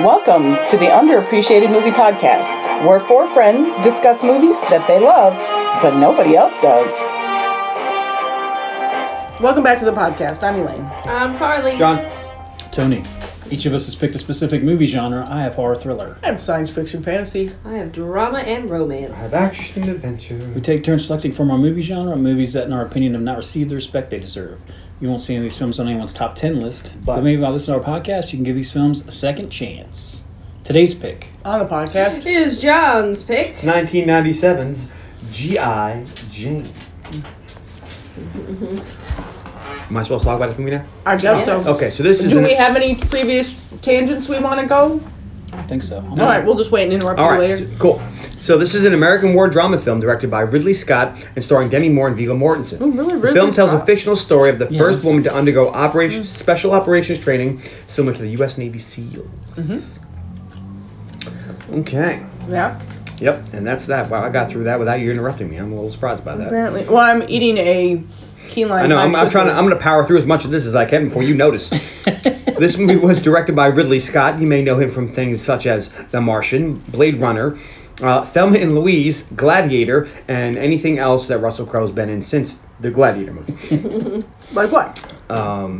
Welcome to the Underappreciated Movie Podcast, where four friends discuss movies that they love, but nobody else does. Welcome back to the podcast. I'm Elaine. Um, Carly. John. Tony. Each of us has picked a specific movie genre. I have horror thriller. I have science fiction, fantasy. I have drama and romance. I have action and adventure. We take turns selecting from our movie genre movies that, in our opinion, have not received the respect they deserve. You won't see any of these films on anyone's top 10 list, but, But- maybe by listening to our podcast, you can give these films a second chance. Today's pick On the podcast, Is John's pick. 1997's G.I. Jane. Am I supposed to talk about this movie now? I guess so. Okay, so Oh, this is. Do an- we have any previous tangents we want to go? I think so. All right, we'll just wait and interrupt all you right, later. so- cool. So this is an American war drama film directed by Ridley Scott and starring Demi Moore and Viggo Mortensen. Ooh, Oh, really? the Ridley film tells Scott? Hmm. a fictional story of the Yeah, first that's- woman to undergo operations, special operations training, similar to the U.S. Navy SEAL. Mm-hmm. Okay. yeah. Yep, and that's that. Wow, I got through that without you interrupting me. I'm a little surprised by that. Apparently, well, I'm eating a key lime. I know. I'm, pie I'm trying to. twister. I'm going to power through as much of this as I can before you notice. this movie was directed by Ridley Scott. You may know him from things such as The Martian, Blade Runner, uh, Thelma and Louise, Gladiator, and anything else that Russell Crowe's been in since the Gladiator movie. like what? well,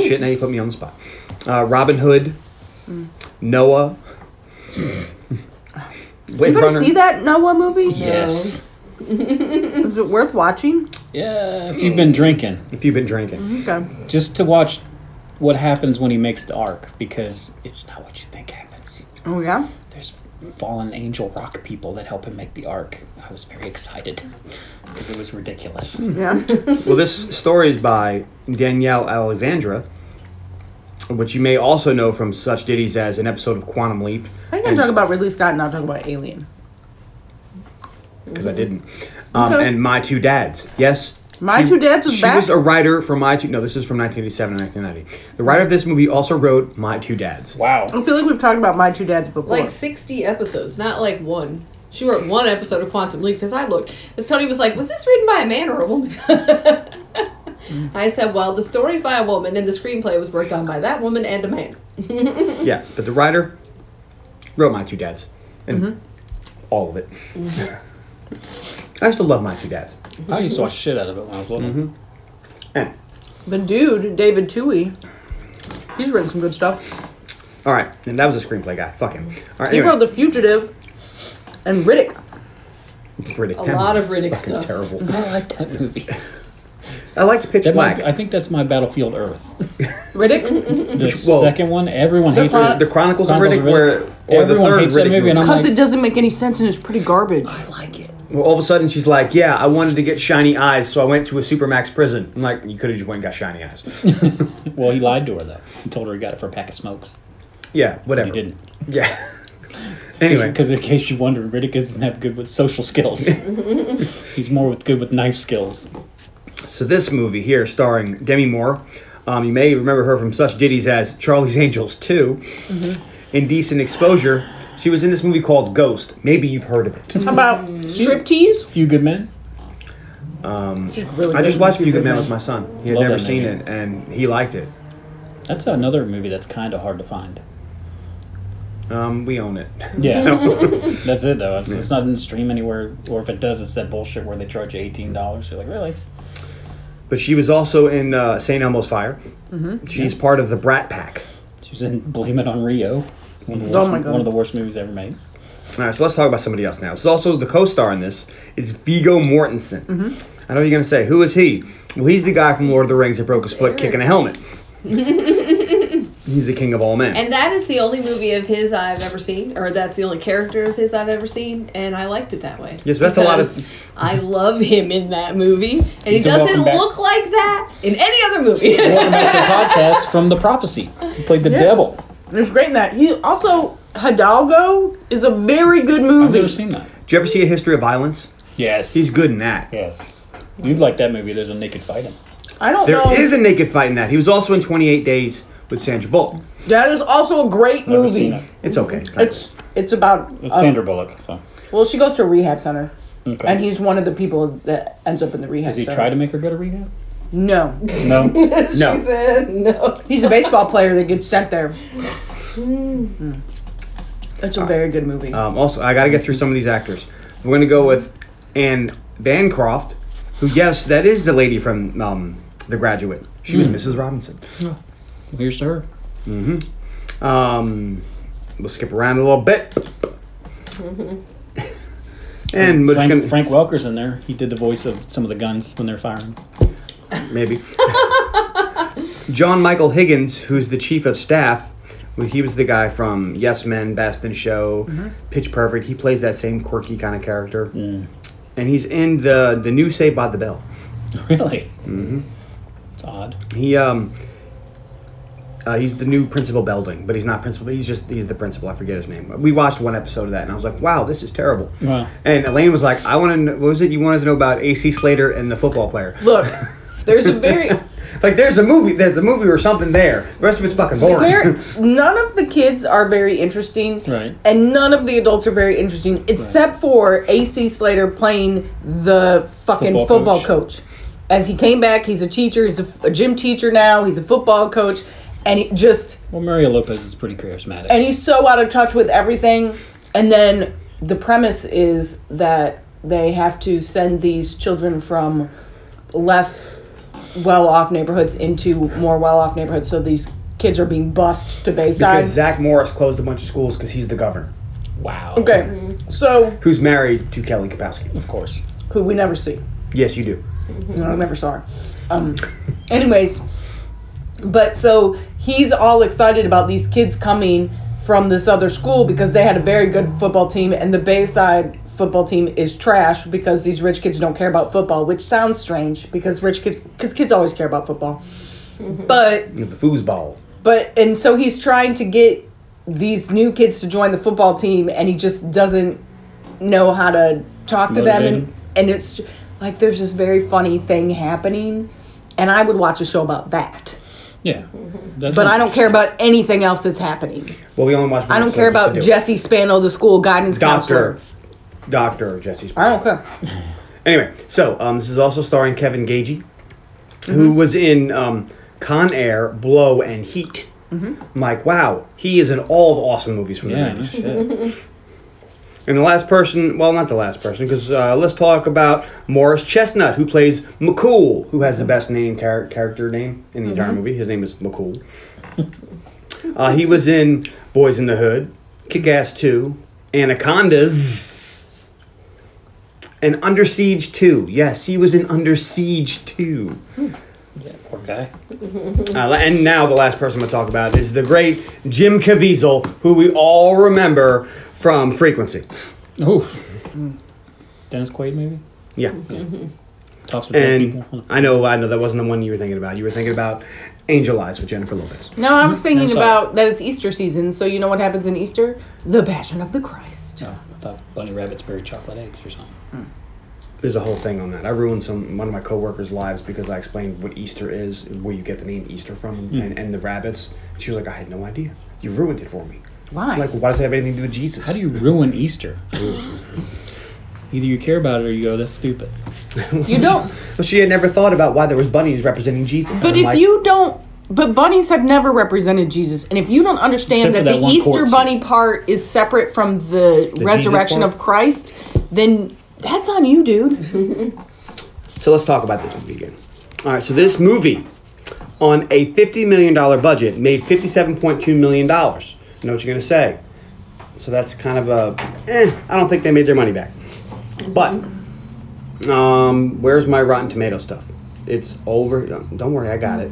shit! Now you put me on the spot. Uh, Robin Hood, Mm. Noah, Blade You Runner. gonna see that Noah movie? Yes. Is it worth watching? Yeah, if you've been drinking, If you've been drinking, Okay. just to watch what happens when he makes the arc, because it's not what you think happens. Oh yeah. There's fallen angel rock people that help him make the arc. I was very excited because it was ridiculous. Yeah. Well, this story is by Danielle Alexandra, which you may also know from such ditties as an episode of Quantum Leap. I'm gonna talk about Ridley Scott, and not talk about Alien. because I didn't. Um, Okay. And My Two Dads. Yes. My Two Dads is She back? was a writer for My Two. No, this is from 1987 and 1990. The writer of this movie also wrote My Two Dads. I feel like we've talked about my two dads before. Like 60 episodes, not like one. She wrote one episode of Quantum Leap because I looked. Because Tony was like, was this written by a man or a woman? Mm. I said, well, the story's by a woman and the screenplay was worked on by that woman and a man. Yeah, but the writer wrote My Two Dads and all of it. I still love My Two Dads. I used to watch shit out of it when I was little. And the dude, David Tui, he's written some good stuff. all right, and that was a screenplay guy. Fuck him. All right, He anyway. wrote The Fugitive and Riddick. Riddick. A That lot of movie Riddick was fucking stuff. Terrible. I liked that movie. I liked Pitch That Black. might, I think that's my Battlefield Earth. Riddick? The whoa. second one, everyone hates Chron- it. the Chronicles of Riddick, Chronicles of where or the Everyone third hates Riddick that movie, and I'm Because like- it doesn't make any sense and it's pretty garbage. I like it. Well, all of a sudden she's like, "Yeah, I wanted to get shiny eyes, so I went to a supermax prison." I'm like, "You could have just went and got shiny eyes." Well, he lied to her though. He told her he got it for a pack of smokes. yeah, whatever. He didn't. Yeah. anyway, Because in case you wonder, Riddick doesn't have good with social skills. He's more with good with knife skills. so this movie here, starring Demi Moore, um, you may remember her from such ditties as Charlie's Angels 2 Mm-hmm. Indecent Exposure. She was in this movie called Ghost. Maybe you've heard of it. How about striptease? Few good men. She's really I just good. watched Few Good Men with my son. He had Love never that seen movie. it, and he liked it. That's another movie that's kind of hard to find. Um, we own it. Yeah, that's it though. It's, it's not in stream anywhere, or if it does, it's that bullshit where they charge you eighteen dollars. You're like, really? But she was also in uh, St. Elmo's Fire. She's part of the Brat Pack. She was in Blame It on Rio. One of the Oh worst, my God. One of the worst movies ever made. All right, so let's talk about somebody else now. So also the co-star in this is Vigo Mortensen. I know you're gonna say, who is he? Well, he's the guy from Lord of the Rings that broke his foot kicking a helmet. he's the king of all men. And that is the only movie of his I've ever seen, or that's the only character of his I've ever seen, and I liked it that way. Yes, that's a lot of- Because I love him in that movie, and he He's a welcome doesn't back. look like that in any other movie. Welcome back to the podcast from the prophecy. He played the devil. It's great in that. He also, Hidalgo is a very good I've never movie. seen that. Did you ever see A History of Violence? Yes. He's good in that. yes. You'd like that movie. There's a naked fight in. it. I don't There know. is a naked fight in that. He was also in 28 Days with Sandra Bullock. that is also a great Never movie. seen it. It's okay. It's not It's it's about It's Um, a Sandra Bullock. So Well, she goes to a rehab center, Okay. and he's one one of the people that ends up in the rehab does he center. try to make her go to rehab? No. No. No. She said no. He's a baseball player that gets sent there. Hmm. Mm. It's a very good movie. Uh. Um, also, I got to get through some of these actors. We're going to go with Anne Bancroft, who, yes, that is the lady from um, The Graduate. She Hmm. was Mrs. Robinson. Here's to her. Um, we'll skip around a little bit. and we're just Frank, going Frank Welker's in there. He did the voice of some of the guns when they're firing. maybe. John Michael Higgins, who's the chief of staff, well, he was the guy from Yes Men, Best in Show, Mm-hmm. Pitch Perfect. He plays that same quirky kind of character, and he's in the the new Saved by the Bell. Really? Mm-hmm. It's odd. He um. Uh, he's the new principal Belding, but he's not principal. He's just he's the principal. I forget his name. We watched one episode of that, and I was like, "Wow, this is terrible." Wow. And Elaine was like, "I want to. know What was it you wanted to know about AC Slater and the football player?" Look, there's a very Like, there's a movie. There's a movie or something there. The rest of it's fucking boring. Where none of the kids are very interesting, Right. And none of the adults are very interesting, except for AC Slater playing the fucking Football football, coach. coach. As he came back, he's a teacher. He's a, a gym teacher now. He's a football coach, and he just Well, Mario Lopez is pretty charismatic. and he's so out of touch with everything. And then the premise is that they have to send these children from less well-off neighborhoods into more well-off neighborhoods. So these kids are being bused to Bayside. Because Zach Morris closed a bunch of schools because he's the governor, wow. Okay, so who's married to Kelly Kapowski. Of course. who we never see. Yes, you do. You know, I never saw her. Um, anyways, but so he's all excited about these kids coming from this other school because they had a very good football team, and the Bayside football team is trash because these rich kids don't care about football, which sounds strange because rich kids, because kids always care about football. But You know, the foosball. but and so he's trying to get these new kids to join the football team, and he just doesn't know how to talk to them, Motivate 'em. and and it's ju- like there's this very funny thing happening, and I would watch a show about that, Yeah. That's but I don't care about anything else that's happening. Well, we only watched. one I don't episode care just to about do it. Jesse Spano, the school guidance Doctor, counselor. Doctor Jesse's. I don't care. Anyway, so um, this is also starring Kevin Gagey, who was in um, Con Air, Blow, and Heat. I'm like, wow, he is in all the awesome movies from Yeah, the no 90s. shit. And the last person, well, not the last person, because uh, let's talk about Morris Chestnut, who plays McCool, who has the best name char- character name in the entire movie. His name is McCool. uh, he was in Boys in the Hood, Kick Ass 2, Anacondas, and Under Siege 2. Yes, he was in Under Siege 2. yeah, poor guy. Uh, and now the last person I'm going to talk about is the great Jim Caviezel, who we all remember from Frequency. Oof. Dennis Quaid, maybe? Yeah. Tops of dead And people. I know, I know that wasn't the one you were thinking about. You were thinking about Angel Eyes with Jennifer Lopez. No, I was thinking That's all. about that it's Easter season, so you know what happens in Easter? The Passion of the Christ. No, I thought bunny rabbits buried chocolate eggs or something. There's a whole thing on that. I ruined some one of my coworkers' lives because I explained what Easter is, where you get the name Easter from, Hmm. and, and the rabbits. She was like, I had no idea. You ruined it for me. Why? Like, why does it have anything to do with Jesus? How do you ruin Easter? Either you care about it or you go, that's stupid. you don't. Well, she had never thought about why there was bunnies representing Jesus. But And I'm if like, you don't, but bunnies have never represented Jesus, and if you don't understand Except for that, that the one Easter court scene. bunny part is separate from the, resurrection part? of Christ, then that's on you, dude. So let's talk about this movie again. All right, so this movie, on a $50 million budget, made $57.2 million. I know what you're going to say. So that's kind of a, eh, I don't think they made their money back. But, um, where's my Rotten Tomato stuff? It's over. Don't worry, I got it.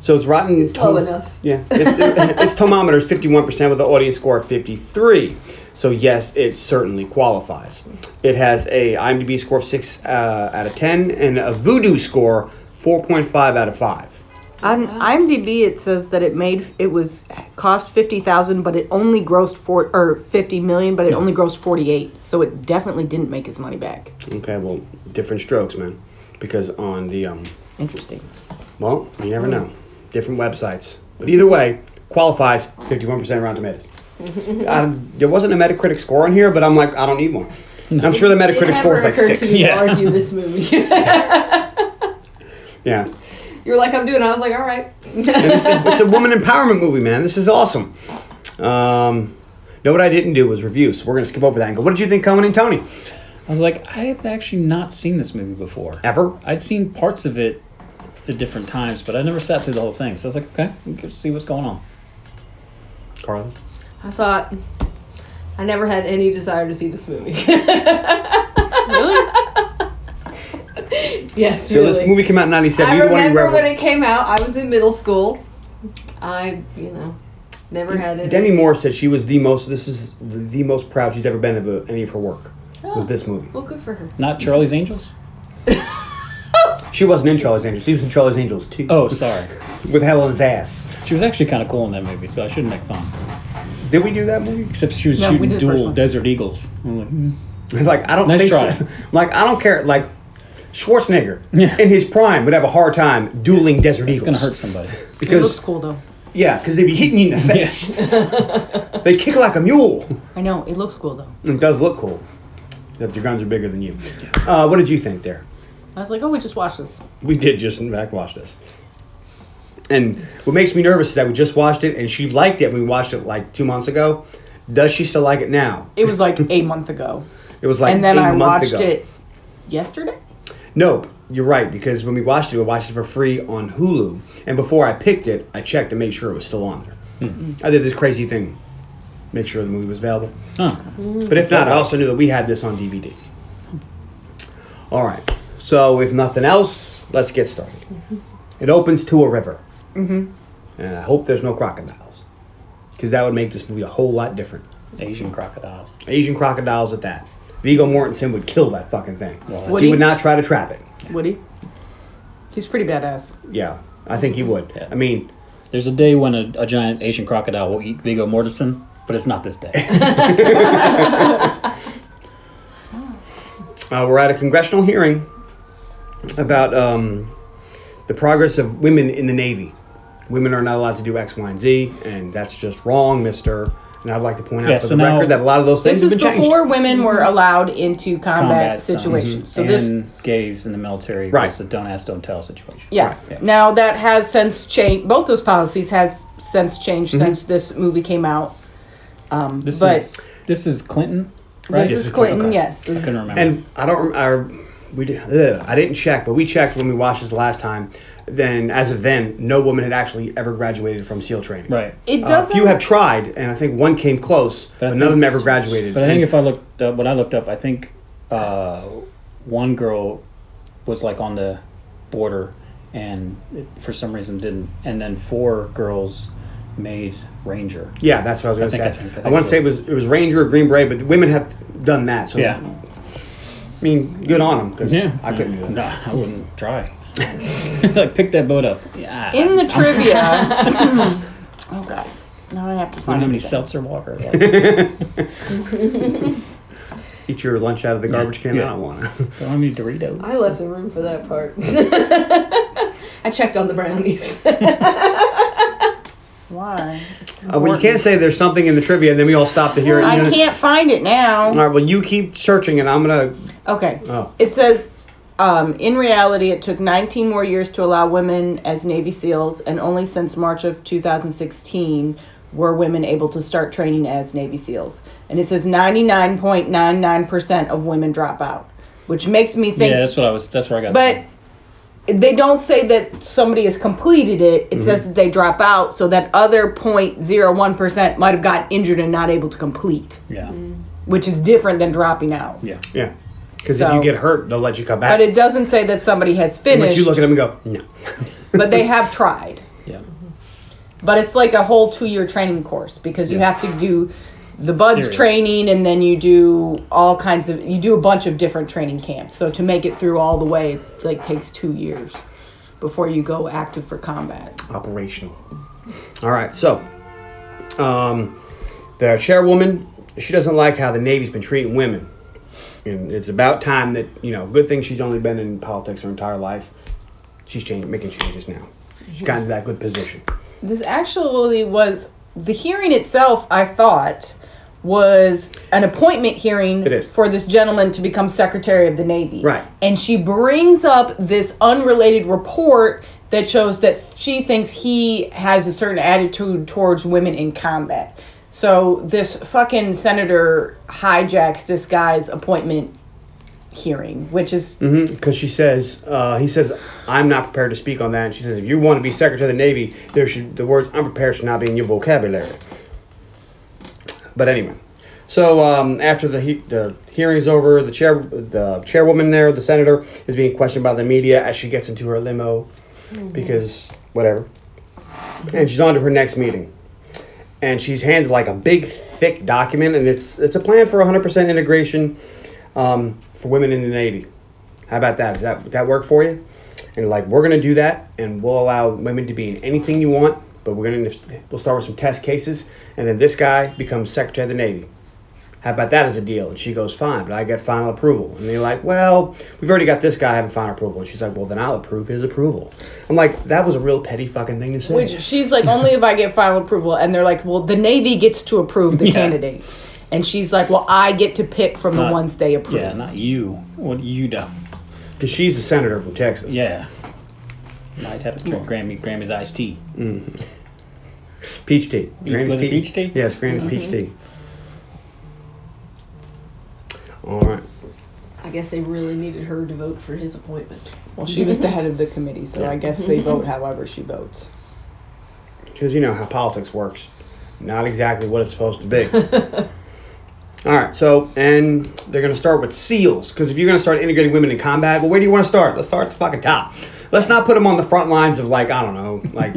So it's Rotten. It's low enough. Yeah. It's, it's Tomometer's 51% with the audience score of 53. So, yes, it certainly qualifies. It has a IMDb score of 6 uh, out of 10 and a Voodoo score 4.5 out of 5. On IMDb, it says that it made it was cost fifty thousand, but it only grossed four or fifty million, but it only grossed forty eight. So it definitely didn't make its money back. Okay, well, different strokes, man. Because on the, um, Interesting. well, you never know. Different websites. But either way, qualifies 51% Rotten Tomatoes. I, there wasn't a Metacritic score on here, but I'm like, I don't need one. I'm sure It the Metacritic never score is like occurred six. to me yeah. to argue this movie. Yeah. You were like, I'm doing it. I was like, all right. And it's, the- it's a woman empowerment movie, man. This is awesome. Um, no, what I didn't do was reviews. we're gonna skip over that and go. What did you think, Conan and Tony? I was like, I have actually not seen this movie before. Ever? I'd seen parts of it at different times, but I never sat through the whole thing. So I was like, okay, we could see what's going on. Carla. I thought I never had any desire to see this movie. yes, So really. this movie came out in '97. I You were one who remember rev- when it came out. I was in middle school. I, you know, Mm, never had it. Demi Moore said she was the most. This is the, the most proud she's ever been of uh any of her work. Oh. Was this movie? well, good for her. Not Charlie's Angels? She wasn't in Charlie's Angels. She was in Charlie's Angels too. Oh, sorry. with Helen's ass. She was actually kind of cool in that movie, so I shouldn't make fun. Did we do that movie? Except she was No, we shooting did the first dual one. Desert Eagles. I'm like, mm. It's like I don't Nice think try. so. like I don't care. Like Schwarzenegger Yeah. in his prime would have a hard time dueling Desert it's going Eagles. to hurt somebody. It looks because cool though. yeah, because they'd be hitting you in the face. they kick like a mule. I know it looks cool though. It does look cool. Except your guns are bigger than you. Uh, what did you think there? I was like, oh, we just watched this. We did just in fact watch this. And what makes me nervous is that we just watched it and she liked it. and We watched it like two months ago. Does she still like it now? It was like a month ago, It was like and then eight I months watched ago. it yesterday. No, you're right because when we watched it, we watched it for free on Hulu. And before I picked it, I checked to make sure it was still on there. I did this crazy thing, make sure the movie was available. Huh. But if not, I also knew that we had this on DVD. All right. So if nothing else, let's get started. It opens to a river, mm-hmm. and I hope there's no crocodiles, because that would make this movie a whole lot different. Asian crocodiles. Asian crocodiles at that. Vigo Mortensen would kill that fucking thing. Well, he Woody? would not try to trap it. Would he? He's pretty badass. Yeah, I think he would. Yeah. I mean, There's a day when a, a giant Asian crocodile will eat Viggo Mortensen, but it's not this day. uh, we're at a congressional hearing about um, the progress of women in the Navy. Women are not allowed to do X, Y, and Z, and that's just wrong, Mister. And I'd like to point out Yeah, for so the now- record that a lot of those things This have is been changed. Mm-hmm. before women were allowed into combat, Combat zones. situations. So and this, gays in the military. Right. It's a don't ask, don't tell situation. yes. Right, yeah. Now that has since changed. Both those policies has since changed Mm-hmm. since this movie came out. Um, This but is this is Clinton. this is Clinton. Yes. I couldn't remember. And I don't. rem- I, we did, ugh, I didn't check, but we checked when we watched this last time. Then, as of then, no woman had actually ever graduated from SEAL training. right. it Uh, a doesn't. few have tried, and I think one came close, But I but, none of think- them ever graduated. But I And- think if I looked up, when I looked up, I think uh, one girl was like on the border, and it, for some reason didn't. And then four girls made Ranger. Yeah, that's what I was going to think- say. I, I think- I think want to so. say it was it was Ranger or Green Beret, but the women have done that. So Yeah. I mean, good on them because Yeah. I couldn't do that. No, I wouldn't try. like pick that boat up. Yeah. in the I trivia. oh God! Now I have to don't find have any it. seltzer water. Like, Eat your lunch out of the garbage can. I Yeah. don't Uh, want to. don't have any Doritos. I left the room for that part. I checked on the brownies. Why? Uh, well, you can't say there's something in the trivia, and then we all stop to hear it. I you know? can't find it All now. right. Well, you keep searching, and I'm gonna. Okay. Oh. It says, um, in reality, it took 19 more years to allow women as Navy SEALs, and only since March of 2016 were women able to start training as Navy SEALs. And it says 99.99% of women drop out, which makes me think yeah, that's what I was. That's where I got. But they don't say that somebody has completed it. It says that they drop out, so that other 0.01% might have got injured and not able to complete, yeah, Mm. which is different than dropping out. yeah. Yeah. Because if So- you get hurt, they'll let you come back. But it doesn't say that somebody has but finished, you look at them and go, no. but they have tried. Yeah. But it's like a whole two year training course because you Yeah. have to do the buds Serious. training and then you do all kinds of you do a bunch of different training camps. So to make it through all the way it, like takes two years before you go active for combat. operational. All right, so um, the chairwoman, she doesn't like how the Navy's been treating women, and it's about time that you know. Good thing she's only been in politics her entire life. She's changing, making changes now. She's gotten to that good position. This actually was the hearing itself, I thought, was an appointment hearing It is. for this gentleman to become Secretary of the Navy. Right. And she brings up this unrelated report that shows that she thinks he has a certain attitude towards women in combat. So this fucking senator hijacks this guy's appointment hearing, which is because Mm-hmm. she says uh, he says I'm not prepared to speak on that. And she says if you want to be Secretary of the Navy, there should the words "I'm prepared" should not be in your vocabulary. But anyway, so um, after the he- the hearing's over, the chair the chairwoman there, the senator, is being questioned by the media as she gets into her limo because whatever, and she's on to her next meeting. And she's handed like a big, thick document, and it's it's a plan for 100% integration um, for women in the Navy. How about that? Does that would that work for you? And like, we're gonna do that, and we'll allow women to be in anything you want, but we're gonna we'll start with some test cases, and then this guy becomes Secretary of the Navy. How about that as a deal? And she goes, fine, but I get final approval. And they're like, well, we've already got this guy having final approval. And she's like, well, then I'll approve his approval. I'm like, that was a real petty fucking thing to say. Which she's like, only if I get final approval. And they're like, well, the Navy gets to approve the candidates. And she's like, well, I get to pick from the Not- ones they approve. Yeah, not you. What you do? Because she's a senator from Texas. Yeah. Might have to drink Grammy Grammy's iced tea. Peach tea. Granny's was it peach tea? Yes, Granny's peach Mm-hmm. tea. All right. I guess they really needed her to vote for his appointment. Well, she was the head of the committee, so I guess they vote however she votes. Because you know how politics works. Not exactly what it's supposed to be. All right, so, and they're going to start with SEALs. Because if you're going to start integrating women in combat, well, where do you want to start? Let's start at the fucking top. Let's not put them on the front lines of, like, I don't know, like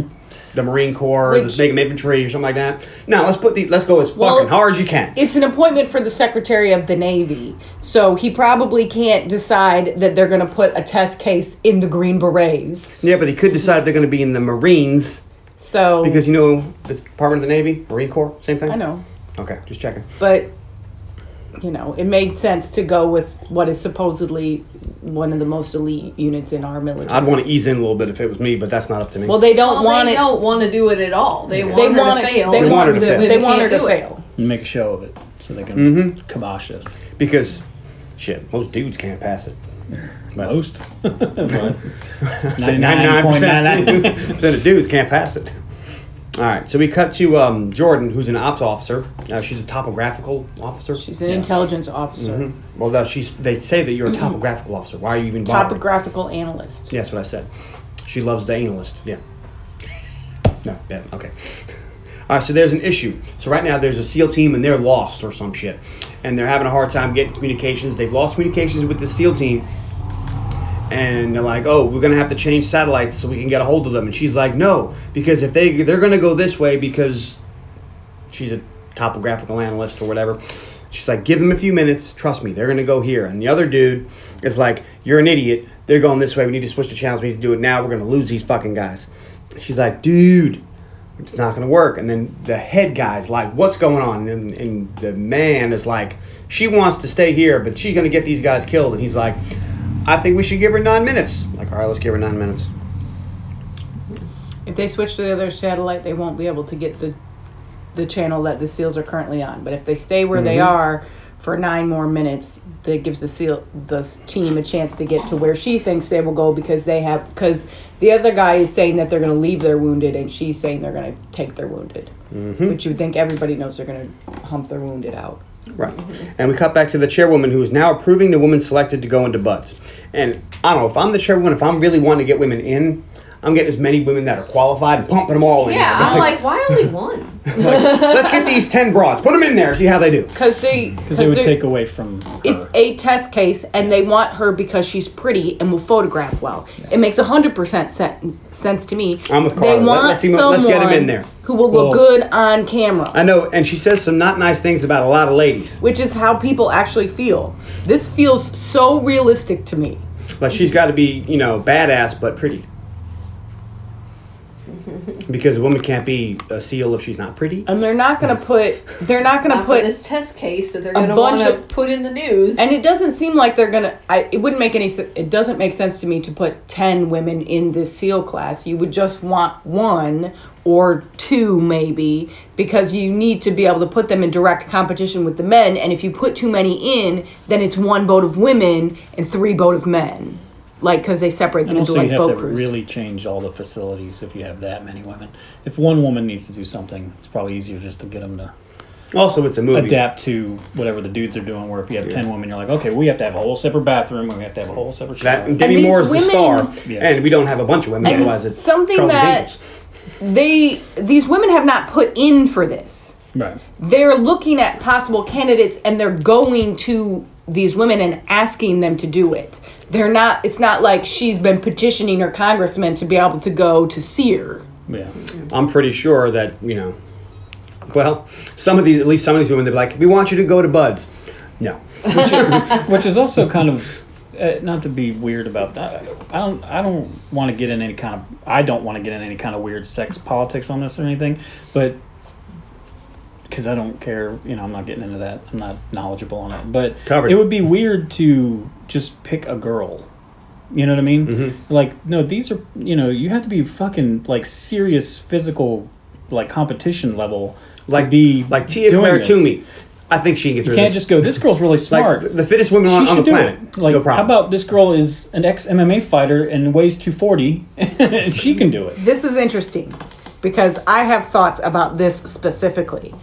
the Marine Corps, or the Which- Naval Infantry, or something like that. No, let's put the, let's go as Well, fucking hard as you can. It's an appointment for the Secretary of the Navy, so he probably can't decide that they're going to put a test case in the Green Berets. yeah, but he could decide if they're going to be in the Marines. So Because you know the Department of the Navy, Marine Corps, same thing. I know, Okay, just checking. but you know, it made sense to go with what is supposedly one of the most elite units in our military. I'd want to ease in a little bit if it was me, but that's not up to me. well, they don't Well, want they it. don't want to do it at all. They want They her want to it. fail. They, want her to the- fail. They We want her can't to do it. fail. And make a show of it so they can kibosh us. because shit, most dudes can't pass it. But Most. but Ninety-nine 99.99. percent of dudes can't pass it. All right, so we cut to um, Jordan, who's an ops officer. Uh, she's a topographical officer. She's an intelligence officer, well, no, she's. They say that you're a topographical officer. Why are you even bothering? topographical analyst. Yeah, that's what I said. She loves the analyst. Yeah. No, yeah, okay. All right, so there's an issue. So right now there's a SEAL team and they're lost or some shit. And they're having a hard time getting communications. They've lost communications with the SEAL team. And they're like, "Oh, we're gonna have to change satellites so we can get a hold of them." And she's like, "No, because if they they're gonna go this way because she's a topographical analyst or whatever. She's like, give them a few minutes. Trust me, they're gonna go here. And the other dude is like, you're an idiot. They're going this way. We need to switch the channels. We need to do it now. We're gonna lose these fucking guys. She's like, dude, it's not gonna work. And then the head guy's like, what's going on? And, and the man is like, she wants to stay here, but she's gonna get these guys killed. And he's like, I think we should give her nine minutes. like, all right, let's give her nine minutes. If they switch to the other satellite, they won't be able to get the the channel that the seals are currently on. But if they stay where they are for nine more minutes, that gives the seal the s- team a chance to get to where she thinks they will go because they have because the other guy is saying that they're going to leave their wounded, and she's saying they're going to take their wounded, which you would think everybody knows they're going to hump their wounded out. Right. Mm-hmm. And we cut back to the chairwoman who is now approving the woman selected to go into Buds. And I don't know, if I'm the chairwoman, if I'm really wanting to get women in, I'm getting as many women that are qualified and pumping them all in. Yeah, I'm like, why only one? let's get these 10 broads, put them in there, see how they do. Because they Because they would they're- take away from. It's her. a test case, and they want her because she's pretty and will photograph well. It makes hundred percent sense to me. I'm with They Carla. Let- want let's see what- let's get 'em in someone there. who will look Well- good on camera, I know, and she says some not nice things about a lot of ladies, which is how people actually feel. This feels so realistic to me. but she's got to be, you know, badass but pretty. because a woman can't be a seal if she's not pretty. and they're not gonna put they're not gonna Not for put this test case that they're going to want bunch to of- put in the news. and it doesn't seem like they're gonna I, it wouldn't make any se- it doesn't make sense to me to put 10 women in the seal class you would just want one or two maybe because you need to be able to put them in direct competition with the men and if you put too many in then it's one boat of women and three boat of men like because they separate them And into also, like you have boat to crews really change all the facilities if you have that many women. If one woman needs to do something, it's probably easier just to get them to Also, it's a movie. adapt to whatever the dudes are doing. Where if you have ten women, you're like, okay, we have to have a whole separate bathroom, and we have to have a whole separate shower. That, Demi these Moore is the women- star, Yeah. and we don't have a bunch of women. Otherwise, it's something Charlie's that- Angels. they these women have not put in for this right. they're looking at possible candidates and they're going to these women and asking them to do it. They're not it's not like she's been petitioning her congressman to be able to go to Sear. Yeah. I'm pretty sure that you know. Well, some of these, at least some of these women, they're like, "We want you to go to Buds." No, Which is also kind of uh, not to be weird about that. I don't. I don't want to get in any kind of. I don't want to get in any kind of weird sex politics on this or anything, but because I don't care. You know, I'm not getting into that. I'm not knowledgeable on it. But Covered. it would be weird to just pick a girl. You know what I mean? Mm-hmm. Like, no, these are. You know, you have to be fucking like serious physical, like competition level. like to be like Tia doing Claire this. Toomey. I think she can get through You can't this. just go. This girl's really like smart the fittest woman on, she on the should do planet. it. Like, no problem. how about this girl is an ex MMA fighter and weighs 240? and she can do it. This is interesting because I have thoughts about this specifically.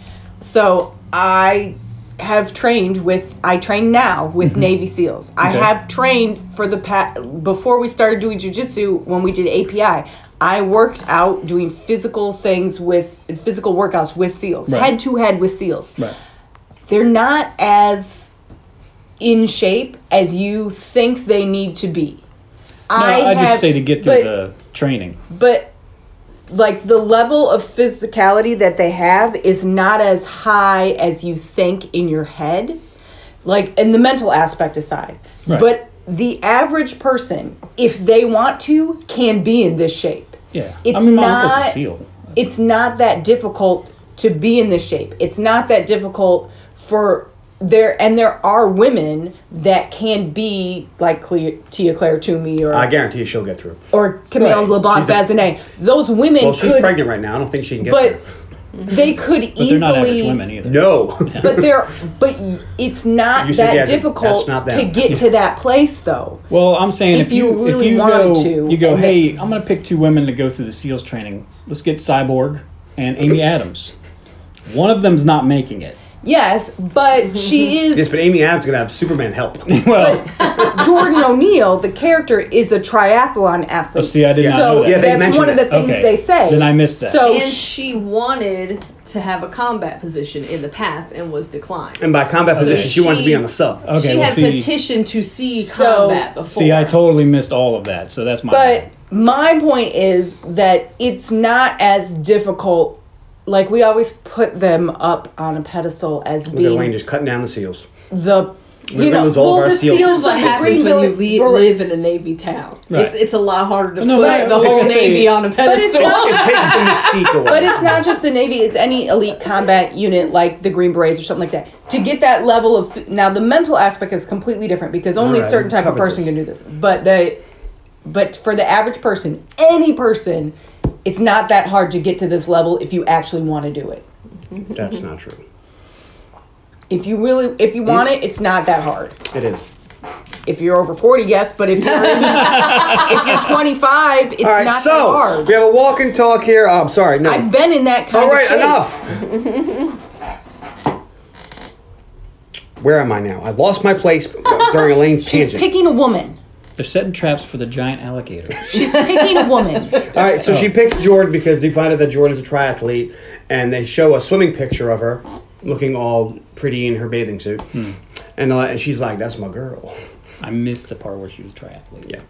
So I have trained with I train now with Navy SEALs. I Mm-hmm. Okay. have trained for the pa- before we started doing jujitsu when we did API. I worked out doing physical things with physical workouts with SEALs, Right. head to head with SEALs. They're not as in shape as you think they need to be. No, I, have- just say to get through but- the training. but like the level of physicality that they have is not as high as you think in your head like and the mental aspect aside Right. but the average person if they want to can be in this shape Yeah. it's I mean, my not uncle's a SEAL. it's not that difficult to be in this shape it's not that difficult for there and there are women that can be like Cle- Tia Claire Toomey or I guarantee you she'll get through. or Camille Right. LeBlanc Bazinet. Those women Well, she's could, pregnant right now. I don't think she can get but through. they could But easily. they're not average women either. No, But they're but it's not You said, yeah, that that's difficult not to them. get to that place though. Well, I'm saying If if, you you, really if you wanted go, to, you go, and hey, I'm going to pick two women to go through the SEALs training. Let's get Cyborg and Amy Adams. One of them's not making it. Yes, but she yes, is but Amy Adams is gonna have Superman help. Well, Jordan O'Neill. The character is a triathlon athlete. Oh, see, I did so not know that. Yeah, they that's mentioned one of the that. things Okay. they say. Then I missed that. So and sh- she wanted to have a combat position in the past and was declined. and by combat position, she, wanted to be on the sub. Okay, she well, had see- petitioned to see So- combat before. see, I totally missed all of that. So that's my. But my point is that it's not as difficult. Like we always put them up on a pedestal as Look at being Wayne just cutting down the seals. the We're you gonna know lose all of well, our the seals. seals. This is what of the happens when you Greenville- le- live in a Navy town. It's, Right. it's a lot harder to No, put but- the It's whole the same- Navy on a But it's pedestal. not. Takes the mystique away. But it's not just the Navy; it's any elite combat unit like the Green Berets or something like that. To get that level of now, the mental aspect is completely different because only All a right, certain we type of covered person can this. do this. But the, but for the average person, any person, it's not that hard to get to this level if you actually want to do it. That's not true. If you really, if you want it, it's not that hard. It is. If you're over forty, yes, but if you're if you're twenty five, it's All right, not that so hard. we have a walk and talk here. Oh, I'm sorry. No. I've been in that kind All of right, shape. enough. Where am I now? I lost my place during Elaine's She's tangent. picking a woman. They're setting traps for the giant alligator. She's picking a woman. All right, so she picks Jordan because they find out that Jordan's a triathlete, and they show a swimming picture of her looking all pretty in her bathing suit, and uh, and she's like, "That's my girl." I missed the part where she was a triathlete. Yeah.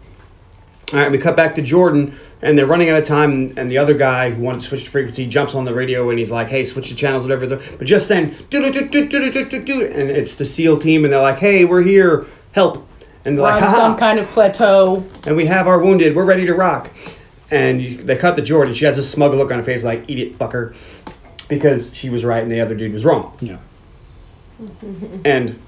All right, we cut back to Jordan, and they're running out of time. And the other guy who wanted to switch to frequency jumps on the radio, and he's like, "Hey, switch the channels, whatever." the-" But just then, "Do-do-do-do-do-do-do-do," and it's the SEAL team, and they're like, "Hey, we're here, help!" And they're We're like, on some "Ha kind of plateau. And we have our wounded. We're ready to rock. and you, they cut to Jordan. She has this smug look on her face, like "idiot fucker," because she was right and the other dude was wrong. Yeah. And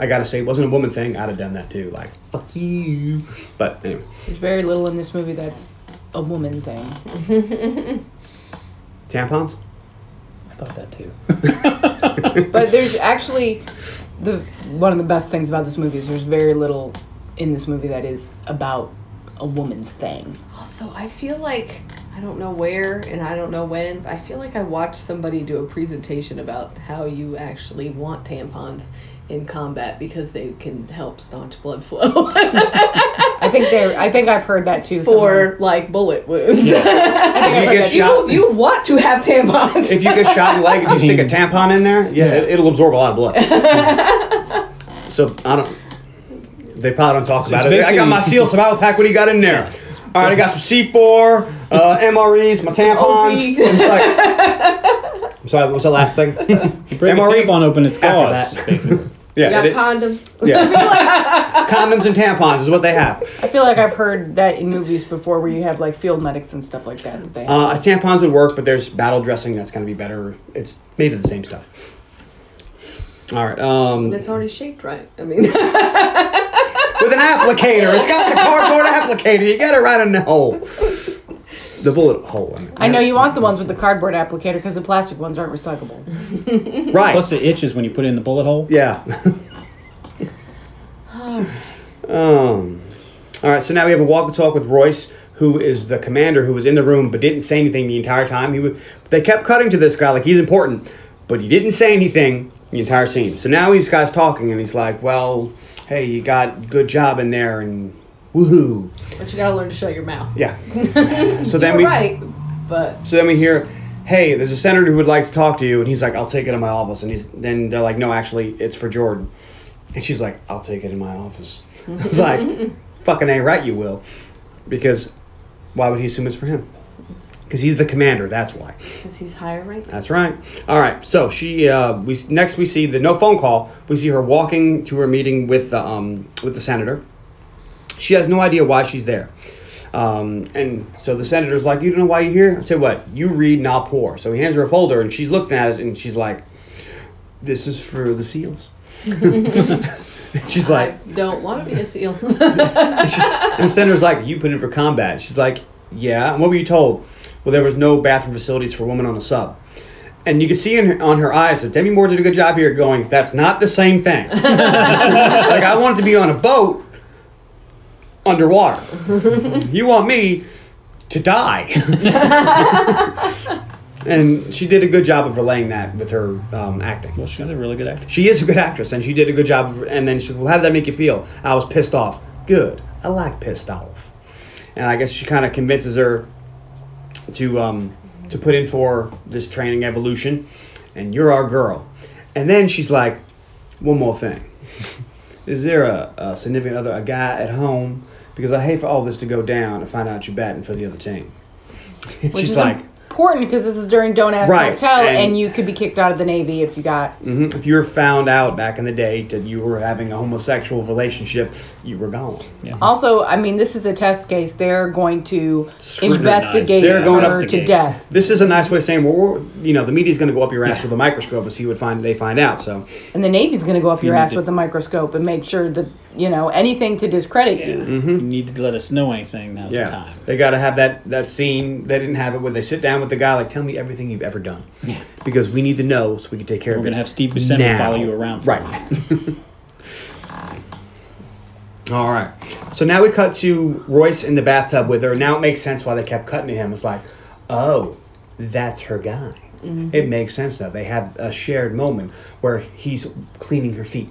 I gotta say, it wasn't a woman thing. I'd have done that too. Like fuck you. But anyway, There's very little in this movie that's a woman thing. tampons. I thought that too. But there's actually the one of the best things about this movie is there's very little in this movie that is about a woman's thing. Also, I feel like I don't know where and I don't know when. But I feel like I watched somebody do a presentation about how you actually want tampons in combat because they can help staunch blood flow I think they I think I've heard that too. somewhere. for like bullet wounds. If you get you, shot, you want to have tampons. if you get shot in the leg, if you stick a tampon in there, yeah, It, it'll absorb a lot of blood. so I don't. They probably don't talk about it. I got my basically- seal survival pack. What do you got in there? All right, I got some C4, uh, MREs, my tampons. OB. It's like, I'm sorry, what's the last thing? Break a MRE tampon open, it's E after gauze, that. basically. You Yeah, got it- condoms. yeah. condoms and tampons is what they have. I feel like I've heard that in movies before where you have like field medics and stuff like that. that they Uh, tampons would work, but there's battle dressing that's going to be better. It's made of the same stuff. All right. Um, It's already shaped right. I mean, with an applicator. It's got the cardboard applicator. You got it right in the hole. The bullet hole. I, mean. I know you want the ones with the cardboard applicator because the plastic ones aren't recyclable. Right. Plus, it itches when you put it in the bullet hole. yeah. um. All right. So now we have a walk and talk with Royce, who is the commander, who was in the room but didn't say anything the entire time. He was, they kept cutting to this guy like he's important, but he didn't say anything the entire scene. So now he's guys talking and he's like, "Well, hey, you got good job in there and woohoo." but you gotta learn to shut your mouth. Yeah. So you then were we right, but So then we hear, "Hey, there's a senator who would like to talk to you," and he's like, "I'll take it in my office." And he's then they're like, "No, actually, it's for Jordan," and she's like, "I'll take it in my office." It's like, "Fucking ain't right, you will," because why would he assume it's for him? Because he's the commander. That's why. because he's higher right now. That's right. All right. So she uh, we next we see the no phone call. We see her walking to her meeting with the um, with the senator. She has no idea why she's there. Um, and so the senator's like, "You don't know why you're here." I say, "What? You read, not pour." So he hands her a folder, and she's looking at it, and she's like, "This is for the seals." she's like, I don't want to be a seal. and, she's, and the senator's like, "You put in for combat." She's like, "Yeah." And what were you told? Well, there was no bathroom facilities for women on the sub. And you can see in her, on her eyes that Demi Moore did a good job here, going, "That's not the same thing." like I wanted to be on a boat underwater. you want me to die? and she did a good job of relaying that with her um, acting. Well, she's a really good actress. She is a good actress, and she did a good job. Of, and then she, well, how did that make you feel? I was pissed off. Good. I like pissed off. And I guess she kind of convinces her to um, to put in for this training evolution, and you're our girl. And then she's like, one more thing. Is there a, a significant other, a guy at home? Because I hate for all this to go down and find out you're batting for the other team. she's is like, important because this is during Don't Ask, Right, Don't Tell, and- and, you could be kicked out of the Navy if you got. "Mhm, if you were found out back in the day that you were having a homosexual relationship, you were gone. Also, I mean, this is a test case. They're going to Scrutinize. investigate They're going her to investigate. death. This is a nice way of saying, well, we're, you know, the media's going to go up your ass with a microscope and see what find they find out. So, And the Navy's going to go up your need ass to- with a microscope and make sure that, you know, anything to discredit Yeah. you. You need to let us know anything. Now's Mm-hmm. yeah, the time. they got to have that that scene. They didn't have it where they sit down with the guy like, tell me everything you've ever done, because we need to know so we can take care We're of it. gonna have Steve Buscemi now. follow you around. for a while. right? All right. So now we cut to Royce in the bathtub with her. Now it makes sense why they kept cutting to him. It's like, oh, that's her guy. Mm-hmm. It makes sense now. They had a shared moment where he's cleaning her feet.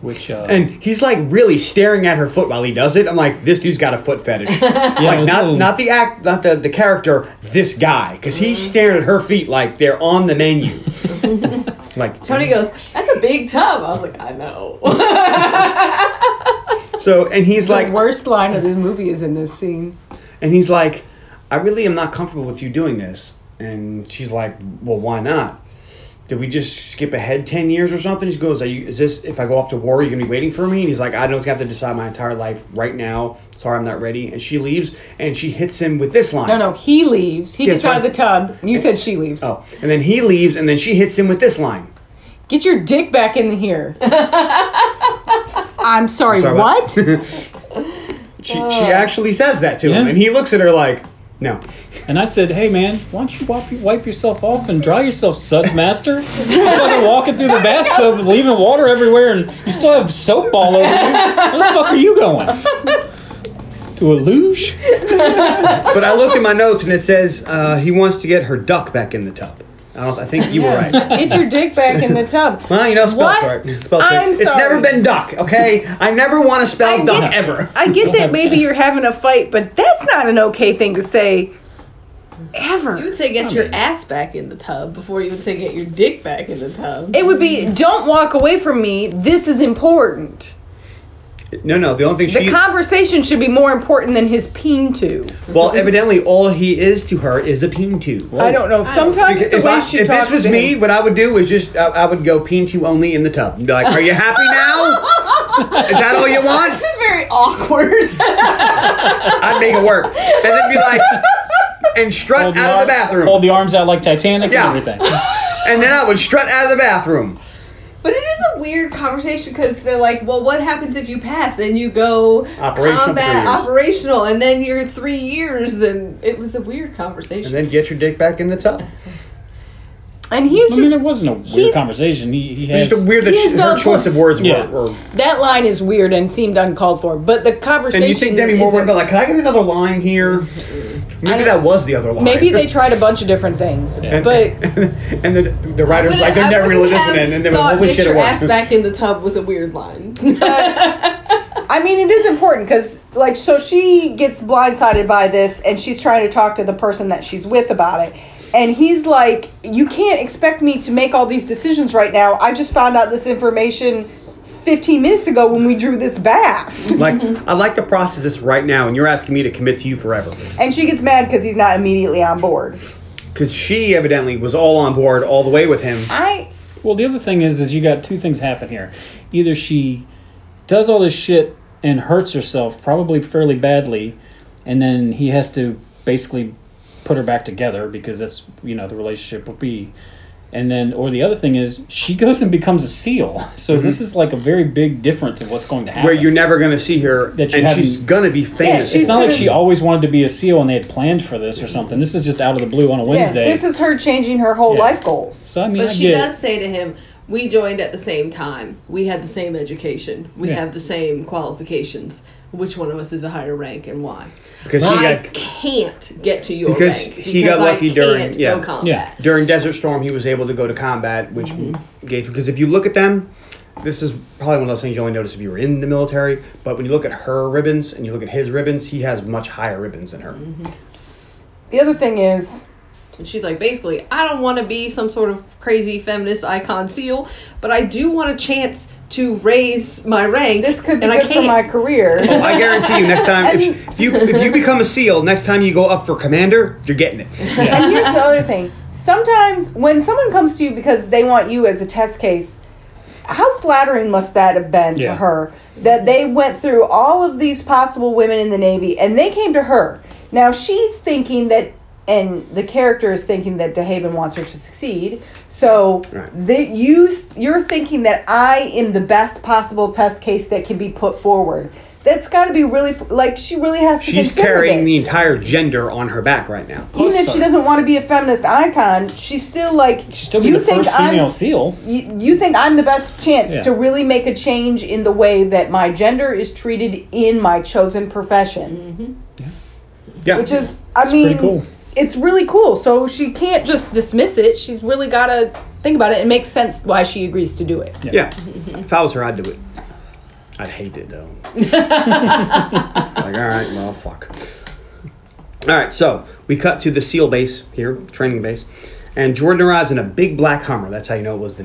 Which uh, And he's like really staring at her foot while he does it. I'm like, this dude's got a foot fetish. it like was not a little- not the act, not the, the character. This guy, because he's Mm-hmm. staring at her feet like they're on the menu. like Tony goes, "That's a big tub." I was like, "I know." so, and he's like, the worst line of the movie is in this scene. and he's like, I really am not comfortable with you doing this. And she's like, Well, why not? Did we just skip ahead ten years or something? She goes, Are you, "Is this if I go off to war, you're gonna be waiting for me?" And he's like, "I don't have to decide my entire life right now. Sorry, I'm not ready." And she leaves, and she hits him with this line. No, no, he leaves. He Yeah, gets so I out of the tub. You said she leaves. Oh, and then he leaves, and then she hits him with this line. Get your dick back in here. I'm sorry, Sorry about- what? She, she actually says that to him, Yeah. and he looks at her like, "No." And I said, "Hey man, why don't you wipe, wipe yourself off and dry yourself, suds master? You're fucking walking through the bathtub, and leaving water everywhere, and you still have soap all over you. Where the fuck are you going? To a luge? But I looked at my notes, and it says uh, he wants to get her duck back in the tub. I, don't, I think you were right. Get your dick back in the tub. Well, you know, spell What? chart. Spell check. I'm It's sorry. never been duck, okay? I never want to spell I duck get- ever. I get that maybe you're having a fight, but that's not an okay thing to say ever. You would say get your ass back in the tub before you would say get your dick back in the tub. It would be don't walk away from me. This is important. No, no. The only thing The she conversation should be more important than his peen to. well, evidently, all he is to her is a peen two. I don't know. Sometimes Because the if way I- she if talks this was to me, him- what I would do is just I, I would go peen two only in the tub. Be like, are you happy now? is that all you want? very awkward. I'd make it work, and then be like, and strut Hold out of the arm- bathroom, Hold the arms out like Titanic Yeah. and everything. and then I would strut out of the bathroom. But it is a weird conversation because they're like, well, what happens if you pass and you go Operational for combat years. operational and then you're three years? And it was a weird And conversation. then get your dick back in the tub. and he's I just mean, it wasn't a he's- weird conversation. He, he has. It's just weird that He she, is her not choice of words Yeah. were, were. that line is weird and seemed uncalled for. But the conversation And you think Demi Moore isn't- would have been like, "Can I get another line here?" Maybe that was the other line. Maybe they tried a bunch of different things, Yeah. but and the the writers But like they're I never gonna wouldn't have listen, in, and they were thought holy get shit, it your ass worked. back in the tub was a weird line. I mean, it is important because, like, so she gets blindsided by this and she's trying to talk to the person that she's with about it. And he's like, You can't expect me to make all these decisions right now. I just found out this information 15 minutes ago when we drew this bath. Like I'd like to process this right now, and you're asking me to commit to you forever And she gets mad because he's not immediately on board. because she evidently was all on board all the way with him. I. Well, the other thing is, is you got two things happen here. Either she does all this shit and hurts herself, probably fairly badly, and then he has to basically put her back together because that's you know the relationship would be. And then, or the other thing is, she goes and becomes a seal. So this is like a very big difference of what's going to happen. Mm-hmm. Where you're never gonna see her, That you and she's haven't- gonna be famous. she's it's not like gonna- she always wanted to be a seal and they had planned for this or something. This is just out of the blue on a Yeah, Wednesday. this is her changing her whole Yeah. life goals. so I mean, But I she get it. does say to him, "We joined at the same time. We had the same education. We Yeah. have the same qualifications. Which one of us is a higher rank, and why? Because he I got- can't get to your Because rank he got lucky I during- can't yeah. go combat. Yeah. during Desert Storm, he was able to go to combat, which Mm-hmm. gave because if you look at them, this is probably one of those things you only notice if you were in the military. But when you look at her ribbons and you look at his ribbons, he has much higher ribbons than her. Mm-hmm. The other thing is, And she's like, basically, I don't want to be some sort of crazy feminist icon seal, but I do want a chance to raise my rank. this could be and I good for can't. my career. Oh, I guarantee you, next time if, sh- if you if you become a SEAL, next time you go up for commander, you're getting it. And here's the other thing. Sometimes when someone comes to you because they want you as a test case, how flattering must that have been to Yeah. her that they went through all of these possible women in the Navy and they came to her. Now she's thinking that, and the character is thinking that DeHaven wants her to succeed. So Right. that you you're thinking that I am the best possible test case that can be put forward. That's got to be really f- like she really has to. She's consider carrying this the entire gender on her back right now. even if she Awesome. doesn't want to be a feminist icon, she's still like She's still be the first female I'm Mm. seal. you, you think I'm the best chance Yeah. to really make a change in the way that my gender is treated in my chosen profession, Yeah, which is I mean pretty cool. it's really cool. So she can't just dismiss it. She's really got to think about it. It makes sense why she agrees to do it. yeah. If I was her, I'd do it. I'd hate it though. like, all right, well, fuck. All right, so we cut to the SEAL base here, training base, and Jordan arrives in a big black Hummer. That's how you know it was the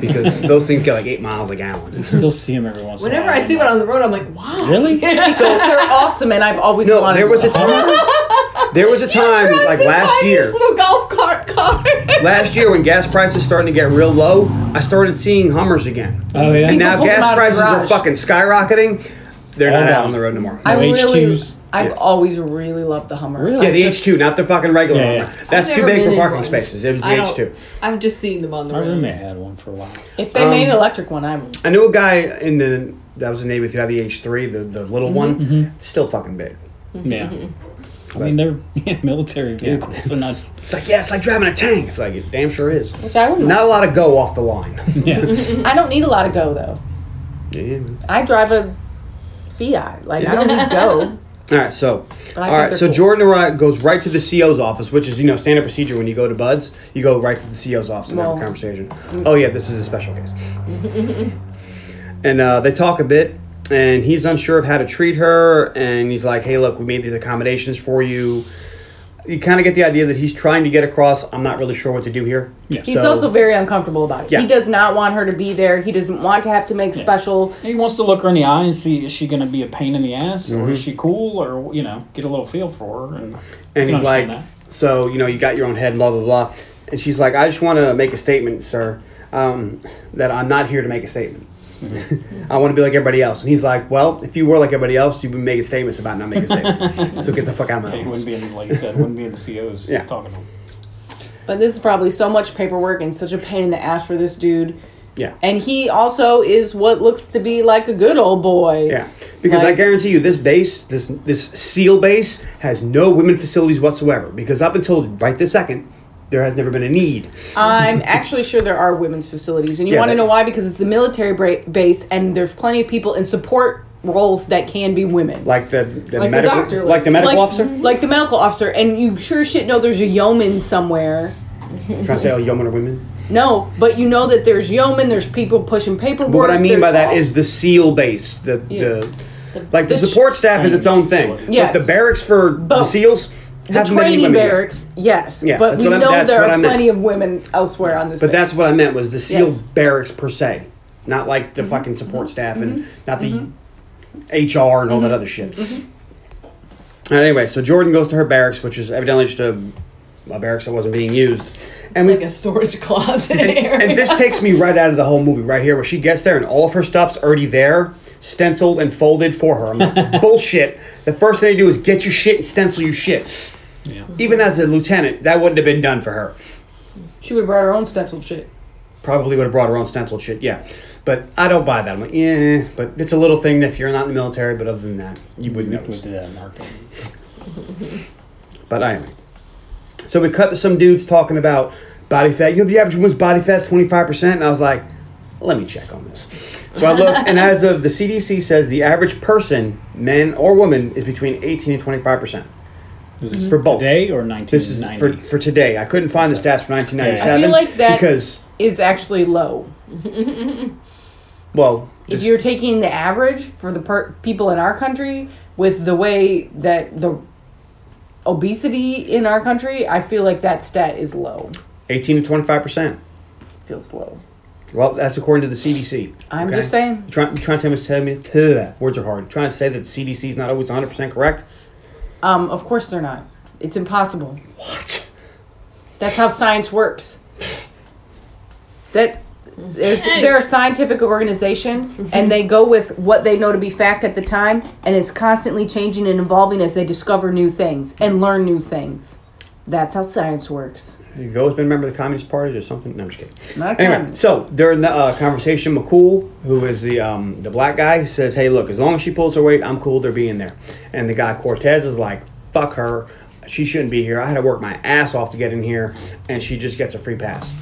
because those things get like eight miles a gallon. Still see him every once. Whenever in a while. I see one on the road, I'm like, wow. Really? Because they're awesome, and I've always No, wanted. there was a one. time. There was a time like last year. Little golf cart car. Last year, when gas prices starting to get real low, I started seeing Hummers again. Oh yeah. People And now pull them out gas of the prices are garage. Oh, fucking skyrocketing. They're All not out down. on the road no more. I No really, H2s. I've Yeah. always really loved the Hummer. Really? yeah, the H2, not the fucking regular Yeah, yeah. Hummer. That's I've too never big been for in parking one. spaces. It was the I don't- H2 I've just seen them on the My roommate road. had one for a while. If they made an Um, electric one, I would. I knew a guy in the that was a neighbor who had the H3, the, the Mm-hmm. little one. Mm-hmm. It's still fucking big. Yeah. I mean, they're military vehicles. They're not. It's like, yeah, it's like driving a tank. It's like, it damn sure is. Which I wouldn't. Not a lot of go off the line. Yeah. I don't need a lot of go though. Yeah. I drive a Fiat. Like I don't need go. All right, so But I all think right, they're so cool. Jordan Arri- goes right to the CO's office, which is you know standard procedure when you go to Buds, you go right to the CO's office and have Well, mm. a conversation. Oh yeah, this is a special case. and uh, they talk a bit, and he's unsure of how to treat her, and he's like, "Hey, look, we made these accommodations for you." You kind of get the idea that he's trying to get across. I'm not really sure what to do here. Yeah. He's So- also very uncomfortable about it. Yeah. He does not want her to be there. He doesn't want to have to make special. He wants to look her in the eye and see is she going to be a pain in the ass or is she cool or you know get a little feel for her Mm-hmm. and. I can And he's like, understand so, you know, you got your own head, blah, blah, blah. And she's like, I just want to make a statement, sir, um, that I'm not here to make a statement. Mm-hmm. I want to be like everybody else. And he's like, well, if you were like everybody else, you'd be making statements about not making statements. so get the fuck out of that. my He wouldn't office. be in, like you said, wouldn't be in the COs Yeah. talking to him. But this is probably so much paperwork and such a pain in the ass for this dude. Yeah. And he also is what looks to be like a good old boy. Yeah. Because I Like- guarantee you this base, this this SEAL base, has no women facilities whatsoever. Because up until right this second, there has never been a need. I'm actually sure there are women's facilities. And you Yeah, want to they- know why? Because it's the military bra- base and there's plenty of people in support roles that can be women. Like the, the Like the medical doctor, like the medical officer? Like the medical officer. And you sure shit know there's a yeoman somewhere. Trying to say, oh, yeomen are women? No, but you know that there's yeomen, there's people pushing paperwork. But what I mean there's by that all- is the SEAL base, the the like the, The tr- support staff is its own thing. Yeah, but the it's- barracks for the But SEALs, the haven't been any training women yet. barracks, yes. Yeah, but that's we what I'm- know that's there what are I meant. plenty of women elsewhere on this. But that's what I meant was the SEAL Yes. Mm-hmm. barracks per se, not like the fucking support staff and not the HR and all Mm-hmm. that other shit. And Anyway, so Jordan goes to her barracks, which is evidently just a, a barracks that wasn't being used, and we Like a storage closet and area. this takes me right out of the whole movie right here where she gets there and all of her stuff's already there stenciled and folded for her I'm like, bullshit the first thing they do is get your shit and stencil your shit Yeah. even as a lieutenant that wouldn't have been done for her she would have brought her own stenciled shit. probably would have brought her own stenciled shit yeah but I don't buy that I'm like yeah but it's a little thing if you're not in the military but other than that you wouldn't We notice did that in our game. But anyway. So we cut to some dudes talking about body fat. You know, the average woman's body fat's 25%. And I was like, let me check on this. So I looked, and as of the CDC says, the average person, man or woman, is between 18 and 25%. Is Mm-hmm. this For both. today or 1990? This is for, for today. I couldn't find the stats for 1997. I feel like that- Because, Is actually low. well, If this- you're taking the average for the per- people in our country with the way that the obesity in our country, I feel like that stat is low. 18 to 25%. Feels low. Well, that's according to the CDC. I'm just saying. You're trying, you're trying to tell me, tell me ugh, words are hard. You're trying to say that the CDC is not always 100% correct? Um, of course they're not. It's impossible. What? That's how science works. That there's, they're a scientific organization, and they go with what they know to be fact at the time, and it's constantly changing and evolving as they discover new things and learn new things. That's how science works. You've always been a member of the Communist Party or something? No, I'm just kidding. Not a anyway, communist. so during the uh, conversation, McCool, who is the um, the black guy, says, "Hey, look, as long as she pulls her weight, I'm cool. They're being there." And the guy Cortez is like, "Fuck her. She shouldn't be here. I had to work my ass off to get in here, and she just gets a free pass."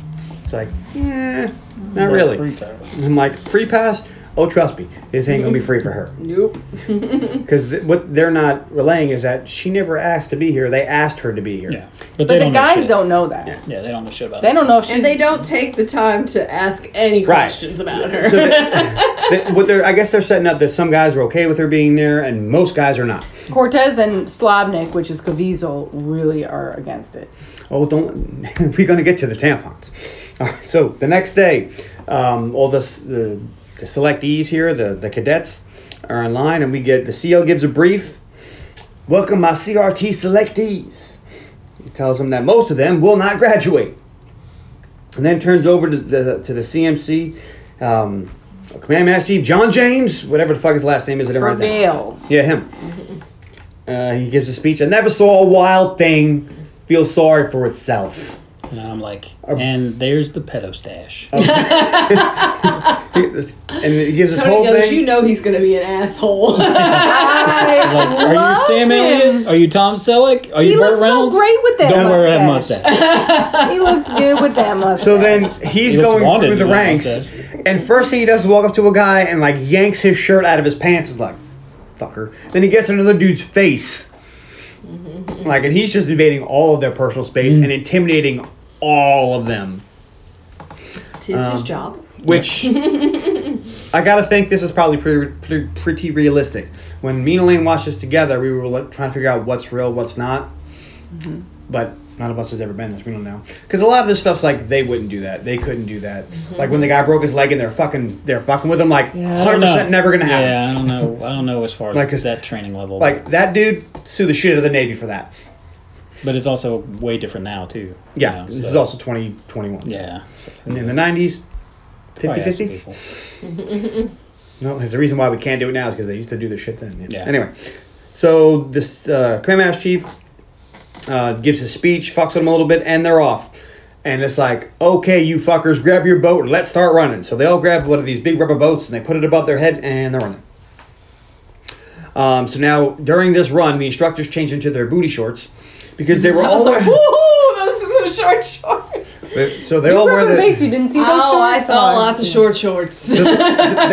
It's like, yeah, not really. free pass. I'm like, free pass. Oh, trust me, this ain't gonna be free for her. Nope. Because th- what they're not relaying is that she never asked to be here. They asked her to be here. Yeah. But the know guys shit. don't know that. Yeah, they don't know shit about They it. don't know if she's. And they don't take the time to ask any Right. questions about her. So that, that- what they're, I guess they're setting up that some guys are okay with her being there, and most guys are not. Cortez and Slavnik, which is Caviezel, really are against it. Oh, don't. we're gonna get to the tampons. All right. So the next day, um, all the, s- the the selectees here, the the cadets, are in line, E and we get the CO gives a brief. Welcome, my CRT selectees. He tells them that most of them will not graduate. And then turns over to the, to the CMC, um, Command Master Chief John James, whatever the fuck his last name is. I didn't write it down. Burdale. Yeah, him. Uh, he gives a speech. I never saw a wild thing feel sorry for itself. And I'm like, and there's the pedo stash. He- and he gives this Tony whole goes, thing. you know he's gonna be an asshole. Like, are you Love Sam Alien? Are you Tom Selleck? Are you He Burt looks so Reynolds? great with that Don't wear that mustache. mustache. He looks good with that mustache. So then he's looks going wanted through the with that ranks, mustache. and first thing he does is walk up to a guy and like yanks his shirt out of his pants. Is like, fucker. Then he gets in another dude's face, like, and he's just invading all of their personal space and intimidating all of them. Tis his job. Which I gotta think this is probably pretty, pretty, pretty realistic. When me and Elaine watched this together, we were like, trying to figure out what's real, what's not. Mm-hmm. But none of us has ever been this. We don't know because a lot of this stuff's like they wouldn't do that. They couldn't do that. Like when the guy broke his leg and they're fucking, they're fucking with him. Like Mm-hmm. I hundred don't know. percent never gonna happen. Yeah, I don't know. I don't know as far as Like, 'cause- that training level. Like that dude sue the shit out of the Navy for that. but it's also way different now too. you Yeah, know, this is so- also twenty twenty one. yeah. So, And in the nineties, probably 50 ask 50 people. No, there's a reason why we can't do it now is because they used to do this shit then. Yeah. Yeah. Anyway, so this uh, command master chief uh, gives his speech, fucks with them a little bit, and they're off. And it's like, okay, you fuckers, grab your boat and let's start running. So they all grab one of these big rubber boats and they put it above their head and they're running. Um, so now during this run, the instructors change into their booty shorts because they were Oh, all So, wearing, woohoo, this is a short short. so they you all were wear up in the, base, you didn't see those Oh, I shorts saw on. lots of short shorts. they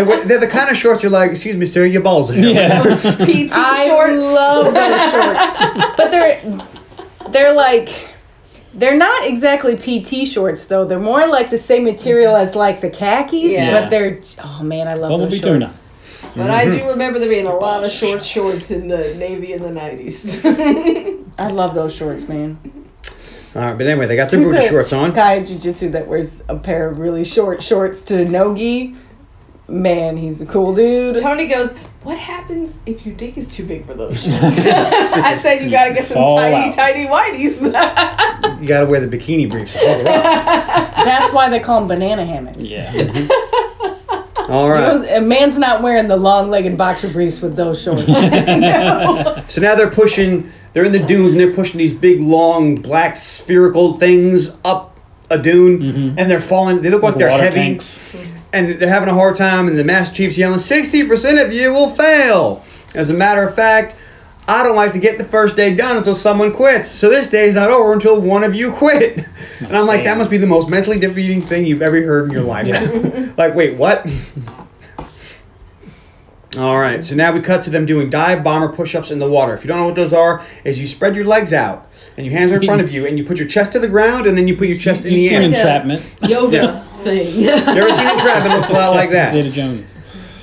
were- they're the kind of shorts you're like, excuse me, sir, your balls are showing." Yeah. PT I love those shorts. But they're they're like they're not exactly PT shorts though. They're more like the same material as like the khakis, Yeah. but they're oh man, I love Bumblebee those tuna. shorts. But I do remember there being a lot of short shorts in the Navy in the 90s. I love those shorts, man. All right, but anyway, they got their booty There's a shorts on. Guy at jiu-jitsu that wears a pair of really short shorts to nogi. Man, he's a cool dude. Tony goes, What happens if your dick is too big for those shorts? I said, You gotta get some Fall tiny, out. tiny whiteys. You gotta wear the bikini briefs. to hold her up. That's why they call them banana hammocks. Yeah. All right. A man's not wearing the long-legged boxer briefs with those shorts. So now they're pushing. They're in the dunes and they're pushing these big, long, black, spherical things up a dune, and they're falling. They look like, they're water heavy, tanks. and they're having a hard time. And the master chief's yelling, "60 percent of you will fail." As a matter of fact, I don't like to get the first day done until someone quits. So this day is not over until one of you quit. And I'm like, that Damn. must be the most mentally defeating thing you've ever heard in your life. like, wait, what? All right, so now we cut to them doing dive bomber push-ups in the water. If you don't know what those are, is you spread your legs out and your hands are in front of you, and you put your chest to the ground, and then you put your chest in You've the seen air. it. entrapment. Yoga thing. You ever seen a trap? It looks a lot like that. Zeta Jones.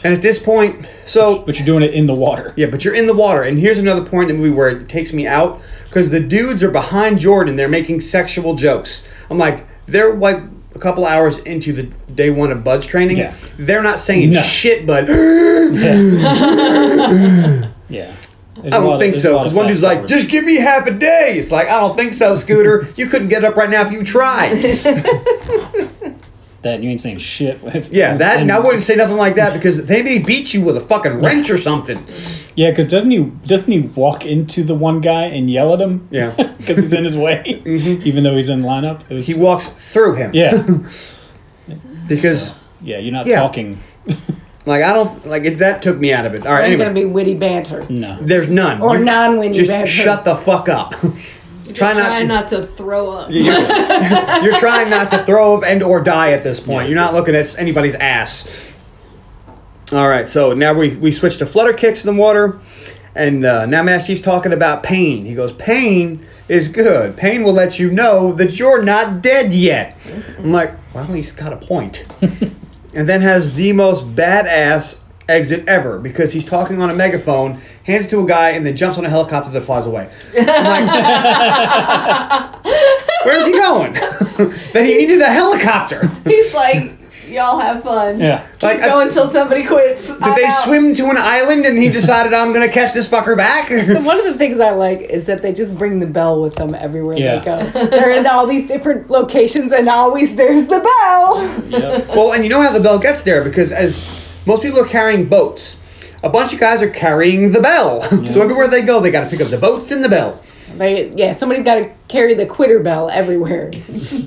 And at this point, so But you're doing it in the water. yeah, but you're in the water. And here's another point in the movie where it takes me out because the dudes are behind Jordan. They're making sexual jokes. I'm like, they're like a couple hours into the day one of Bud's training. Yeah. They're not saying No. shit, Bud. Yeah. I don't think so. Because one dude's like, just give me half a day. It's like, I don't think so, Scooter. you couldn't get up right now if you tried. that you ain't saying shit. If, Yeah, that, and I would. wouldn't say nothing like that because they may beat you with a fucking wrench or something. Yeah, because doesn't he doesn't he walk into the one guy and yell at him? Yeah. Mm-hmm. because he's in his way, even though he's in lineup. It was- He walks through him. yeah, Because. yeah. You're not Yeah. talking. Like I don't like it, that took me out of it. All right, Ain't gonna anyway, be witty banter. No, there's none Or You- non-witty Just banter. shut the fuck up. Try Try not- not, trying not to throw up. You're trying not to throw up and or die at this point. You're not looking at anybody's ass. All right, so now we we switch to flutter kicks in the water, and uh, now Master Chief's talking about pain. He goes, "Pain is good. Pain will let you know that you're not dead yet." I'm like, "Well, he's got a point." and then has the most badass exit ever because he's talking on a megaphone, hands to a guy, and then jumps on a helicopter that flies away. I'm like, Where's he going? that he needed a helicopter. He's like, Y'all have fun. Yeah. Keep Like, I- going until somebody quits. Did they swim to an island and he decided I'm gonna catch this fucker back? One of the things I like is that they just bring the bell with them everywhere Yeah. they go. They're in all these different locations, and always there's the bell. well, and you know how the bell gets there because as most people are carrying boats, a bunch of guys are carrying the bell. so everywhere they go, they got to pick up the boats and the bell. They, yeah, somebody's got to carry the quitter bell everywhere.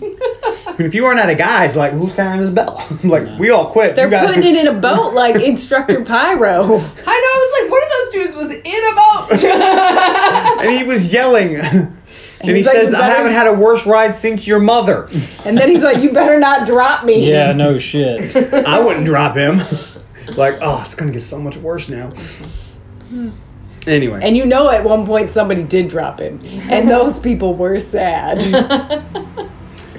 I mean, if you run out of guys, like who's carrying this bell? like we all quit. They're You guys- putting it in a boat like Instructor Pyro. I know. I was like, one of those dudes was in a boat. and he was yelling. And he He's like, says, "You I better- haven't had a worse ride since your mother. And then he's like, "You better not drop me." Yeah, no shit. I wouldn't drop him. like, oh, it's going to get so much worse now. Hmm. Anyway. And you know, at one point somebody did drop him, and those people were sad.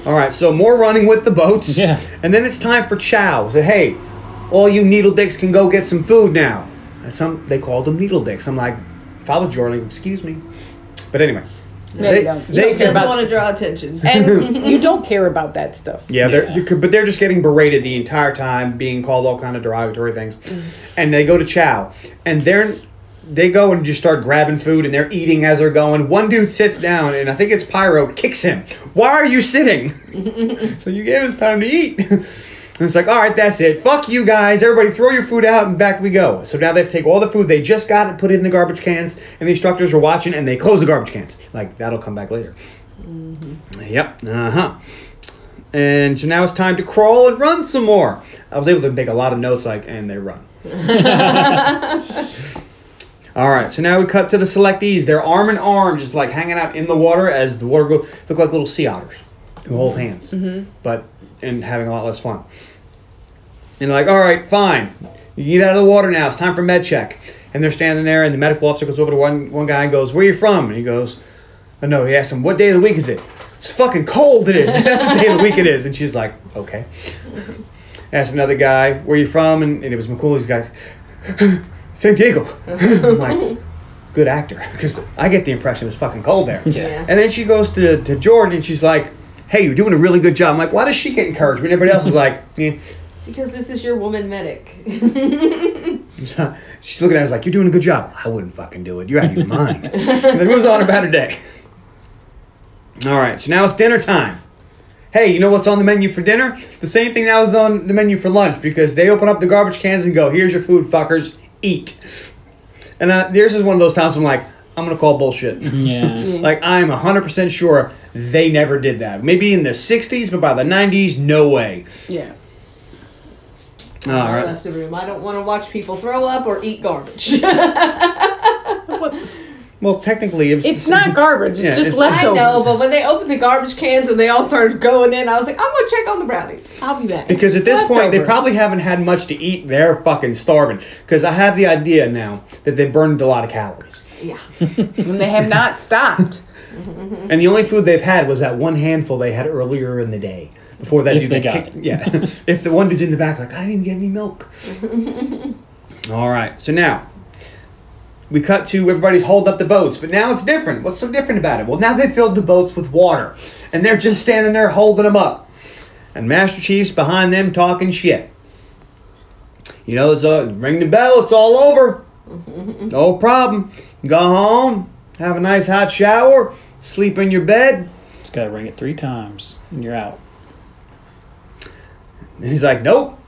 All right, so more running with the boats. Yeah. And then it's time for chow. So hey, all you needle dicks can go get some food now. And some they called them needle dicks. I'm like, if I was Jordan, excuse me. But anyway, No, they, you don't. You they- don't care Doesn't about- want to draw attention. and you don't care about that stuff. yeah, they're, they're- but they're just getting berated the entire time, being called all kind of derogatory things. And they go to chow, and they're they go and just start grabbing food and they're eating as they're going. One dude sits down, and I think it's Pyro kicks him. Why are you sitting? so you gave us time to eat. And it's like, all right, that's it. Fuck you guys. Everybody throw your food out and back we go. So now they have to take all the food they just got and put it in the garbage cans, and the instructors are watching and they close the garbage cans. Like, that'll come back later. Yep. Uh huh. And so now it's time to crawl and run some more. I was able to make a lot of notes like, and they run. All right, so now we cut to the selectees. They're arm in arm, just like hanging out in the water as the water goes. Look like little sea otters who hold hands, but and having a lot less fun. And like, all right, fine. You get out of the water now. It's time for med check. And they're standing there, and the medical officer goes over to one, one guy and goes, Where you from? And he goes, oh, No, he asks him, What day of the week is it? It's fucking cold, it is. That's what day of the week it is. And she's like, Okay. Asked another guy, Where you from? And, and it was McCooley's guy, San Diego. I'm like, Good actor. Because I get the impression it was fucking cold there. Yeah. And then she goes to, to Jordan and she's like, Hey, you're doing a really good job. I'm like, Why does she get encouragement? Everybody else is like, eh. because this is your woman medic. She's looking at us like, You're doing a good job. I wouldn't fucking do it. You're out of your mind. and then moves on about her day. All right, so now it's dinner time. Hey, you know what's on the menu for dinner? The same thing that was on the menu for lunch because they open up the garbage cans and go, Here's your food, fuckers, eat. And uh, this is one of those times I'm like, I'm going to call bullshit. Yeah. Like I'm 100% sure they never did that. Maybe in the 60s, but by the 90s, no way. Yeah. All I right. left the room. I don't want to watch people throw up or eat garbage. Well, technically, it was, It's not garbage. It's Yeah, just it's- I leftovers. know, but when they opened the garbage cans and they all started going in, I was like, I'm gonna check on the brownies. I'll be back. because at this point they leftovers. probably haven't had much to eat. They're fucking starving. Because I have the idea now that they burned a lot of calories, yeah, And they have not stopped. Mm-hmm. and the only food they've had was that one handful they had earlier in the day. Before that, If dude they got got kicked- it. yeah. if the one dude's in the back, like I didn't even get any milk. All right. So now we cut to everybody's hauled up the boats, but now it's different. What's so different about it? Well, now they filled the boats with water, and they're just standing there holding them up. And Master Chief's behind them talking shit. You know, it's uh, ring the bell, it's all over. No problem. Go home, have a nice hot shower, sleep in your bed. Just gotta ring it three times and you're out. And he's like, Nope.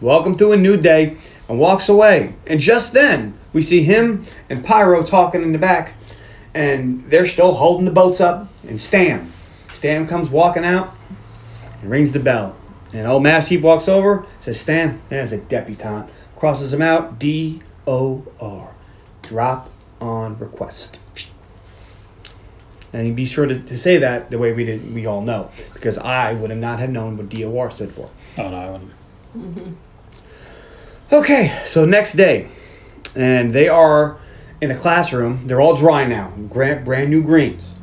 Welcome to a new day, and walks away. And just then, we see him and Pyro talking in the back, and they're still holding the boats up. And Stam, Stam comes walking out and rings the bell. And old Master Chief walks over, says, Stam, there's a debutante. Crosses him out, D O R. Drop on request. And be sure to, to say that the way we did, we all know, because I would have not have known what DOR stood for. Oh no, I wouldn't. Okay, so next day, and they are in a classroom. They're all dry now, grand, brand new greens.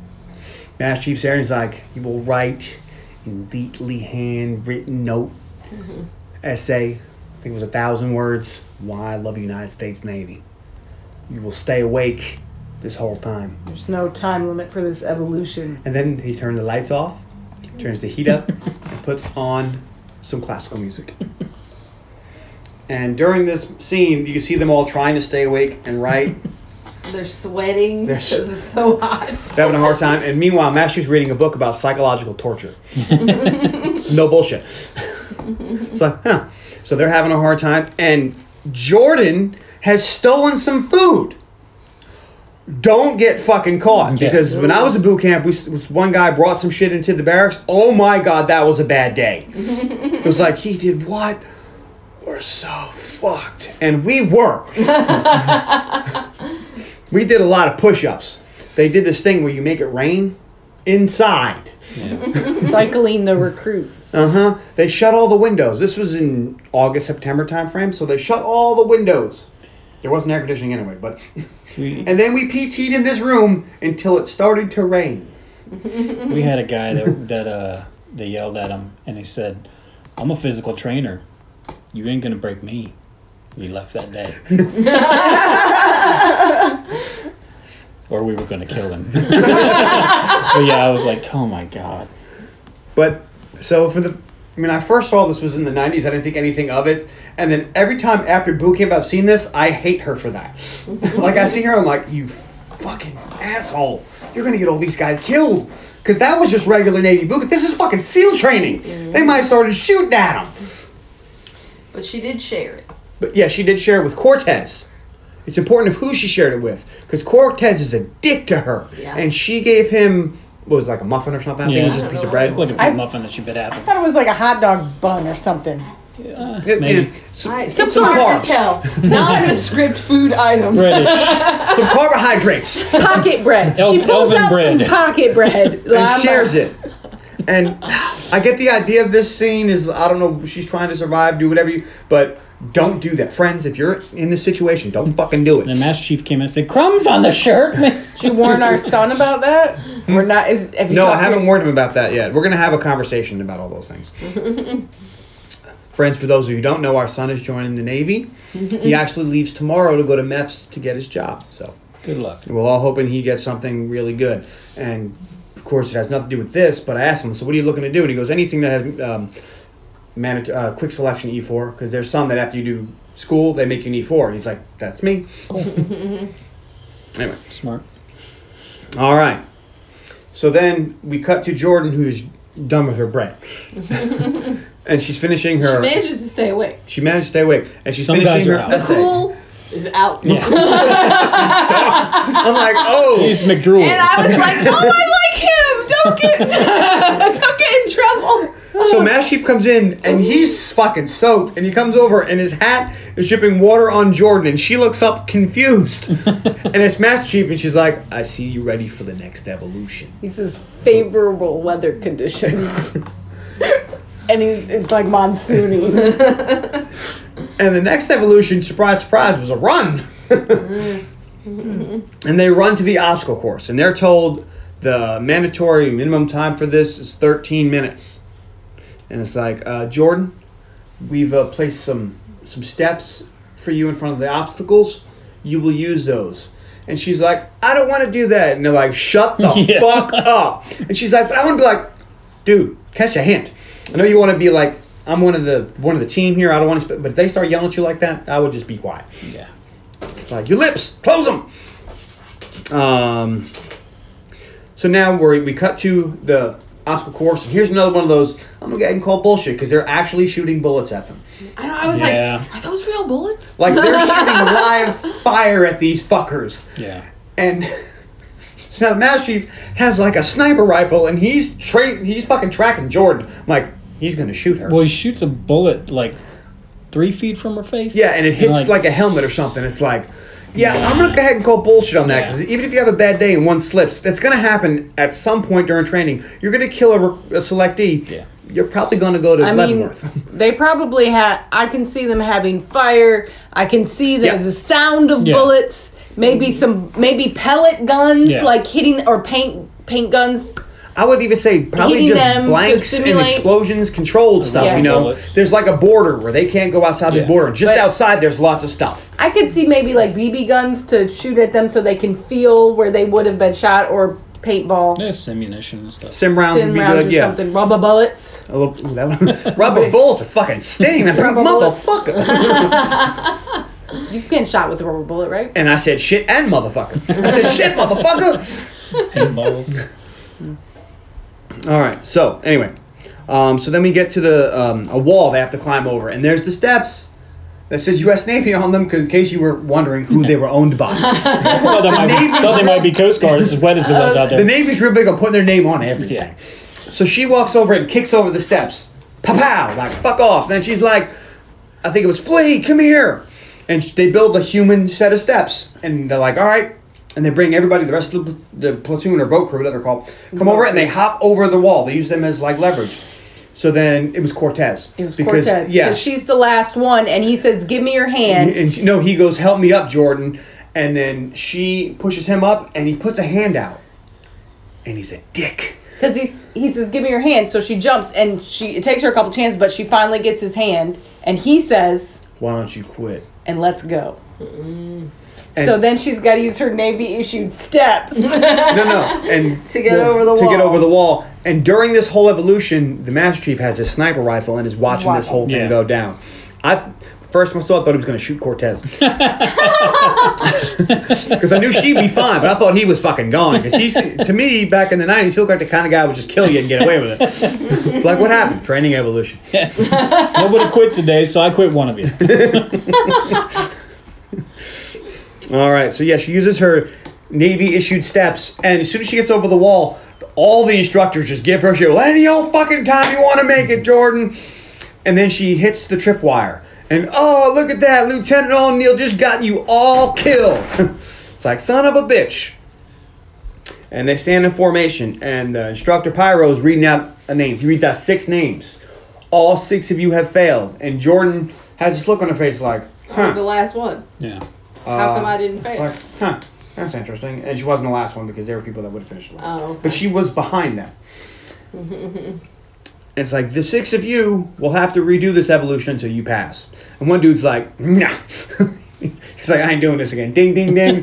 Master Chief Sarah's like, you will write a neatly handwritten note, essay. I think it was a thousand words. Why I love the United States Navy. You will stay awake this whole time. There's no time limit for this evolution. And then he turns the lights off, turns the heat up, and puts on some classical music. and during this scene, you can see them all trying to stay awake and write. They're sweating They're because s- it's so hot. They're having a hard time. And meanwhile, Matthew's reading a book about psychological torture. no bullshit. it's like, huh. So they're having a hard time. And Jordan has stolen some food. Don't get fucking caught. Yeah. Because when I was at boot camp, we, s- was one guy brought some shit into the barracks. Oh my God, that was a bad day. it was like, he did what? We're so fucked. And we were. We did a lot of push-ups. They did this thing where you make it rain inside. Cycling the recruits. Uh huh. They shut all the windows. This was in August September timeframe, so they shut all the windows. There wasn't air conditioning anyway, but and then we PT'd in this room until it started to rain. We had a guy that that uh they yelled at him and he said, "I'm a physical trainer. You ain't gonna break me." We left that day. or we were gonna kill him. but yeah, I was like, "Oh my god." But so for the, I mean, I first saw this was in the '90s. I didn't think anything of it, and then every time after boot camp, I've seen this. I hate her for that. like I see her, I'm like, you fucking asshole! You're gonna get all these guys killed because that was just regular Navy boot. camp. This is fucking SEAL training. They might have started shooting at them. But she did share it. But yeah, she did share it with Cortez. It's important of who she shared it with because Cortez is a dick to her, Yeah. and she gave him what was it, like a muffin or something. I think it was Yeah. just a piece of bread. Look at that muffin that she bit I apple. thought it was like a hot dog bun or something. Uh, Yeah, maybe. yeah. S- I, some, so some hard carbs. to tell. Nondescript food item. British. some carbohydrates Pocket bread. El- she pulls elven out bread. some pocket bread. and shares it. And I get the idea of this scene is I don't know she's trying to survive, do whatever you, but don't do that, friends. If you're in this situation, don't fucking do And it. the master chief came in and said, "Crumbs on the shirt." Did you warn our son about that? We're not. Is, have you Hmm. No, I talked to haven't your- warned him about that yet. We're gonna have a conversation about all those things. Friends, for those of you who don't know, our son is joining the Navy. he actually leaves tomorrow to go to MEPS to get his job. So Good luck. We're all hoping he gets something really good. And of course, it has nothing to do with this. But I asked him, "So what are you looking to do?" And he goes, "Anything that has um, manage, uh, quick selection E4, because there's some that after you do school, they make you an E4." And he's like, "That's me." anyway, Smart. all right. So then we cut to Jordan, who's done with her bread, and she's finishing She her. manages to stay awake. she managed to stay awake, and she's Some guys finishing are her out. essay. Cool is out. Yeah. I'm like, oh, He's McDrool. And I was like, oh, I like him. Don't get, don't get in trouble. So Mass Chief comes in and he's fucking soaked, and he comes over and his hat is dripping water on Jordan, and she looks up confused, and it's Mass Chief, and she's like, "I see you ready for the next evolution." He says favorable weather conditions. and he's it's like monsoony. And the next evolution, surprise, surprise, was a run. and they run to the obstacle course, and they're told the mandatory minimum time for this is 13 minutes. And it's like, uh, Jordan, we've uh, placed some some steps for you in front of the obstacles. You will use those. And she's like, I don't want to do that. And they're like, Shut the Yeah. fuck up. And she's like, But I want to be like, dude, catch a hint. I know you want to be like, I'm one of the one of the team here. I don't want to, but if they start yelling at you like that, I would just be quiet. yeah. Like your lips, close them. Um. So now we we cut to the obstacle course, and here's another one of those. I'm gonna go ahead and call bullshit because they're actually shooting bullets at them. I, know, I was Yeah. like, are those real bullets? Like they're shooting live fire at these fuckers. Yeah. And so now the Master Chief has like a sniper rifle, and he's tra- he's fucking tracking Jordan. I'm like he's gonna shoot her. Well, he shoots a bullet like three feet from her face. Yeah, and it hits like, a helmet or something. It's like, yeah, I'm gonna go ahead and call bullshit on that Yeah. because even if you have a bad day and one slips, that's gonna happen at some point during training. You're gonna kill a, re- a selectee. Yeah. You're probably gonna go to I mean, Leavenworth. they probably had. I can see them having fire. I can see the, Yeah. Mm. the sound of Yeah. bullets. Maybe some maybe pellet guns Yeah. like hitting or paint paint guns. I would even say probably Hitting just them to blanks and simulate- explosions, controlled stuff. Yeah. You know, bullets. there's like a border where they can't go outside this Yeah. border. Just But- outside, there's lots of stuff. I could see maybe like BB guns to shoot at them so they can feel where they would have been shot or paintball, There's simunition and stuff. Sim rounds thin would be rounds good. or Yeah, something, rubber bullets. A little, ooh, that one- rubber bullet to fucking sting that prob- motherfucker. You've been shot with a rubber bullet, right? and I said shit and motherfucker. I said shit, motherfucker. Paintballs. All right. So anyway, um, so then we get to the um, a wall they have to climb over, and there's the steps that says U.S. Navy on them, 'cause- in case you were wondering who they were owned by. thought, they might be, thought they might be Coast Guard. It's as wet as it was out the there. Navy's real big on putting their name on everything. Yeah. So she walks over and kicks over the steps. Pow pow! Like, fuck off. Then she's like, I think it was Flea, come here. And sh- they build a human set of steps. And they're like, all right. And they bring everybody, the rest of the, pl- the platoon or boat crew, whatever they're called, come over and they hop over the wall. They use them as like leverage. So then it was Cortez. It was Cortez. Yeah. 'cause she's the last one, and he says, "Give me your hand." and she, no, he goes, help me up, Jordan. And then she pushes him up and he puts a hand out. And he's a dick. Because he's he says, "Give me your hand." So she jumps, and she it takes her a couple chances, but she finally gets his hand, and he says, Why don't you quit? "And let's go." so then she's got to use her navy issued steps. no, no, and To get over the to get wall. over the wall. And during this whole evolution, the Master Chief has his sniper rifle and is watching this Watching. whole thing Yeah. go down. I first myself thought he was going to shoot Cortez because I knew she'd be fine, but I thought he was fucking gone because he's to me back in the nineties he looked like the kind of guy who would just kill you and get away with it. like what happened? Training evolution. Nobody quit today, so I quit one of you. All right, so yeah, she uses her Navy issued steps, and as soon as she gets over the wall, all the instructors just give her shit. Well, any old fucking time you want to make it, Jordan. And then she hits the tripwire. And oh, look at that, Lieutenant O'Neill just got you all killed. it's like, son of a bitch. And they stand in formation, and the instructor Pyro is reading out a names. He reads out six names. All six of you have failed. And Jordan has this look on her face like, I was the last one. Yeah. How Uh, come I didn't fail? like, huh, that's interesting. And she wasn't the last one because there were people that would have finished last. uh, Oh, okay. But she was behind them. it's like, the six of you will have to redo this evolution until you pass. And one dude's like, nah. He's like, I ain't doing this again. Ding, ding, ding.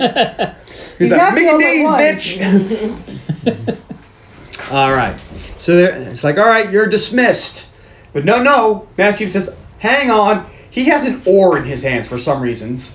He's, like, not the Mickey only D's, one. bitch. all right. So there, it's like, all right, you're dismissed. But no, no. Master Chief says, hang on. He has an oar in his hands for some reasons.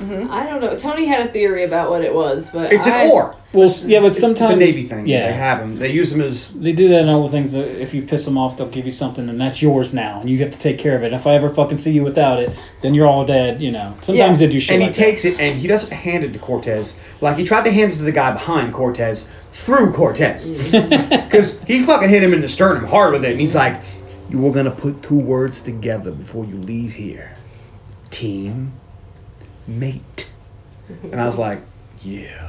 I don't know. Tony had a theory about what it was, but It's I- an oar. Well, s- yeah, but it's sometimes a Navy thing. Yeah, they have them. They use them as They do that in all the things that if you piss them off, they'll give you something, and that's yours now, and you have to take care of it. If I ever fucking see you without it, then you're all dead. You know. Sometimes they do shit. and he like that. takes it and he doesn't hand it to Cortez. Like he tried to hand it to the guy behind Cortez through Cortez because he fucking hit him in the sternum hard with it, and he's like, "You were gonna put two words together before you leave here, team mate." And I was like, "Yeah."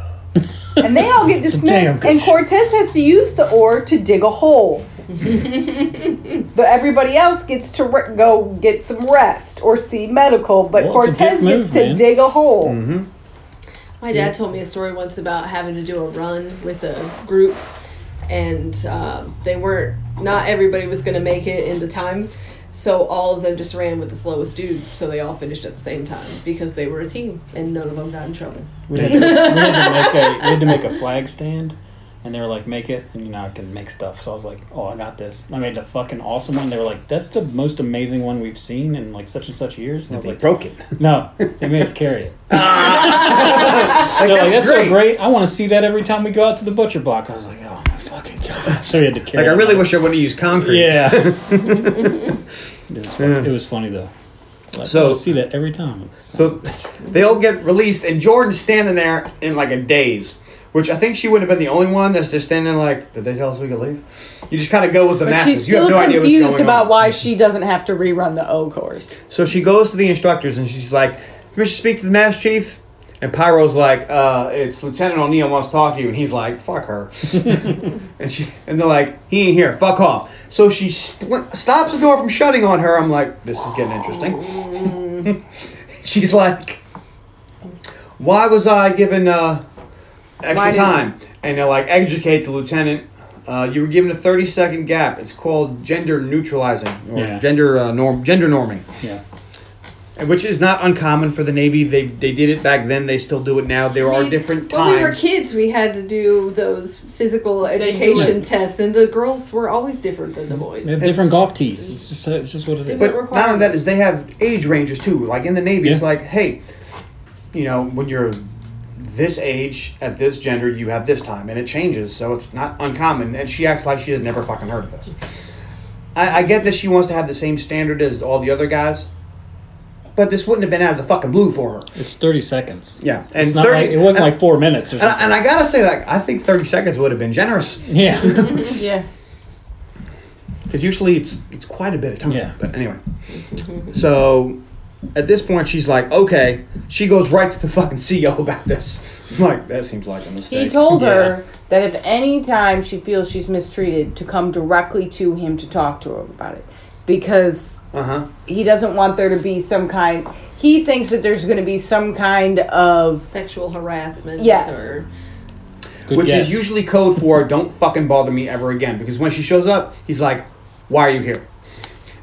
and they all get Damn dismissed, good and shit. Cortez has to use the oar to dig a hole. but everybody else gets to re- go get some rest or see medical, but Well, it's a Cortez dick move, gets to man. dig a hole. Mm-hmm. My dad told me a story once about having to do a run with a group, and uh, they weren't. Not everybody was going to make it in the time, so all of them just ran with the slowest dude. So they all finished at the same time because they were a team, and none of them got in trouble. We had, to, we, had to make a, we had to make a flag stand, and they were like, "Make it," and you know I can make stuff. So I was like, "Oh, I got this." And I made a fucking awesome one. They were like, "That's the most amazing one we've seen in like such and such years." And I was They like, broke it. "No, they made us carry it." Ah. Like, They're that's, like, "That's great. so great! I want to see that every time we go out to the butcher block." I was like, "Oh my fucking god!" So we had to carry. Like I it. really wish I would have used concrete. Yeah. it, was fun- Yeah. it was funny though. Like, So- so I see that every time. So they all get released, and Jordan's standing there in like a daze, which I think she wouldn't have been the only one that's just standing like, did they tell us we could leave? You just kind of go with the But masses. she's you still have no idea what's confused going about on. why she doesn't have to rerun the O course. So she goes to the instructors and she's like, permission to speak to the master chief? And Pyro's like, uh, it's Lieutenant O'Neill wants to talk to you. And he's like, fuck her. and she and they're like, he ain't here. Fuck off. So she spl- stops the door from shutting on her. I'm like, this is getting interesting. she's like, why was I given uh, extra did- time? And they're like, educate the lieutenant. Uh, you were given a 30 second gap. It's called gender neutralizing or Yeah. gender uh, norm gender norming. Yeah. And Which is not uncommon for the Navy. They they did it back then. They still do it now. There I are mean, different When we were times. kids, we had to do those physical They do education tests, and the girls were always different than the boys. They have different golf tees. It's just it's just what it is. Different But not only that is they have age ranges too. Like in the Navy, it's Yeah. like, hey, you know, when you're this age at this gender, you have this time, and it changes, so it's not uncommon. And she acts like she has never fucking heard of this. I, I get that she wants to have the same standard as all the other guys, but this wouldn't have been out of the fucking blue for her. It's thirty seconds. Yeah, and It's not 30 like, it wasn't and- like four minutes or And I, something. and I gotta say, like, I think thirty seconds would have been generous yeah. Yeah. because usually it's it's quite a bit of time. Yeah. But anyway, so at this point, she's like, okay, she goes right to the fucking CEO about this. I'm like, that seems like a mistake. He told her that if any time she feels she's mistreated, to come directly to him to talk to him about it. Because Uh huh. he doesn't want there to be some kind he thinks that there's going to be some kind of Sexual harassment. Yes. Or, Good Which guess. is usually code for don't fucking bother me ever again. Because when she shows up, he's like, why are you here?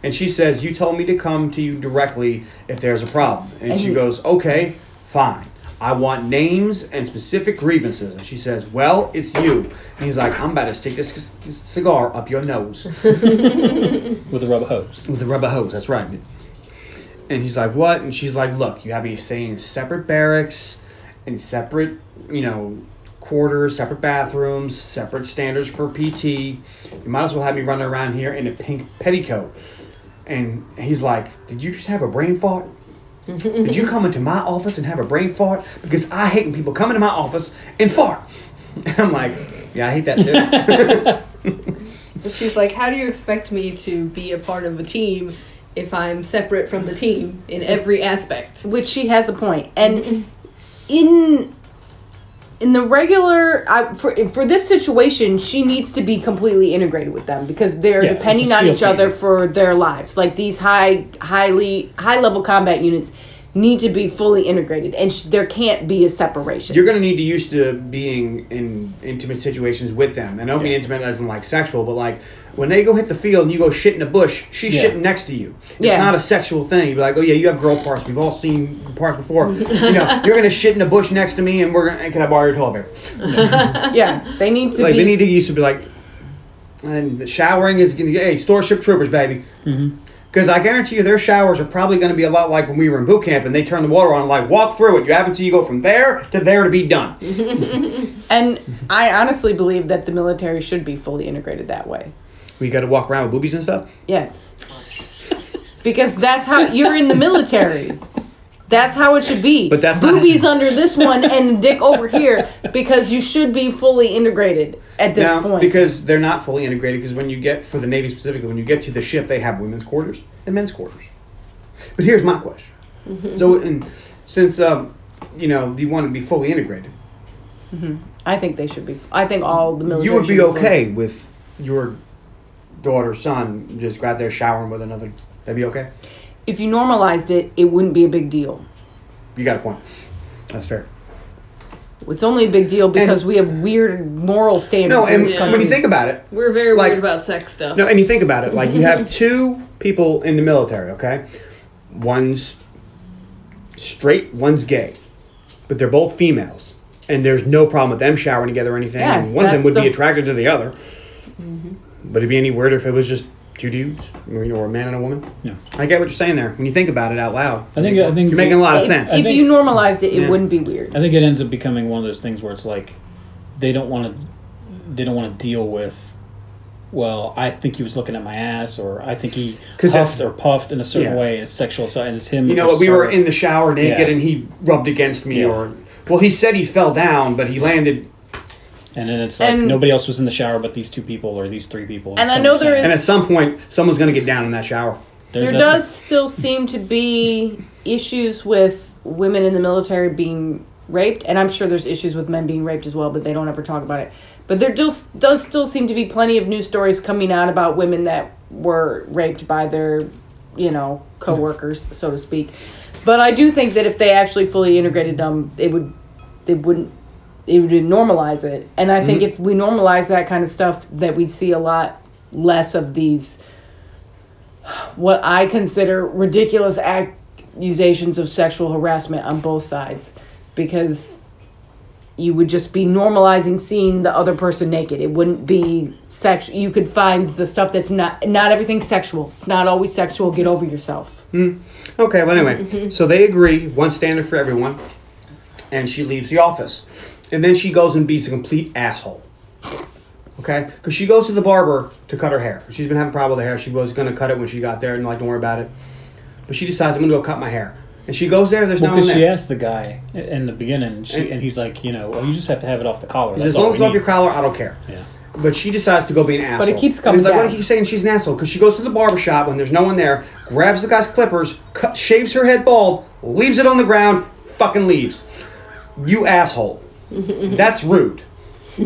And she says, you told me to come to you directly if there's a problem. And, she he- goes, okay, fine. I want names and specific grievances. And she says, well, it's you. And he's like, I'm about to stick this c- c- cigar up your nose with the rubber hose. with a rubber hose. That's right. And he's like, "What?" And she's like, "Look, you have me staying in separate barracks, in separate, you know, quarters, separate bathrooms, separate standards for PT. You might as well have me running around here in a pink petticoat." And he's like, "Did you just have a brain fart? Did you come into my office and have a brain fart? Because I hate when people come into my office and fart." And I'm like, "Yeah, I hate that too." but she's like, "How do you expect me to be a part of a team if I'm separate from the team in every aspect?" which she has a point and Mm-hmm. in in the regular I, for for this situation she needs to be completely integrated with them because they're Yeah, it's a depending on SEAL each other team. for their lives like these high highly high level combat units need to be fully integrated and sh- there can't be a separation You're gonna need to used to being in intimate situations with them, and I don't mean intimate as in like sexual, but like when they go hit the field and you go shit in a bush, she's Yeah. shitting next to you. It's Yeah. not a sexual thing. You'd be like, oh yeah, you have girl parts. We've all seen parts before. you know, you're gonna shit in a bush next to me, and we're gonna. And can I borrow your toilet paper? yeah they need to Like be they need to used to be like, and the showering is gonna. Hey, storeship troopers, baby. Because I guarantee you, their showers are probably going to be a lot like when we were in boot camp, and they turn the water on, like walk through it. You have until you go from there to there to be done. Mm-hmm. And I honestly believe that the military should be fully integrated that way. We got to walk around with boobies and stuff. Yes. Because that's how you're in the military. That's how it should be. But that's not- boobies under this one and dick over here because you should be fully integrated at this now, point. because they're not fully integrated. Because when you get for the Navy specifically, when you get to the ship, they have women's quarters and men's quarters. But here's my question: Mm-hmm. So, and since um, you know you want to be fully integrated, I think they should be. I think all the military. you would should be fully- okay with your daughter, son, just grab their showering with another. That'd be okay. if you normalized it. It wouldn't be a big deal. You got a point. That's fair. It's only a big deal because we have weird moral standards. No, in and this country. when you think about it, We're very Like- weird about sex stuff. No, and you think about it, like you have two people in the military, okay? One's straight, one's gay. But they're both females. And there's no problem with them showering together or anything. Yes, and one of them that's would the- be Mm-hmm. attracted to the other. But it'd be any weirder if it was just two dudes, or, you know, or a man and a woman. No. I get what you're saying there. When you think about it out loud, I think- I think- you're making a lot of if, sense. if think- you normalized it, it Yeah. wouldn't be weird. I think it ends up becoming one of those things where it's like they don't want to they don't want to deal with. Well, I think he was looking at my ass, or I think he 'Cause huffed that's- or puffed in a certain Yeah. way. and It's sexual side, and it's him. you know what? We versus were her. in the shower naked, Yeah. and he rubbed against me, Yeah. or well, he said he fell down, but he landed and then it's like and- nobody else was in the shower but these two people or these three people. And I some know there percent. And at some point, someone's going to get down in that shower. There's there that- does still seem to be issues with women in the military being raped, and I'm sure there's issues with men being raped as well, but they don't ever talk about it. But there does does still seem to be plenty of news stories coming out about women that were raped by their, you know, coworkers, so to speak. But I do think that if they actually fully integrated them, it would, they wouldn't, it would normalize it. And I think if we normalize that kind of stuff, that we'd see a lot less of these what I consider ridiculous act accusations of sexual harassment on both sides because you would just be normalizing seeing the other person naked. It wouldn't be sex. You could find the stuff that's not not everything sexual. It's not always sexual. Get over yourself. Okay, well, anyway, so they agree, one standard for everyone, and she leaves the office. And then she goes and beats a complete asshole. Okay? Because she goes to the barber to cut her hair. She's been having a problem with her hair. She was going to cut it when she got there and, like, don't worry about it. But she decides, I'm going to go cut my hair. And she goes there, there's no one Because there. she asked the guy i- in the beginning, she, And- and, he's like, you know, well, you just have to have it off the collar. He says, That's as all long as we it's off your need." collar, I don't care. Oh, Yeah. But she decides to go be an asshole. it keeps And coming He's like, why do back. you keep saying she's an asshole? Because she goes to the barber shop when there's no one there, grabs the guy's clippers, cut, shaves her head bald, leaves it on the ground, fucking leaves. You asshole. That's rude.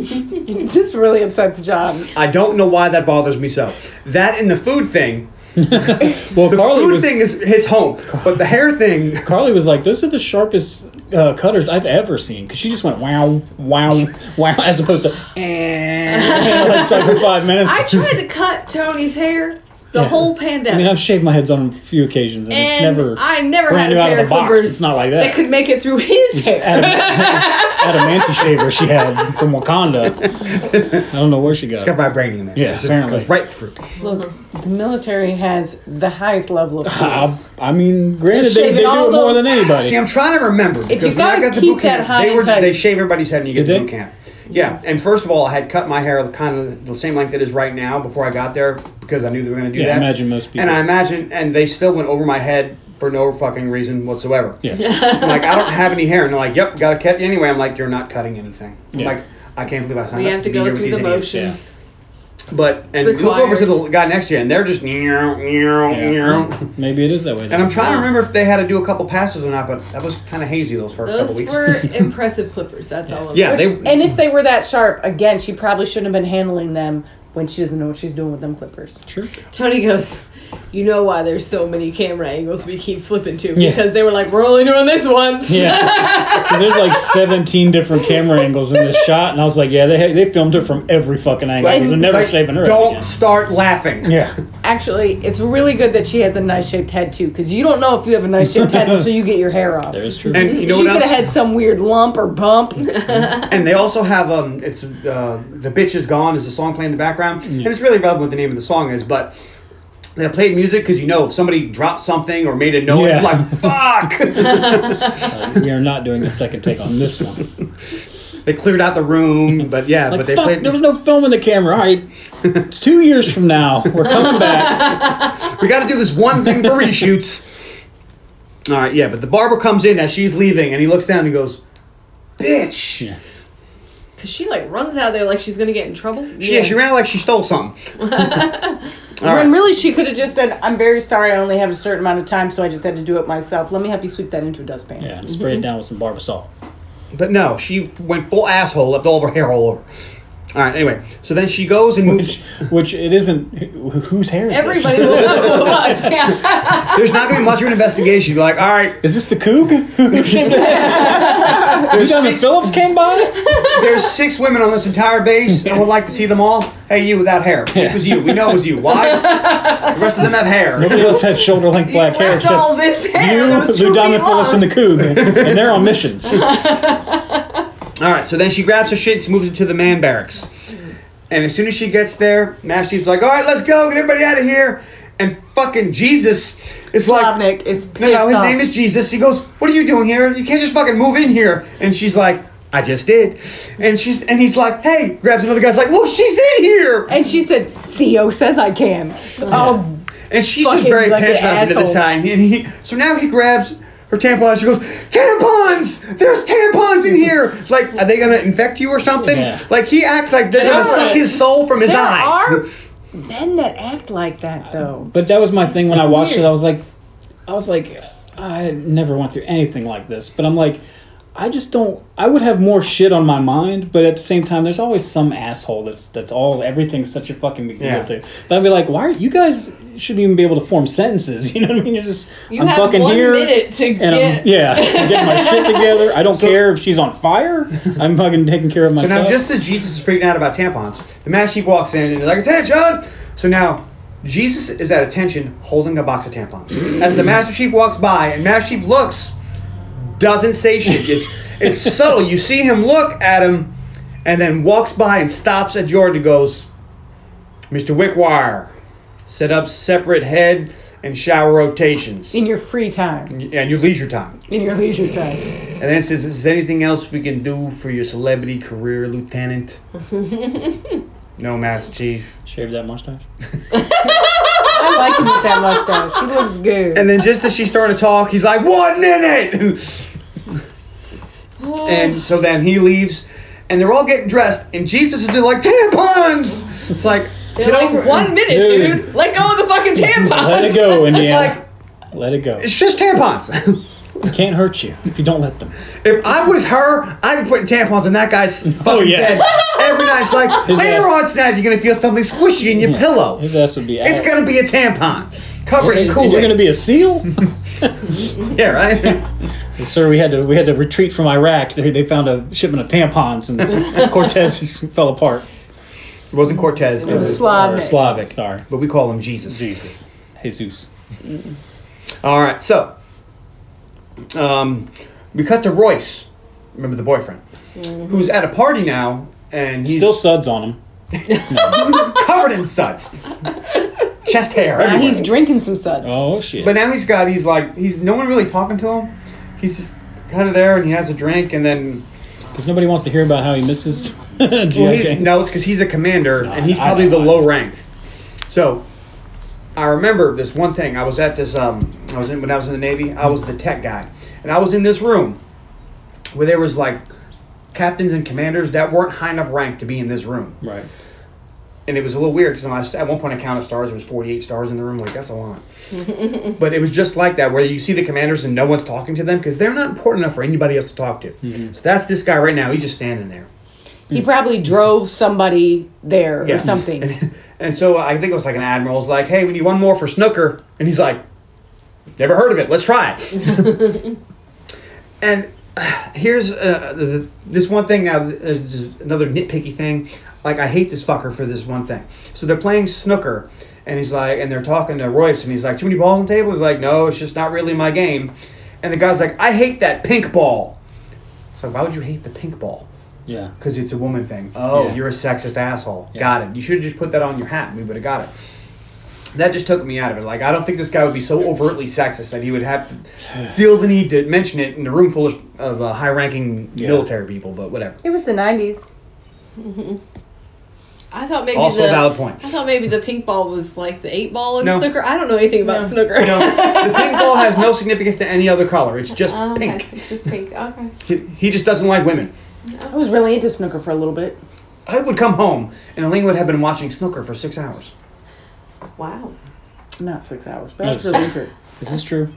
this really upsets John. I don't know why that bothers me so. That and the food thing. Well, The Carly food was, thing is hits home, but the hair thing. Carly was like, those are the sharpest uh, cutters I've ever seen. Because she just went, wow, wow, wow, as opposed to, eh, like, like for five minutes. I tried to cut Tony's hair the Yeah. whole I mean, pandemic. I've shaved my heads on a few occasions, and, it's and never. I never had brand a new out of pair the of box. clippers It's not like that. that could make it through his hair. Adam, Adamanti shaver she had from Wakanda. I don't know where she got. Got it. vibranium in it. Yeah, It just apparently. goes right through. Look, the military has the highest level of I, tools. I mean, granted, they, shaving they do it all more those- than anybody. See, I'm trying to remember because you when I gotta got to keep boot that camp, high they and were tight. they shave everybody's head and you get Did to they? boot camp. Yeah, and first of all, I had cut my hair kind of the same length it is right now before I got there because I knew they were going to do Yeah, I that. imagine most people- And I imagine, and they still went over my head for no fucking reason whatsoever. yeah. I'm like, I don't have any hair, and they're like, "Yep, got to cut you anyway." I'm like, "You're not cutting anything." I'm Yeah. like, "I can't believe I signed We up have to be here go with through the these idiots." motions. But and you look over to required. the guy next to you, and they're just meow meow meow. yeah. Maybe it is that way. And I'm trying to remember if they had to do a couple passes or not, but that was kind of hazy those first couple Those weeks. were impressive clippers. That's all. I'm yeah, Which- they and if they were that sharp, again, she probably shouldn't have been handling them when she doesn't know what she's doing with them clippers. Sure. Tony goes, "You know why there's so many camera angles we keep flipping to Yeah. because they were like, we're only doing this once." Yeah. 'Cause there's like 17 different camera angles in this shot, and I was like, yeah, they they filmed it from every fucking angle. Like, Because they're never like, shaving her. head Don't again. start laughing. Yeah. Actually, it's really good that she has a nice shaped head too, because you don't know if you have a nice shaped head until you get your hair off. That is true. And you know she what could have else? had some weird lump or bump. and they also have um, it's uh, the bitch is gone is the song playing in the background, Mm. and it's really relevant what the name of the song is, but. They played music because you know if somebody dropped something or made a noise, Yeah. like fuck. Uh, we are not doing a second take on this one. they cleared out the room, but yeah, Like, but they fuck, played. there was no film in the camera. All right. It's two years from now. We're coming back. we got to do this one thing for reshoots. All right, yeah, but the barber comes in as she's leaving, and he looks down and he goes, "Bitch." Yeah. Cause she like runs out of there like she's gonna get in trouble. She, yeah, she ran out like she stole something. All When right. really she could have just said, I'm very sorry, I only have a certain amount of time, so I just had to do it myself. Let me help you sweep that into a dustpan. Yeah, and spray it down with some barbasol. But no, she went full asshole, left all of her hair all over. All right, anyway, so then she goes and moves. Which, which it isn't. wh- Whose hair is Everybody this? will know who it was. Yeah. There's not going to be much of an investigation. You're like, all right, Is this the Coog? Who shaved her head? You done the six- Phillips came by? there's six women on this entire base. I would like to see them all. Hey, you without hair. It was you. We know it was you. Why? The rest of them have hair. Nobody else had shoulder length black hair Left except all this hair. you, that was two Ludonna feet Phillips, long. and the Coog. And they're on missions. All right, so then she grabs her shit. She moves into the man barracks. And as soon as she gets there, Mastiff's like, all right, let's go. Get everybody out of here. And fucking Jesus is like, Slavnik is pissed No, no, his off. name is Jesus. He goes, "What are you doing here? You can't just fucking move in here." And she's like, "I just did." And she's and he's like, "Hey!" Grabs another guy's like, "Well, she's in here." And she said, CO says I can. Oh, And she's just Fucking very like an patronizing at asshole. this time. And he so now he grabs her tampon and she goes, "Tampons! There's tampons in here! Like, are they gonna infect you or something?" Yeah. Like he acts like they're gonna are. suck his soul from his there eyes. are men that act like that, though. But that was my thing when so I watched weird. it. I was like, I was like, I never went through anything like this. But I'm like, I just don't. I would have more shit on my mind, but at the same time, there's always some asshole that's that's all everything's such a fucking big deal Yeah. to. But I'd be like, why are you guys shouldn't even be able to form sentences? You know what I mean? You're just You I'm have fucking one here. minute to and get. I'm, yeah, I'm getting my shit together. I don't care if she's on fire. I'm fucking taking care of So now, myself. just as Jesus is freaking out about tampons, the Mastiff walks in and is like, "Attention!" So now Jesus is at attention holding a box of tampons. As the Master Chief walks by and Master Chief looks, doesn't say shit. It's, it's subtle. You see him look at him and then walks by and stops at Jordan and goes, Mr. Wickwire, set up separate head and shower rotations in your free time, and your leisure time. in your leisure time. And then says, "Is there anything else we can do for your celebrity career, Lieutenant?" no, Master Chief. Shave that mustache. I like him with that mustache. He looks good. And then just as she started to talk, he's like, "One minute!" and so then he leaves, and they're all getting dressed, and Jesus is doing like tampons. It's like They're get like over it. one minute, Dude. dude. Let go of the fucking tampons. Let it go, It's Indiana. like Let it go. it's just tampons. Can't hurt you if you don't let them. if I was her, I'd be putting tampons in that guy's fucking Oh, yeah. bed every night. It's like His later ass- on tonight, you're gonna feel something squishy in your pillow. His ass would be out. It's gonna be a tampon covered in And Kool You're gonna Aid. be a seal, Yeah, right. sir. We had to we had to retreat from Iraq. They, they found a shipment of tampons, and Cortez fell apart. It wasn't Cortez. It was Slavic. or Slavic. Sorry, But we call him Jesus. Jesus, Jesus. All right. So, um, we cut to Royce. Remember the boyfriend, Mm-hmm. who's at a party now, and he's Still suds on him. covered in suds, chest hair. Now everywhere. he's drinking some suds. Oh shit. But now he's got he's like he's no one really talking to him. He's just kind of there, and he has a drink, and then Because nobody wants to hear about how he misses G.I. Well, he, Jane. no, it's because he's a commander and he's I- I probably the know. low rank. So, I remember this one thing. I was at this. Um, I was in when I was in the Navy. I was the tech guy, and I was in this room where there was like captains and commanders that weren't high enough rank to be in this room, Right. and it was a little weird because at one point I counted stars. There was forty-eight stars in the room. Like that's a lot. but it was just like that where you see the commanders and no one's talking to them because they're not important enough for anybody else to talk to. Mm-hmm. So that's this guy right now. He's just standing there. He probably drove somebody there Yeah. or something. And, and so I think it was like an admiral's like, hey, we need one more for snooker. And he's like, never heard of it. Let's try it. and uh, here's uh, the, the- this one thing, uh, uh, just another nitpicky thing. Like, I hate this fucker for this one thing. So they're playing snooker. And he's like, and they're talking to Royce, and he's like, too many balls on the table? He's like, no, it's just not really my game. And the guy's like, I hate that pink ball. So why would you hate the pink ball? Yeah. because it's a woman thing. Oh, Yeah. you're a sexist asshole. Got it. You should have just put that on your hat and we would have got it. That just took me out of it. Like, I don't think this guy would be so overtly sexist that he would have to feel the need to mention it in a room full of, of uh, high ranking Yeah. military people, but whatever. It was the 90s. I thought maybe Also, the a valid point. I thought maybe the pink ball was like the eight ball in No. snooker. I don't know anything about No. snooker. You know, the pink ball has no significance to any other color. It's just Oh, okay. pink. It's just pink. Okay. He, he just doesn't like women. I was really into snooker for a little bit. I would come home and Elaine would have been watching snooker for six hours. Wow. Not six hours, but I was Nice. really into it. Is this true?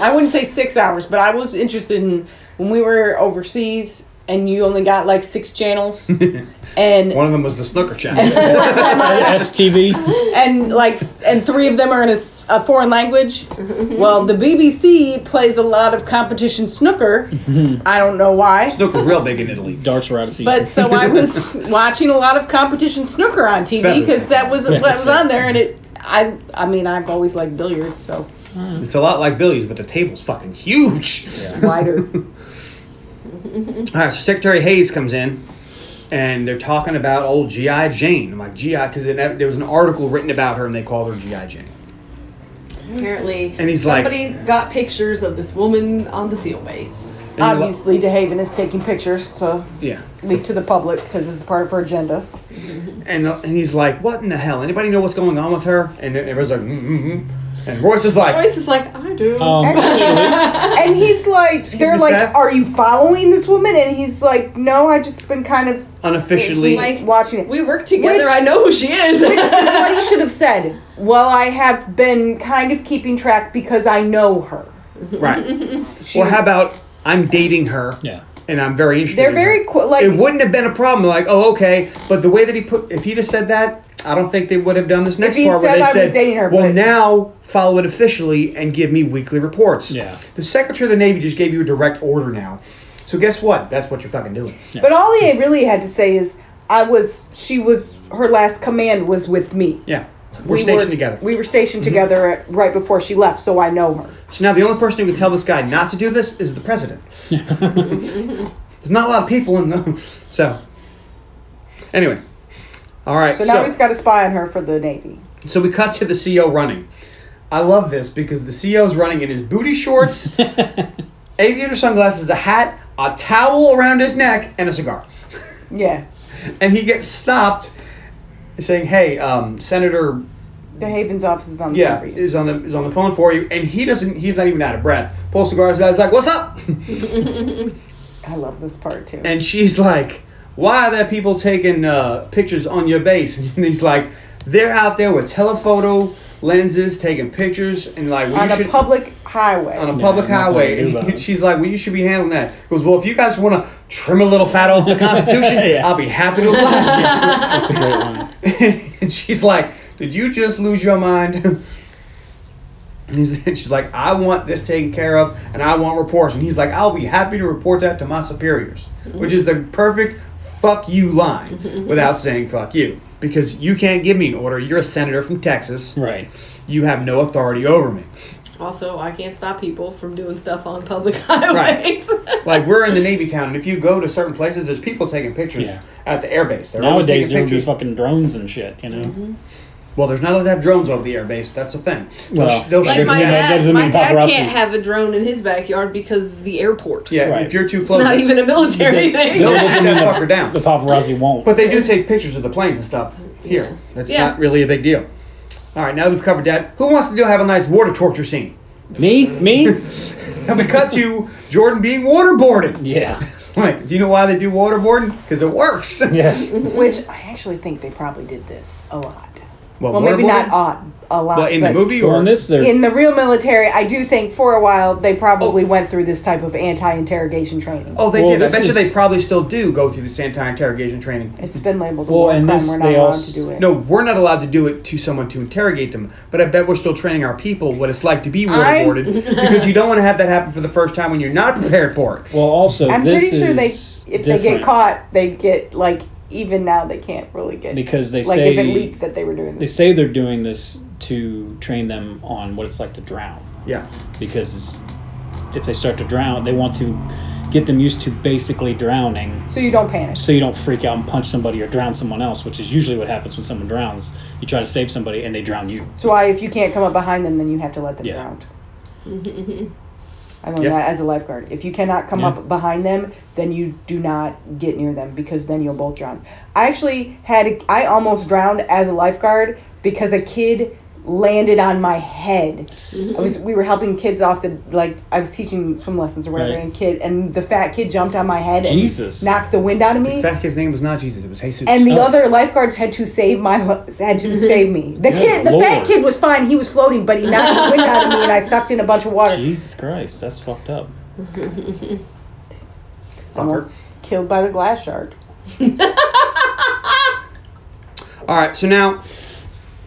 I wouldn't say six hours, but I was interested in when we were overseas and you only got like six channels. and One of them was the snooker channel. STV. and like and three of them are in a, s- a foreign language well the bbc plays a lot of competition snooker i don't know why Snooker's real big in Italy. Darts were out of season. but so i was watching a lot of competition snooker on tv because that was what was on there and it i i mean i've always liked billiards so It's a lot like Billy's, but the table's fucking huge. it's wider All right, so Secretary Hayes comes in, and they're talking about old GI Jane. I'm like GI because there was an article written about her, and they called her GI Jane. Apparently, And he's like- somebody got pictures of this woman on the seal base. And you're like- obviously dehaven is taking pictures to yeah. leak to the public because this is part of her agenda And and he's like, "What in the hell? Anybody know what's going on with her?" And everyone's like, mm-mm-mm. and Royce is like, Royce is like, I do. um, and he's like they're me, like sir? are you following this woman and he's like no i just been kind of unofficially, Like- watching it we work together. Which- I know who she is. Which is what he should have said. Well, I have been kind of keeping track because I know her. right? or how about I'm dating her? Yeah. And I'm very interested. They're in very her. qu- like- it wouldn't have been a problem. Like, oh, okay, but the way that he put, if he'd have said that, I don't think they would have done this next he'd part. where said they I was said, dating her, well, but- now follow it officially and give me weekly reports. Yeah. The Secretary of the Navy just gave you a direct order now. So guess what? That's what you're fucking doing. But all he really had to say is, I was, she was, her last command was with me. Yeah. We're stationed together. Mm-hmm. We were stationed together at- right before she left, so I know her. So now the only person who can tell this guy not to do this is the president. There's not a lot of people in the so. Anyway, all right. So now he's got a spy on her for the Navy. So we cut to the CO running. I love this because the CEO's running in his booty shorts, aviator sunglasses, a hat, a towel around his neck, and a cigar. Yeah. And he gets stopped saying, Hey, um, Senator The Haven's office is on the yeah, yeah, is on the is on the phone for you, and he doesn't he's not even out of breath. Pulls cigars out, he's like, What's up? I love this part too. And she's like, Why are there people taking uh, pictures on your base? And he's like, They're out there with telephoto lenses taking pictures and like well, on you a should- public highway. on a public nothing highway. to do about And it. she's like, "Well, you should be handling that." He goes, "Well, if you guys want to trim a little fat off the Constitution, Yeah. I'll be happy to oblige." That's a great one. and she's like, "Did you just lose your mind?" And he's- and she's like, "I want this taken care of, and I want reports." And he's like, "I'll be happy to report that to my superiors," which is the perfect "fuck you" line without saying "fuck you." Because you can't give me an order. You're a senator from Texas. Right. You have no authority over me. Also, I can't stop people from doing stuff on public highways. like we're in the Navy town, and if you go to certain places, there's people taking pictures Yeah. at the airbase. They're always Nowadays taking there would be pictures. Mm-hmm. fucking drones and shit, you know. well, there's not allowed to have drones over the airbase. That's the thing. They'll Well, sh- they'll Like Like shoot my you Yeah, that dad, doesn't my mean dad paparazzi. can't have a drone in his backyard because of the airport. Yeah, Right. if you're too It's close, not even a military thing. they'll Yeah. shoot that fucker down. The paparazzi won't. But they do take pictures of the planes and stuff here. Yeah. That's Yeah. not really a big deal. All right, now that we've covered that, who wants to do have a nice water torture scene? me? Me? And we cut to Jordan being waterboarded. Yeah. Like, do you know why they do waterboarding? Because it works. Yeah. Which I actually think they probably did this a lot. Well, Well, maybe not waterboarding? a, a lot. But in the but movie Well, or on this, they're In the real military, I do think for a while they probably went through this type of anti-interrogation training. Oh, they Well, did. I this bet you is- they probably still do go through this anti-interrogation training. It's been labeled a Well, war and crime. this- We're not they allowed also- to do it. No, we're not allowed to do it to someone to interrogate them, but I bet we're still training our people what it's like to be I'm- waterboarded because you don't want to have that happen for the first time when you're not prepared for it. well also I'm this pretty sure they, is if they get different caught, they get like even now they can't really get because they like say if it leaked that they were doing they this. say they're doing this to train them on what it's like to drown Yeah. because it's, if they start to drown they want to get them used to basically drowning So you don't panic. so you don't freak out and punch somebody or drown someone else which is usually what happens when someone drowns you try to save somebody and they drown you That's why if you can't come up behind them, then you have to let them Yeah. drown. I learned Yeah. that as a lifeguard. If you cannot come Yeah. up behind them, then you do not get near them because then you'll both drown. I actually had I almost drowned as a lifeguard because a kid landed on my head. I was we were helping kids off the like I was teaching swim lessons or whatever Right. and kid and the fat kid jumped on my head Jesus. and knocked the wind out of In me. fact, his name was not Jesus; it was Jesus. And the Oh. other lifeguards had to save my had to save me. The kid, the fat Lord. kid was fine. He was floating, but he knocked the wind out of me, and I sucked in a bunch of water. jesus christ that's fucked up Oh, Almost killed by the glass shark. All right, so now,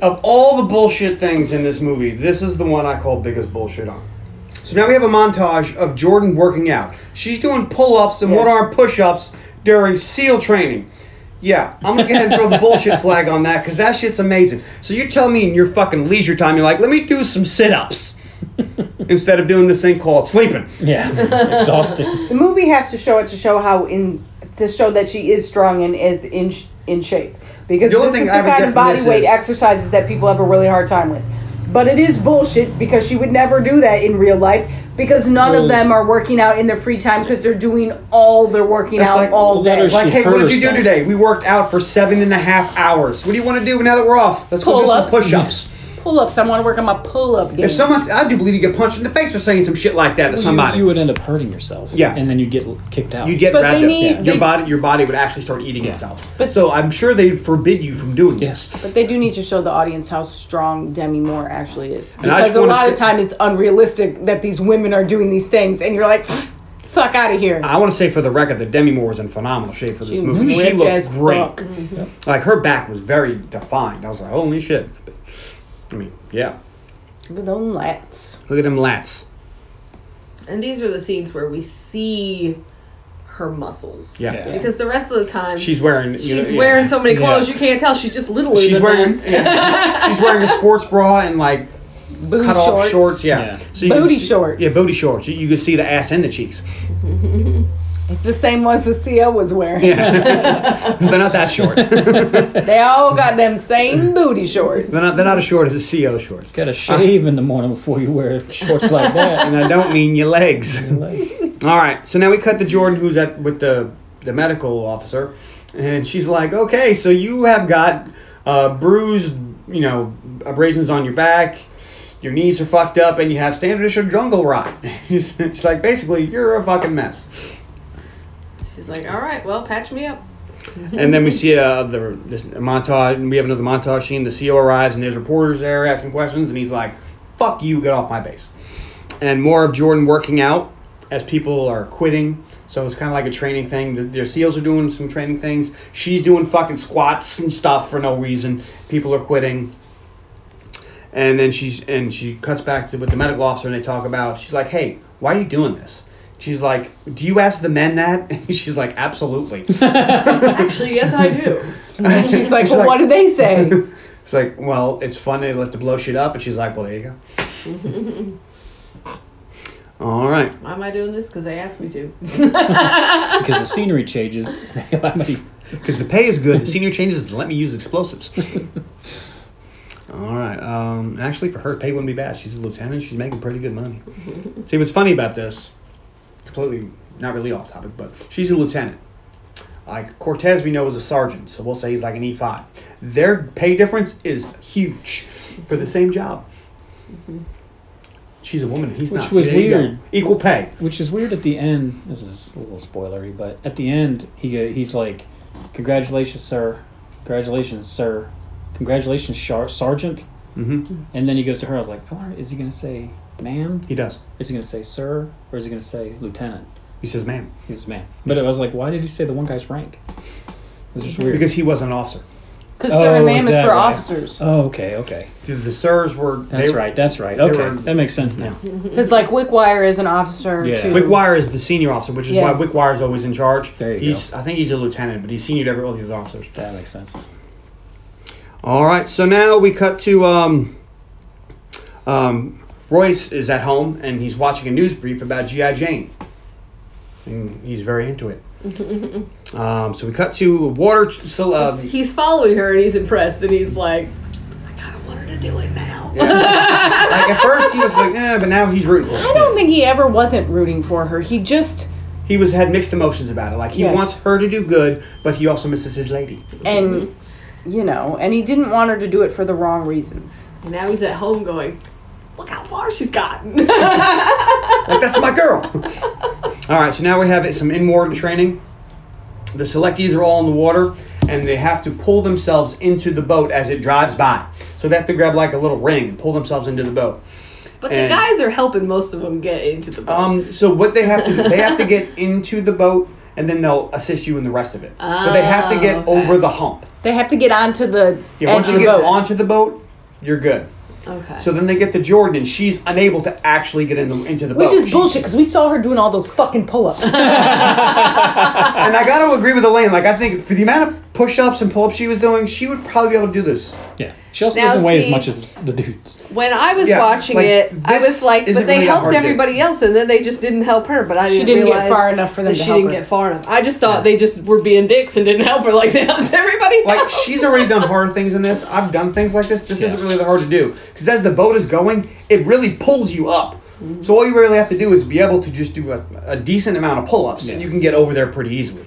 of all the bullshit things in this movie, this is the one I call biggest bullshit on. So now we have a montage of Jordan working out. She's doing pull ups and Yes. one arm push ups during SEAL training. Yeah, I'm gonna go ahead and throw the bullshit flag on that because that shit's amazing. So you tell me in your fucking leisure time, you're like, let me do some sit ups instead of doing this thing called sleeping. yeah exhausted The movie has to show it to show how in to show that she is strong and is in sh- in shape because The only this thing is I the would kind get of from body this weight is- exercises that people have a really hard time with. But it is bullshit because she would never do that in real life because none Well- of them are working out in their free time because they're doing all their working That's out like- all well, that day. is- Like, She hey, what hurt did you do herself. today? We worked out for seven and a half hours. What do you want to do now that we're off? Let's go do some Pull-ups. push ups. pull ups. I want to work on my pull up game. If someone, I do believe you get punched in the face for saying some shit like that to You- somebody. you, would end up hurting yourself Yeah. and then you'd get kicked out You'd get But wrapped they up. need- Your they- body, your body would actually start eating Yeah. itself. But- so I'm sure they forbid you from doing yes But they do need to show the audience how strong Demi Moore actually is. I Because just a wanna lot of say- time it's unrealistic that these women are doing these things, and you're like, fuck out of here. I want to say for the record that Demi Moore was in phenomenal shape for this She movie. She ripped looked as great. fuck. Mm-hmm. Like her back was very defined. I was like, holy shit. I mean, yeah. With them lats. Look at them lats. And these are the scenes where we see her muscles. Yeah. Yeah. Because the rest of the time She's wearing. you she's know, yeah. wearing so many clothes Yeah. you can't tell. She's just littler She's than wearing. them. yeah. she's wearing a sports bra and like Booty cut off shorts. shorts. Yeah. Yeah. So you can Booty see- shorts. Yeah, booty shorts. You, you can see the ass and the cheeks. It's the same ones the CO was wearing. They're not that short. they're They all got them same booty shorts. not. They're not as short as the CO shorts. Gotta shave in the morning before you wear shorts like that. And I don't mean your legs. Like, All right, so now we cut to Jordan, who's at with the the medical officer, and she's like, "Okay, so you have got uh, bruised, you know, abrasions on your back, your knees are fucked up, and you have standard issue jungle rot." she's she's like, "Basically, you're a fucking mess." She's like, all right, well, patch me up. and then we see uh, the this montage, and we have another montage scene. The CO arrives, and there's reporters there asking questions, and he's like, "Fuck you, get off my base." And more of Jordan working out as people are quitting. So it's kind of like a training thing. The, their SEALs are doing some training things. She's doing fucking squats and stuff for no reason. People are quitting. And then she's and she cuts back to with the medical officer, and they talk about. She's like, "Hey, why are you doing this?" She's like, "Do you ask the men that?" And she's like, "Absolutely." Actually, yes, I do. And she's like, She's well, like- what do they say? It's like, well, it's fun they let to blow shit up, and she's like, well, there you go. All right. Why am I doing this? Because they asked me to. because the scenery changes. Because the pay is good. The senior changes and let me use explosives. All right. Um, actually, for her, pay wouldn't be bad. She's a lieutenant. She's making pretty good money. See, what's funny about this, completely not really off topic, but she's a lieutenant. Like Cortez, we know is a sergeant, so we'll say he's like an E five. Their pay difference is huge for the same job. She's a woman. He's Mm-hmm. not. Which was See, there you go. weird. Equal pay. Which is weird at the end. This is a little spoilery, but at the end, he uh, he's like, "Congratulations, sir! Congratulations, sir! Congratulations, Shar- sergeant!" Mm-hmm. And then he goes to her. I was like, "I wonder, is he gonna say ma'am? He does. Is he gonna say sir? Or is he gonna say lieutenant?" He says, "Ma'am," He says ma'am. But I was like, "Why did he say the one guy's rank?" It was just weird. because he was an officer. Because Oh, sir and is ma'am is for that right? officers. oh, okay, okay. The, the sirs were. That's they- right. That's right. they Okay, were- that makes sense now. Because like Wickwire is an officer Yeah. too. Wickwire is the senior officer, which is Yeah. why Wickwire is always in charge. There you he's, I think he's a lieutenant, but he's senior to every all the other officers. That makes sense. All right, so now we cut to um, um, Royce is at home and he's watching a news brief about GI Jane, and he's very into it. um, so we cut to water. So, uh, He's following her and he's impressed and he's like, I kind of want her to do it now. like at first he was like, eh, but now he's rooting for. I don't think he ever wasn't rooting for her. He just He was had mixed emotions about it. Like he Yes. wants her to do good, but he also misses his lady. and you know, and he didn't want her to do it for the wrong reasons. And now he's at home going, Look how far she's gotten. Like that's my girl. all right, so now we have some in-water training. The selectees are all in the water, and they have to pull themselves into the boat as it drives by. So they have to grab like a little ring and pull themselves into the boat. But And- the guys are helping most of them get into the boat. Um, so what they have to do, they have to get into the boat, and then they'll assist you in the rest of it. but they have to get Oh, over the hump. They have to get onto the Yeah, edge once of you the get boat. onto the boat, you're good. okay. So then they get to Jordan, and she's unable to actually get in the, into the boat. Which is She- bullshit because we saw her doing all those fucking pull-ups. And I got to agree with Elaine. Like, I think for the amount of push ups and pull ups she was doing, she would probably be able to do this. Yeah. She also Now, doesn't weigh see- as much as the dudes. when I was Yeah, watching like, it, I this was like, isn't but they really that hard helped to do. everybody else and then they just didn't help her. But I didn't, didn't get realize far enough for them that to she help didn't her. get far enough. I just thought they just were being dicks and didn't help her like they helped everybody. Like, else. she's already done harder things than this. I've done things like this. This isn't really that hard to do. Because as the boat is going, it really pulls you up. Mm-hmm. So all you really have to do is be able to just do a, a decent amount of pull ups, and Yeah. you can get over there pretty easily.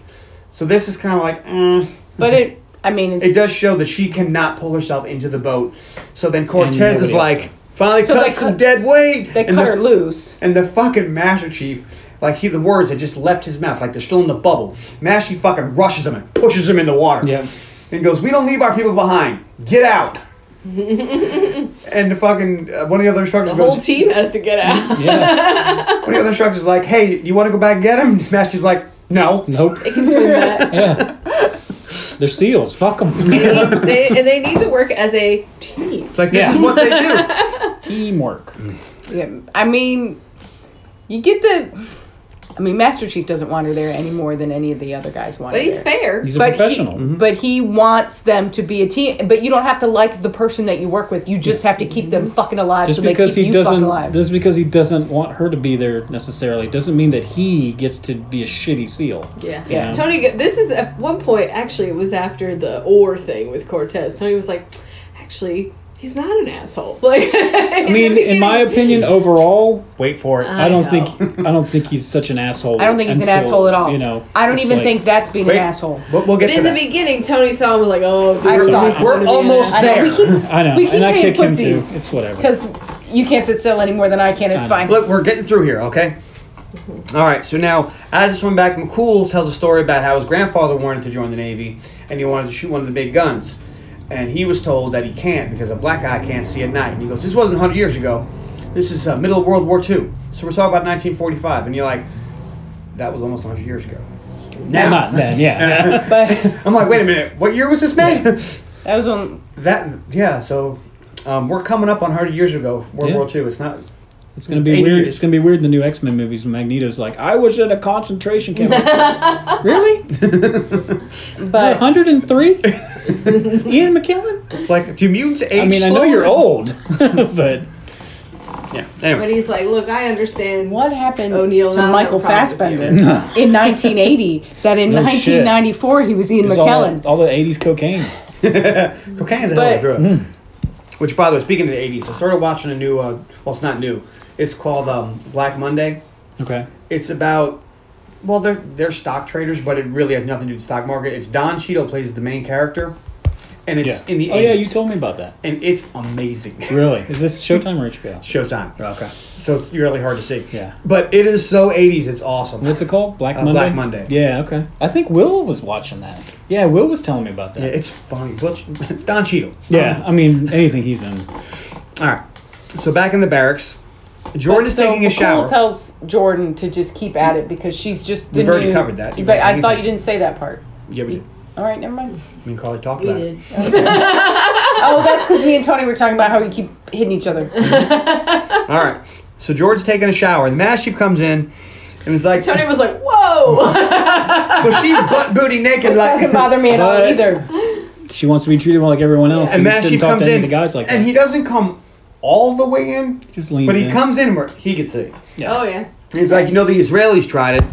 So this is kind of like, eh. but it, I mean, it's, it does show that she cannot pull herself into the boat. So then Cortez is nobody- like, finally So cut they some cut- dead weight. they And cut the- her loose. And the fucking Master Chief, like he, the words had just left his mouth, like they're still in the bubble. Master Chief fucking rushes him and pushes him in the water. Yeah. And goes, "We don't leave our people behind. Get out." and the fucking uh, one of the other instructors the goes, whole team has to get out. Yeah. one of the other instructors is like, "Hey, you want to go back and get him?" And Master Chief's like, "No." nope. They can swim back. Yeah. They're seals. Fuck them. They- they, and they need to work as a team. It's like this Yeah. is what they do. Teamwork. Yeah, I mean, you get the I mean, Master Chief doesn't want her there any more than any of the other guys want. But her he's there. fair. He's a But he- professional. Mm-hmm. but he wants them to be a team. But you don't have to like the person that you work with. You just have to keep them Mm-hmm. fucking alive. Just so because they keep he you fucking doesn't, alive. just because he doesn't want her to be there necessarily, doesn't mean that he gets to be a shitty seal. Yeah. Yeah. Tony, g- this is at one point, actually, it was after the or thing with Cortez. Tony was like, actually, he's not an asshole. Like, I mean, in my opinion, overall, Wait for it. I don't know. think I don't think he's such an asshole. I don't think he's an until, asshole at all. You know, I don't it's even like- think that's being Wait. an asshole. We'll, we'll But get to in the that. beginning, Tony saw him was like, oh, I dude, thought- this is We're gonna be an almost asshole. I know, there. we keep I know, We keep and I playing kick him footsie. too. It's whatever. because you can't sit still any more than I can. It's I know. fine. Look, we're getting through here, okay? Mm-hmm. All right, so now, as this one back, McCool tells a story about how his grandfather wanted to join the Navy and he wanted to shoot one of the big guns. And he was told that he can't because a black eye can't see at night. And he goes, This wasn't 100 years ago. This is uh, middle of World War II. So we're talking about 1945. And you're like, That was almost 100 years ago. Now. Come on, man. Yeah. but I'm like, Wait a minute, what year was this made? that was when that, yeah, so um, we're coming up on 100 years ago, World Yeah. War II. It's not. It's gonna be Eight weird. years. It's gonna be weird. in The new X Men movies. when Magneto's like, I was in a concentration camp. really? But 103? Ian McKellen? Like, do mutants age I mean, I know slower? you're old, but Yeah, anyway. But he's like, look, I understand. what happened O'Neill to not having Michael a problem with Fassbender you. in 1980 that in No shit. 1994 he was Ian it's McKellen? all, all the 80s cocaine. Cocaine's a But- hell of a drug. Mm. Which, by the way, speaking of the 80s, I started watching a new, uh, well, it's not new. It's called um, Black Monday. Okay. It's about, well, they're, they're stock traders, but it really has nothing to do with the stock market. It's Don Cheadle plays the main character, and it's in the oh 80s. yeah, you told me about that. And it's amazing. Really? Is this Showtime or HBO? Showtime. Okay. So it's really hard to see. Yeah. But it is so 80s, it's awesome. What's it called? Black Uh, Monday. Black Monday. Yeah. Okay. I think Will was watching that. Yeah, Will was telling me about that. Yeah, um, Yeah. it's funny. Butch- Don Cheadle. I mean, anything he's in. All right. So back in the barracks, Jordan is So taking a McCool shower. tells Jordan to just keep at it because she's just. The We've already new- covered that. But I thought you didn't say that part. yeah, we did. All right, never mind. Me and Carly talked We about did. it. Oh, that's because me and Tony were talking about how we keep hitting each other. All right. So George's taking a shower, and the Master Chief comes in, and is like, so Tony was like, whoa. she's butt booty naked, Doesn't like. bother me at all What? either. She wants to be treated more like everyone else. And he's Master Chief sitting talking comes to any in, of the guys like and that. he doesn't come all the way in, Just leans but he in. comes in where he can see. Yeah. oh, yeah. And he's like, you know, the Israelis tried it,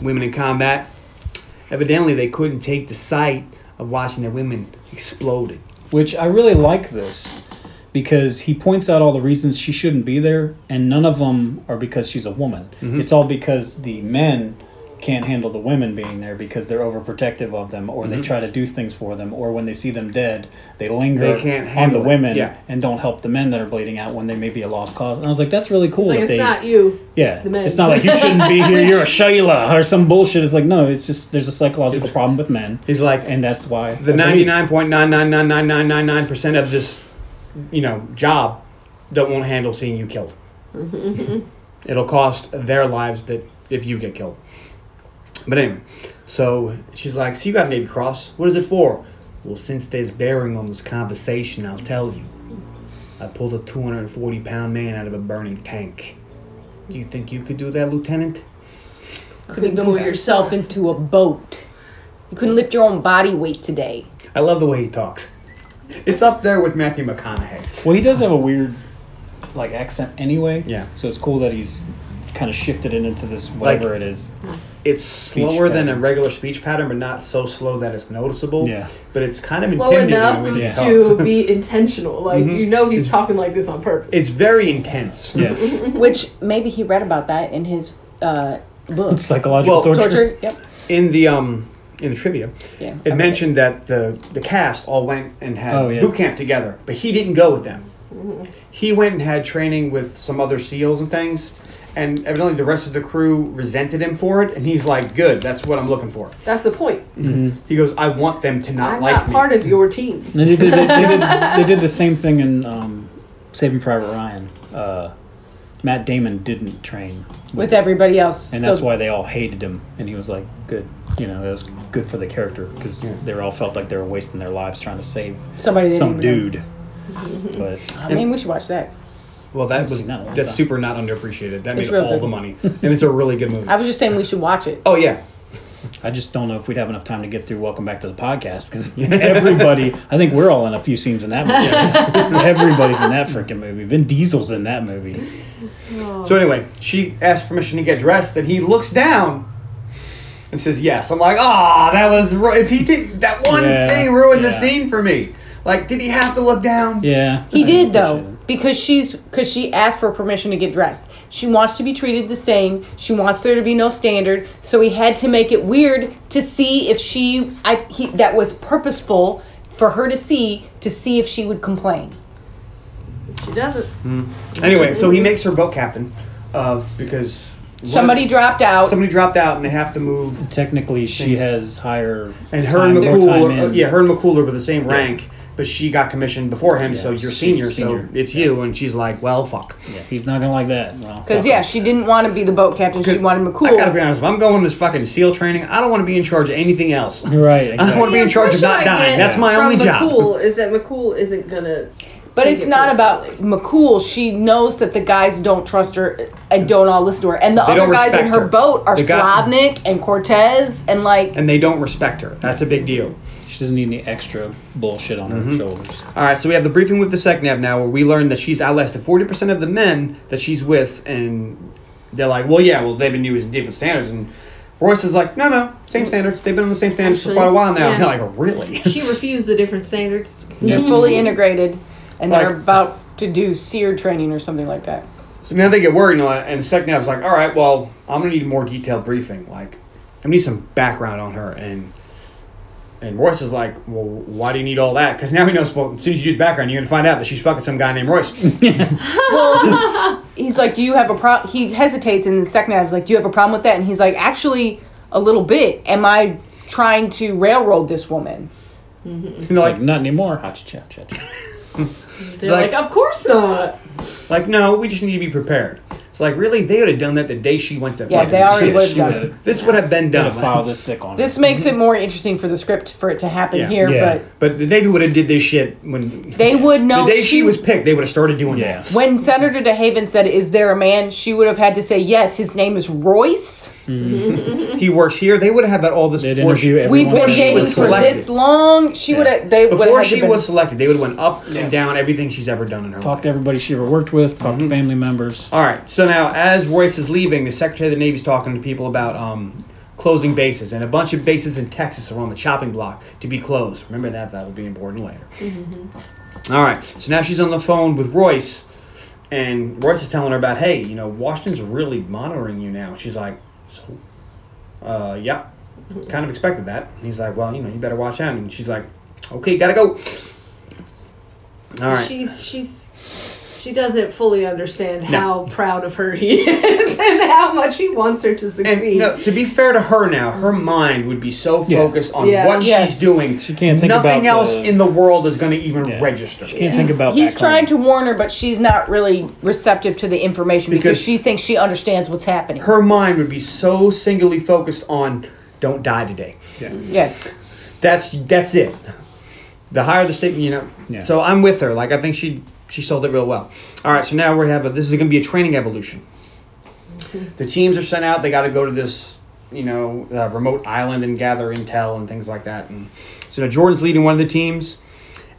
women in combat. Evidently, they couldn't take the sight of watching their women exploded. which I really like this because he points out all the reasons she shouldn't be there, and none of them are because she's a woman. Mm-hmm. It's all because the men can't handle the women being there because they're overprotective of them, or Mm-hmm. they try to do things for them, or when they see them dead, they linger They can't on handle the it. women Yeah. and don't help the men that are bleeding out when they may be a lost cause. And I was like, that's really cool. It's like, it's that they, not you. yeah, It's the men. not like you shouldn't be here. You're a Shayla or some bullshit. It's like no, it's just there's a psychological problem with men, He's like, and that's the why I believe- ninety nine point nine nine nine nine nine nine nine percent of this, you know, job that won't handle seeing you killed. It'll cost their lives that if you get killed. But anyway, so she's like, "So you got a Navy Cross? What is it for?" Well, since there's bearing on this conversation, I'll tell you. I pulled a two hundred and forty pound man out of a burning tank. Do you think you could do that, Lieutenant? Couldn't lower yourself into a boat. You couldn't lift your own body weight today. I love the way he talks. It's up there with Matthew McConaughey. Well, he does have a weird, like accent anyway. Yeah. So it's cool that he's kind of shifted it into this whatever it is. It's slower than a pattern. regular speech pattern, but not so slow that it's noticeable. Yeah. But it's kind of Slow intimidating enough when he Yeah. to talks. be intentional. Like, Mm-hmm. you know he's talking like this on purpose. It's very intense. Yes. Which maybe he read about that in his uh, book. Psychological Well, torture. Torture. Yep. In the um in the trivia, Yeah. it mentioned that the the cast all went and had Oh, yeah. boot camp together, but he didn't go with them. Mm. He went and had training with some other SEALs and things. And evidently, the rest of the crew resented him for it, and he's like, "Good, that's what I'm looking for." That's the point. He goes, "I want them to not I'm like not me." part of your team. And They did, they, they did, they did the same thing in um, Saving Private Ryan. Uh, Matt Damon didn't train, With everybody else. and that's why they all hated him. And he was like, "Good, you know, that was good for the character because they all felt like they were wasting their lives trying to save somebody they some didn't even know. dude." But I mean, we should watch that. Well, that was seen that in a long that's time. super not underappreciated. That It's made real all good. the money, and it's a really good movie. I was just saying we should watch it. oh yeah, I just don't know if we'd have enough time to get through Welcome Back to the Podcast because everybody, I think we're all in a few scenes in that movie. Everybody's in that freaking movie. Vin Diesel's in that movie. So anyway, she asks permission to get dressed, and he looks down and says yes. I'm like, ah, that was ru- if he did that one Yeah, thing ruined the yeah. scene for me. Like, did he have to look down? Yeah. He I did appreciate though it. because she's because she asked for permission to get dressed. She wants to be treated the same. She wants there to be no standard. So he had to make it weird to see if she I he, that was purposeful for her to see to see if she would complain. She doesn't. Anyway, so he makes her boat captain of because one- Somebody dropped out. somebody dropped out, and they have to move. Technically, she has higher. And her time, and more time McCool, are, in. yeah, her and McCool are the same rank, but she got commissioned before him, so you're she's senior, senior. so it's you. And she's like, well, fuck. Yeah, he's not gonna like that. Well, Because yeah, she didn't want to be the boat captain. She wanted I gotta be McCool. honest. If I'm going to this fucking SEAL training, I don't want to be in charge of anything else. right. I don't Exactly. want to be in charge of not Impression I dying. get That's my from only job. McCool is that McCool isn't gonna. But take it's it not about personally. McCool. She knows that the guys don't trust her and don't all listen to her. And the They other don't guys in respect her, her. boat are The guy- Slavnik and Cortez and like and they don't respect her. That's a big deal. She doesn't need any extra bullshit on Mm-hmm. her shoulders. All right, so we have the briefing with the SecNav now, where we learn that she's outlasted forty percent of the men that she's with, and they're like, "Well, yeah, well, they've been using different standards." And Royce is like, "No, no, same standards. They've been on the same standards for Mm. Actually, quite a while now." yeah. And they're like, "Really?" She refused the different standards. They're fully integrated, and they're Mm. Like- about to do seer training or something like that. so now they get worried, and all that, and SecNav's like, "All right, well, I'm gonna need a more detailed briefing. Like, I need some background on her." And and Royce is like, "Well, why do you need all that?" Because now he knows. Well, as soon as you do the background, you're gonna find out that she's fucking some guy named Royce. He's like, "Do you have a problem?" He hesitates, and the second half is like, "Do you have a problem with that?" And he's like, "Actually, a little bit. Am I trying to railroad this woman?" And they're It's like, like not anymore. Ha, cha, cha, cha. They're like, like- of course not. Like, no, we just need to be prepared. It's like, really? They would have done that the day she went to Yeah, fucking they already shit. would have She done would it. have This would have been done. filed this thick on. This makes it more interesting for the script for it to happen Yeah. here, Yeah. but But the Navy would have did this shit when they would know. the day she was picked, they would have started doing Yeah. that. When Senator DeHaven said, "Is there a man?" she would have had to say, "Yes, his name is Royce. He works here. They would have had about all this They'd before she, interview everyone. We've Before been she dating was for this selected. long." She would have. They would before have. she been, was selected. They would have went up and down everything she's ever done in her Talked life. to everybody she ever worked with. Talked Mm-hmm. to family members. All right. So now, as Royce is leaving, the Secretary of the Navy's talking to people about um, closing bases, and a bunch of bases in Texas are on the chopping block to be closed. Remember that; that'll be important later. All right. So now she's on the phone with Royce, and Royce is telling her about, hey, you know, Washington's really monitoring you now. She's like, so, uh, yeah, kind of expected that. And he's like, well, you know, you better watch out. And she's like, okay, gotta go. All right. She's she's she doesn't fully understand No. how proud of her he is and how much he wants her to And succeed. no, to be fair to her now, her mind would be so Yeah. focused on Yeah. what Yes. she's doing. She can't think Nothing about else the- in the world is going to even Yeah. register. She can't think about. He's back trying home. to warn her, but she's not really receptive to the information because, Because- she thinks she understands what's happening. Her mind would be so singularly focused on "Don't die today." yes. That's that's it. The higher the statement, you know. Yeah. So I'm with her. Like I think she she sold it real well. All right. So now we have a, this is going to be a training evolution. The teams are sent out. They got to go to this you know uh, remote island and gather intel and things like that. And so now Jordan's leading one of the teams.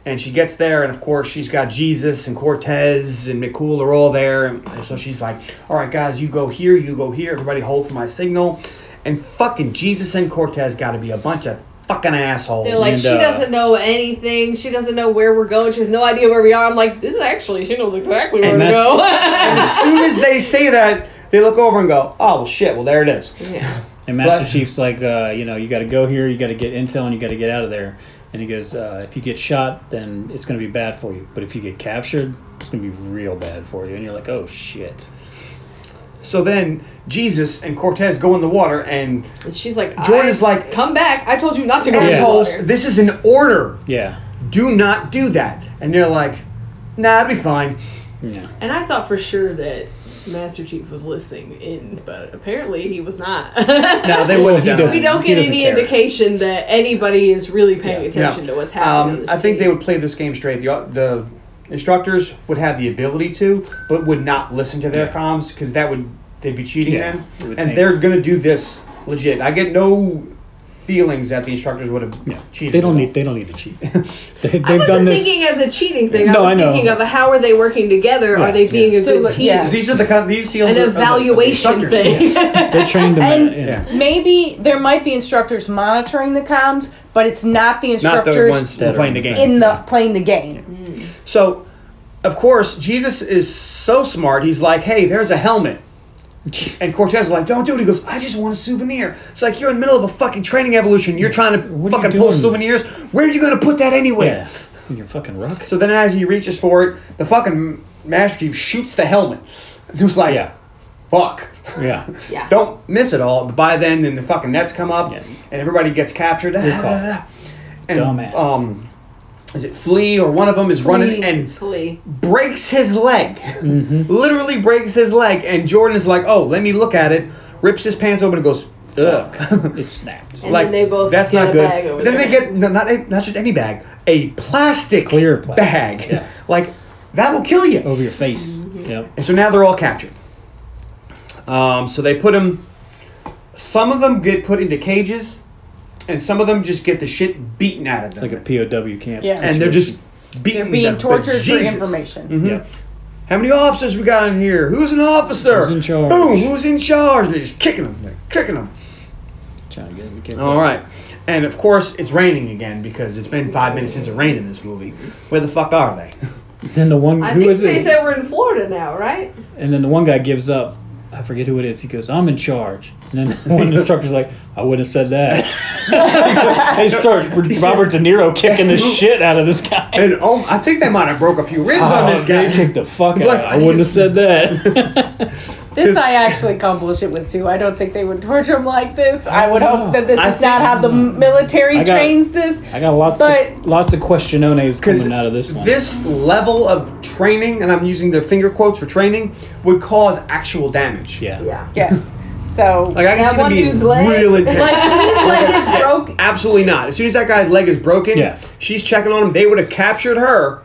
And she gets there, and of course, she's got Jesus and Cortez and McCool are all there. And so she's like, All right, guys, you go here, you go here, everybody hold for my signal. And fucking Jesus and Cortez got to be a bunch of fucking assholes. They're like, And, she uh, doesn't know anything. She doesn't know where we're going. She has no idea where we are. I'm like, this is actually, she knows exactly where And to that's- go. And as soon as they say that, they look over and go, "Oh well, shit. Well, there it is." yeah. And Master But- Chief's like, uh, you know, you got to go here, you got to get intel, and you got to get out of there. And he goes, uh, if you get shot, then it's going to be bad for you. But if you get captured, it's going to be real bad for you. And you're like, oh shit. So then Jesus and Cortez go in the water, and And she's like, Jordan's I- like- come back. I told you not to go assholes, to the water. this is an order. Yeah. Do not do that. And they're like, "Nah, it'll be fine." Yeah. And I thought for sure that Master Chief was listening in, but apparently he was not. No, they wouldn't. have done doesn't- we that. don't he get doesn't any care. indication that anybody is really paying Yeah. attention Yeah. to what's happening. Um, on this I think team. they would play this game straight. The the Instructors would have the ability to, but would not listen to their Yeah. comms because that would they'd be cheating Yeah, them. it And would taint. they're gonna do this legit. I get no feelings that the instructors would have Yeah, cheated. they don't at need they don't need to cheat. they, they've I done wasn't this. thinking as a cheating thing. No, I I was know. thinking of how are they working together? Yeah, Are they being a To good look- team? yeah. all. These are the kind. These seals An are- are the- are the evaluation instructors, thing. yes. They trained them. And- in- in- Yeah. Maybe there might be instructors monitoring the comms, but it's not the Not instructors the ones that are playing the in game. in the playing the game. So, of course, Jesus is so smart. He's like, "Hey, there's a helmet." And Cortez is like, "Don't do it." He goes, "I just want a souvenir." It's like you're in the middle of a fucking training evolution. You're trying to What are you fucking pull doing? souvenirs. Where are you going to put that anyway? yeah. You're fucking rock. So then, as he reaches for it, the fucking Master Chief shoots the helmet. And he was like, Yeah. "Fuck." Yeah. Yeah. Don't miss it all. But by then, then the fucking nets come up, Yeah. and everybody gets captured. caught. And Dumbass. um, is it Flea or one of them is running and Flee. breaks his leg. Mm-hmm. Literally breaks his leg. And Jordan is like, oh, let me look at it. Rips his pants open and goes, ugh. It snapped. And then they both that's get not a good. bag over then their they get no, not a, not just any bag, a plastic Clear plastic, bag. yeah. Like that'll kill you. Oh. Over your face. Mm-hmm. Yep. And so now they're all captured. Um, so they put them. Some of them get put into cages, and some of them just get the shit beaten out of them. Like a POW camp. Yeah. and they're just Mm-hmm. beaten. They're being Mm-hmm. the- the tortured for Jesus. Mm. information. Yeah. How many officers we got in here? Who's an officer? Who's in charge? Boom, who's in charge? And they're just kicking them. They're kicking them. Trying to get All right. And of course, it's raining again because it's been five minutes since it rained in this movie. Where the fuck are they? Then the one I who think is they it? said we're in Florida now, right? And then the one guy gives up. I forget who it is. He goes, "I'm in charge." And then one of the instructor's like, "I wouldn't have said that." they start Robert De Niro kicking the shit out of this guy. And oh, I think they might have broke a few ribs on this they guy. kicked the fuck out. Like- I wouldn't have said that. This I actually call bullshit with too. I don't think they would torture him like this. I would Oh. hope that this I is not how the military I got- trains this. I got lots of But- lots of questionones 'Cause coming out of this one. This level of training, and I'm using the finger quotes for training, would cause actual damage. yeah. Yes. So Like I can That see them one being dude's leg. real intense. like when his leg is broke. Absolutely not. As soon as that guy's leg is broken, Yeah. she's checking on him. They would have captured her,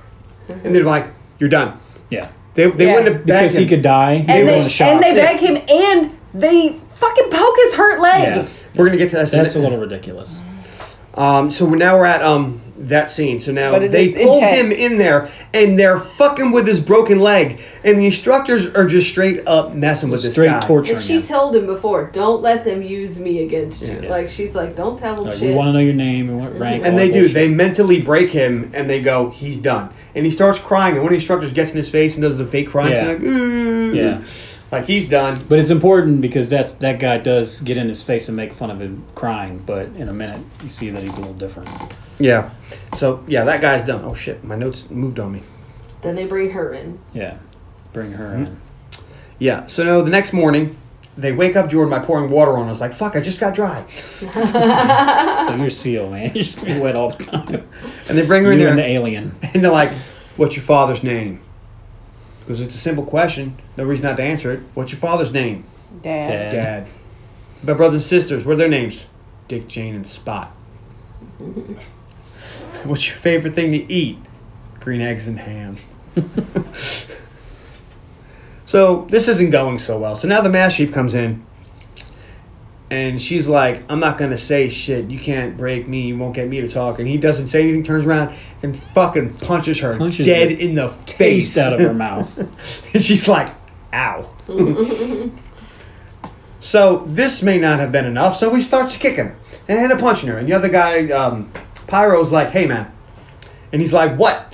and they're like, "You're done." Yeah. They, they Yeah. wouldn't have bagged Because he him. could They die. And were they, on the shot. and they Yeah. beg him and they fucking poke his hurt leg. Yeah. We're gonna get to that. That's a scene. little ridiculous. Um, so we're, now we're at um that scene. So now But it they is pull him intense. in there, and they're fucking with his broken leg, and the instructors are just straight up messing with this Straight guy. torture. And she She told him before, don't let them use me against you. Yeah. Like she's like, don't tell them like, we shit. want to know your name and what rank. all And they that do. bullshit. They mentally break him, and they go, "He's done." And he starts crying, and one of the instructors gets in his face and does the fake crying, Yeah. like, "Ooh." Yeah. like he's done. But it's important because that's that guy does get in his face and make fun of him crying. But in a minute, you see that he's a little different. Yeah. So yeah, that guy's done. Oh shit, my notes moved on me. then they bring her in. Yeah, bring her Hmm? in. Yeah. So no, the next morning, they wake up Jordan by pouring water on. I was like, "Fuck, I just got dry." So you're seal, man. You're just gonna be wet all the time. And they bring her in You're there, an alien. and they're like, "What's your father's name?" Because it's a simple question. No reason not to answer it. What's your father's name? Dad. Dad. Dad. My brothers and sisters. What are their names? Dick, Jane, and Spot. What's your favorite thing to eat? Green eggs and ham. so this isn't going so well. So now the mass chief comes in, and she's like, "I'm not gonna say shit. You can't break me. You won't get me to talk." And he doesn't say anything. Turns around and fucking punches her Punches dead the in the Face face out of her mouth. and she's like, ow. so this may not have been enough, so he starts kicking her and then punching her. And the other guy, um, Pyro's like, hey, man. And he's like, what?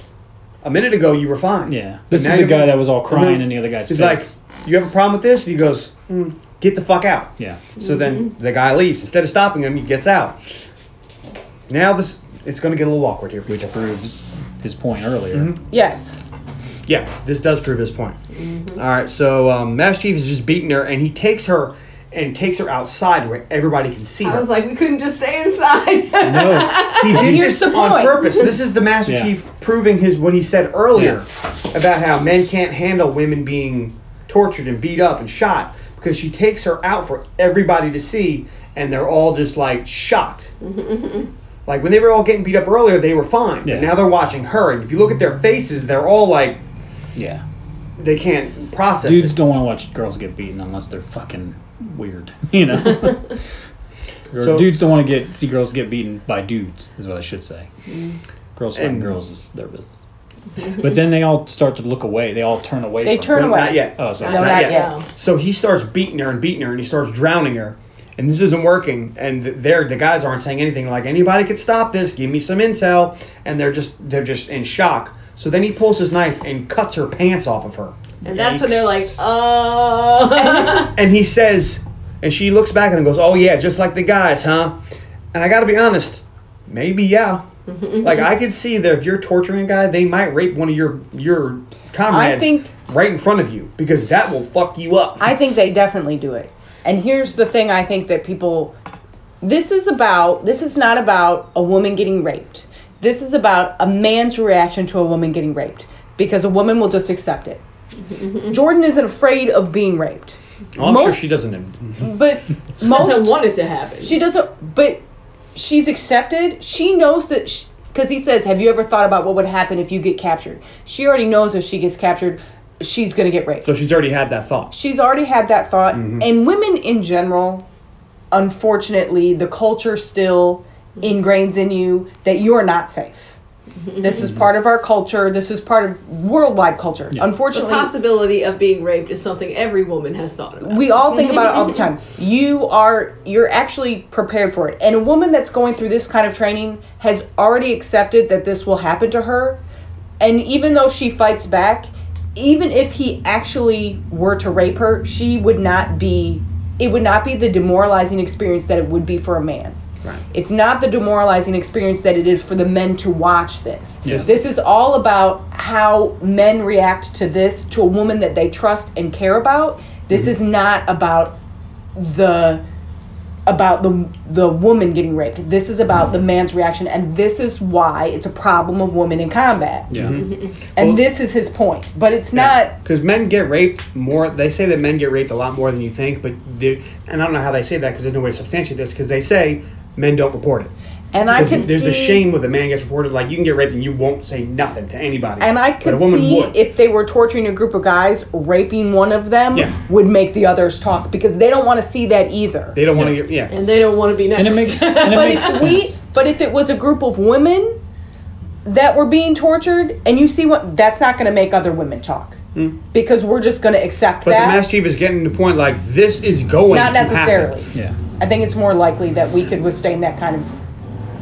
A minute ago, you were fine. Yeah. This And is now the guy you're- that was all crying Mhm. in the other guy's He's face. like, you have a problem with this? And he goes, "Mm, get the fuck out. yeah. So then the guy leaves. Instead of stopping him, he gets out. Now this it's going to get a little awkward here. Which people. proves his point earlier. Mm-hmm. Yes. Yeah, this does prove his point. Mm-hmm. All right, so um, Master Chief is just beating her, and he takes her and takes her outside where everybody can see her. I was like, we couldn't just stay inside. No. he did here's this the on point. purpose. This is the Master Yeah. Chief proving his what he said earlier about how men can't handle women being tortured and beat up and shot because she takes her out for everybody to see, and they're all just like shocked. Like when they were all getting beat up earlier, they were fine. Yeah. But now they're watching her, and if you look at their faces, they're all like Yeah. they can't process Dudes it. don't want to watch girls get beaten unless they're fucking weird, you know. Or So- dudes don't want to get see girls get beaten by dudes is what I should say. Girls fighting Mm. And- girls is their business. but then they all start to look away. They all turn away. They from- turn No, away. Not yet. Oh, sorry. Not, No, yet. not yet. So he starts beating her and beating her, and he starts drowning her. And this isn't working. And th- they're the guys aren't saying anything. Like anybody could stop this. Give me some intel. And they're just they're just in shock. So then he pulls his knife and cuts her pants off of her. And that's when they're like, oh. And he says, and she looks back at him and goes, "Oh yeah, just like the guys, huh?" And I got to be honest, maybe yeah. like I could see that if you're torturing a guy, they might rape one of your your comrades think- right in front of you because that will fuck you up. I think they definitely do it. And here's the thing I think that people this is about this is not about a woman getting raped. This is about a man's reaction to a woman getting raped because a woman will just accept it. Jordan isn't afraid of being raped. Well, I'm most- sure she doesn't. But Most most want it to happen. she doesn't but she's accepted. She knows that cuz he says, "Have you ever thought about what would happen if you get captured?" She already knows if she gets captured, she's going to get raped. So she's already had that thought. she's already had that thought and women in general unfortunately the culture still ingrains in you that you're not safe this is part of our culture this is part of worldwide culture the unfortunately possibility of being raped is something every woman has thought about. we all think about it all the time you are you're actually prepared for it and a woman that's going through this kind of training has already accepted that this will happen to her and even though she fights back even if he actually were to rape her she would not be it would not be the demoralizing experience that it would be for a man Right. it's not the demoralizing experience that it is for the men to watch this. Yes. This is all about how men react to this, to a woman that they trust and care about. This Mm-hmm. is not about the about the the woman getting raped. This is about Mm-hmm. the man's reaction, and this is why it's a problem of women in combat. Yeah. And this is his point, but it's not. because men get raped more. They say that men get raped a lot more than you think, but they- and I don't know how they say that because there's no way to substantiate this because they say men don't report it. And I 'Cause can there's a see- shame with a man gets reported. Like you can get raped and you won't say nothing to anybody. And I But a could woman see would. if they were torturing a group of guys, raping one of them Yeah. would make the others talk because they don't want to see that either. they don't want to get yeah. and they don't want to be next. And it makes and it but if makes we, sense. but if it was a group of women that were being tortured, and you see what, that's not going to make other women talk because we're just going to accept Mm. but that. the master chief is getting to the point like this is going not to happen. necessarily. Yeah. I think it's more likely that we could withstand that kind of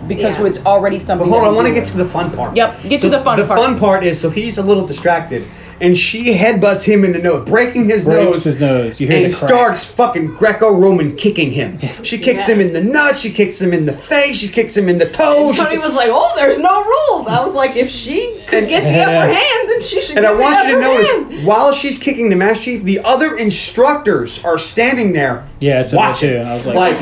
because Yeah. it's already But something. hold that on, I we want to do. get to the fun part. Yep, get to So the fun part. The fun part is so he's a little distracted, and she headbutts him in the nose, breaking his Breaks nose. his nose. You hear and the crack. starts fucking Greco-Roman kicking him. She kicks Yeah. him in the nuts. She kicks him in the face. She kicks him in the toes. she Tony kick- was like, "Oh, there's no rules." I was like, "If she could get the upper hand, then she should." and get I the want you upper to notice, hand. while she's kicking the master chief, the other instructors are standing there. Yeah, I said that watching. too, and I was like, "Oh." like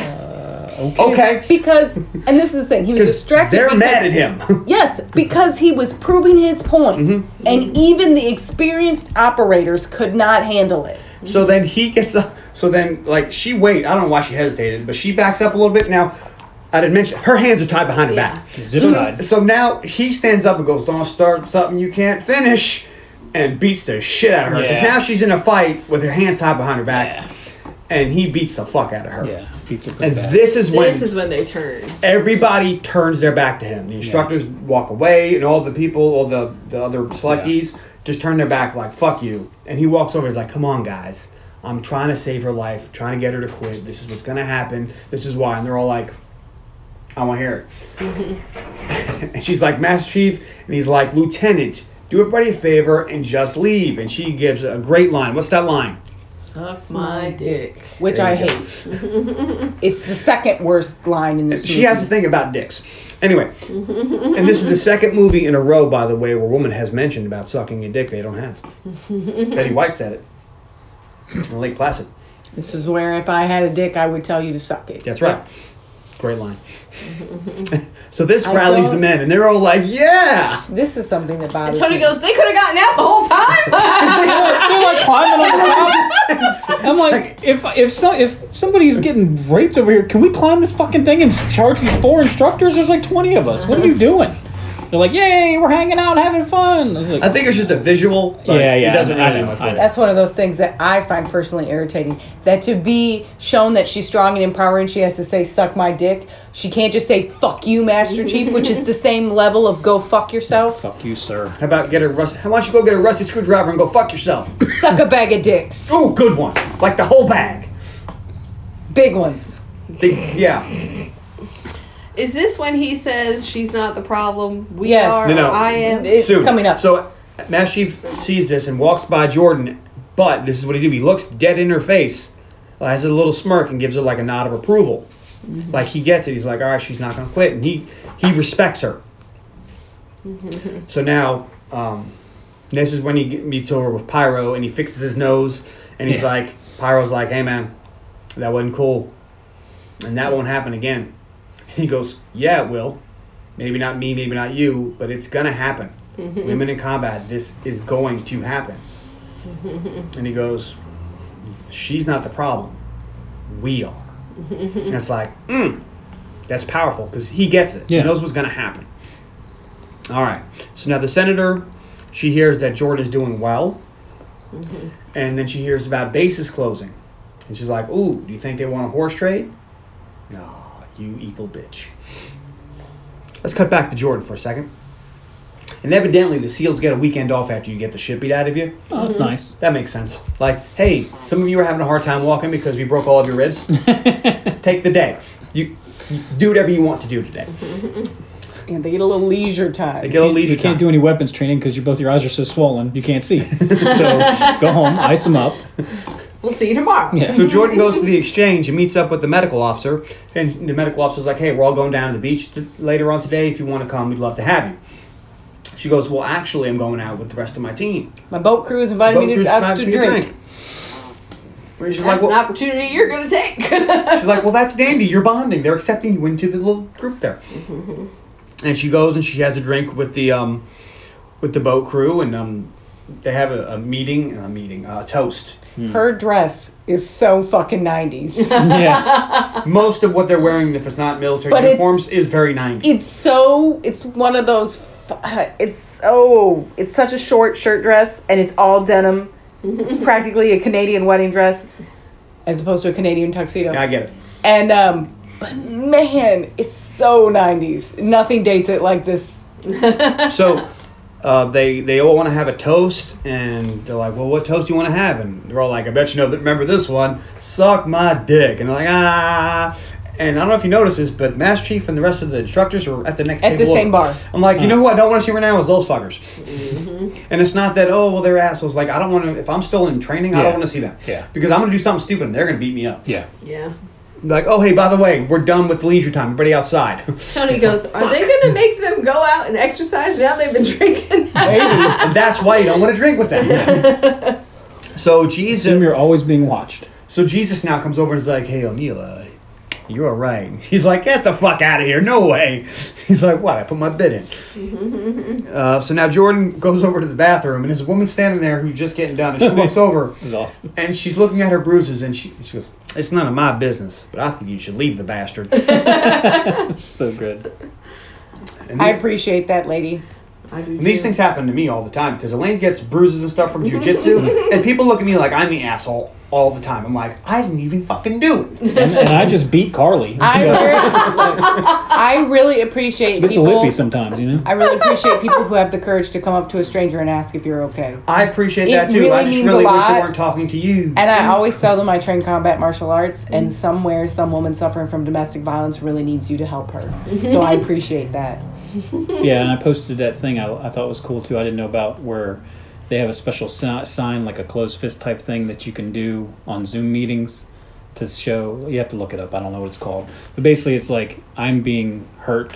okay, because, and this is the thing, he was because distracted. they're because- mad at him. Yes, because he was proving his point, and even the experienced operators could not handle it. So then he gets up. So then, like, she wait. I don't know why she hesitated, but she backs up a little bit. Now, I didn't mention her hands are tied behind her Yeah. back. Zip so, tied. so now he stands up and goes, "Don't start something you can't finish," and beats the shit out of her because Yeah. now she's in a fight with her hands tied behind her back, and he beats the fuck out of her. yeah, beats are pretty And bad. this is when This is when they turn. everybody turns their back to him. The instructors walk away, and all the people, all the, the other selectees, just turn their back like, fuck you. And he walks over, he's like, come on, guys. I'm trying to save her life, trying to get her to quit. This is what's going to happen. This is why. And they're all like, I want to hear it. and she's like, Master Chief. And he's like, Lieutenant, do everybody a favor and just leave. And she gives a great line. What's that line? Suck my dick. which I hate. it's the second worst line in this. She movie. has a thing about dicks. Anyway, and this is the second movie in a row, by the way, where a woman has mentioned about sucking a dick they don't have. Betty White said it. In Lake Placid. This is where if I had a dick, I would tell you to suck it. That's right. Great line. so this rallies the don't- men, and they're all like, "Yeah!" This is something that bothers Tony me. goes, they could have gotten out the whole time. They're like climbing on the top. I'm like, if if so, if somebody's getting raped over here, can we climb this fucking thing and charge these four instructors? There's like 20 of us. What are you doing? They're like, yay, we're hanging out, having fun. I was like, I think it's just a visual. But Yeah, yeah, It doesn't I really do know, much. I for know. me. That's That's one of those things that I find personally irritating. That to be shown that she's strong and empowering, she has to say "suck my dick." She can't just say "fuck you, Master Chief," which is the same level of "go fuck yourself." fuck you, sir. How about get a rust? How about you go get a rusty screwdriver and go fuck yourself? Suck a bag of dicks, Ooh, good one. Like the whole bag. big ones. The- yeah. Is this when he says she's not the problem? We Yes. are. No, no. I am. It's Soon. coming up. So Master Chief sees this and walks by Jordan, but this is what he do. He looks dead in her face, has a little smirk, and gives her like a nod of approval. Mm-hmm. Like he gets it. He's like, all right, she's not gonna quit, and he he respects her. Mm-hmm. so now, um, this is when he get- meets over with Pyro, and he fixes his nose, and he's Yeah. like, Pyro's like, hey man, that wasn't cool, and that won't happen again. And he goes, yeah, it will. Maybe not me, maybe not you, but it's gonna happen. Women in combat, this is going to happen. and he goes, She's not the problem. We are. and it's like, mm, that's powerful because he gets it. Yeah. He knows what's gonna happen. All right. So now the senator, she hears that Jordan is doing well. And then she hears about bases closing. And she's like, Ooh, do you think they want a horse trade? No, you evil bitch. Let's cut back to Jordan for a second. And evidently, the SEALs get a weekend off after you get the shit beat out of you. Oh, that's nice. That makes sense. Like, hey, some of you are having a hard time walking because we broke all of your ribs. Take the day. You, you do whatever you want to do today. And they get a little leisure time. They get a little leisure You can't time. do any weapons training because your both your eyes are so swollen you can't see. so go home, ice them up. We'll see you tomorrow. Yeah. So Jordan goes to the exchange and meets up with the medical officer, and the medical officer's like, "Hey, we're all going down to the beach t- later on today. If you want to come, we'd love to have you." She goes, "Well, actually, I'm going out with the rest of my team." My boat crew's invited Boat me cruise to, out time to for your drink. Where she's like, That's well, an opportunity you're going to take. she's like, well, that's dandy. You're bonding. They're accepting you into the little group there. and she goes and she has a drink with the um, with the boat crew, and um, they have a, a meeting, a meeting, a toast. Her dress is so fucking 90s. Yeah. Most of what they're wearing, if it's not military But it's- uniforms, is very 90s. it's so it's one of those f- it's oh it's such a short shirt dress and it's all denim it's practically a canadian wedding dress as opposed to a canadian tuxedo I get it. and um but man it's so 90s nothing dates it like this so uh, they they all want to have a toast, and they're like, "Well, what toast do you want to have?" And they're all like, "I bet you know that. Remember this one? Suck my dick." And they're like, "Ah." And I don't know if you noticed this, but Master Chief and the rest of the instructors are at the next At the table same over. bar. I'm like, you know who I don't want to see right now is those fuckers. And it's not that oh well they're assholes. Like I don't want to. If I'm still in training, I Yeah. don't want to see them. Yeah. Because I'm gonna do something stupid and they're gonna beat me up. Yeah. yeah. Like oh hey by the way we're done with the leisure time. Everybody outside. Tony goes, Are they going to make them go out and exercise now they've been drinking? Maybe. And that's why you don't want to drink with them. so Assume Jesus, you're always being watched. so Jesus now comes over and is like, "Hey, O'Neill, uh, you're all right." He's like, "Get the fuck out of here! No way!" He's like, "What? I put my bid in." uh, so now Jordan goes over to the bathroom, and there's a woman standing there who's just getting done, and she walks over, This is awesome. and she's looking at her bruises, and she, she goes, "It's none of my business, but I think you should leave the bastard." And So good. these- i appreciate that lady I do And these things happen to me all the time because Elaine gets bruises and stuff from jujitsu, and people look at me like I'm the asshole all the time. I'm like, I didn't even fucking do it. And, and I just beat Carly. i, So re- I really appreciate it's a people lippy sometimes, you know? i really appreciate people who have the courage to come up to a stranger and ask if you're okay I appreciate It that too. I really just means a really wish they lot. weren't talking to you. And I always tell them I train combat martial arts, Mm-hmm. and somewhere some woman suffering from domestic violence really needs you to help her. So I appreciate that. Yeah, and I posted that thing I, I thought was cool too. I didn't know about where they have a special si- sign, like a closed fist type thing that you can do on Zoom meetings to show. You have to look it up. I don't know what it's called, but basically, it's like I'm being hurt,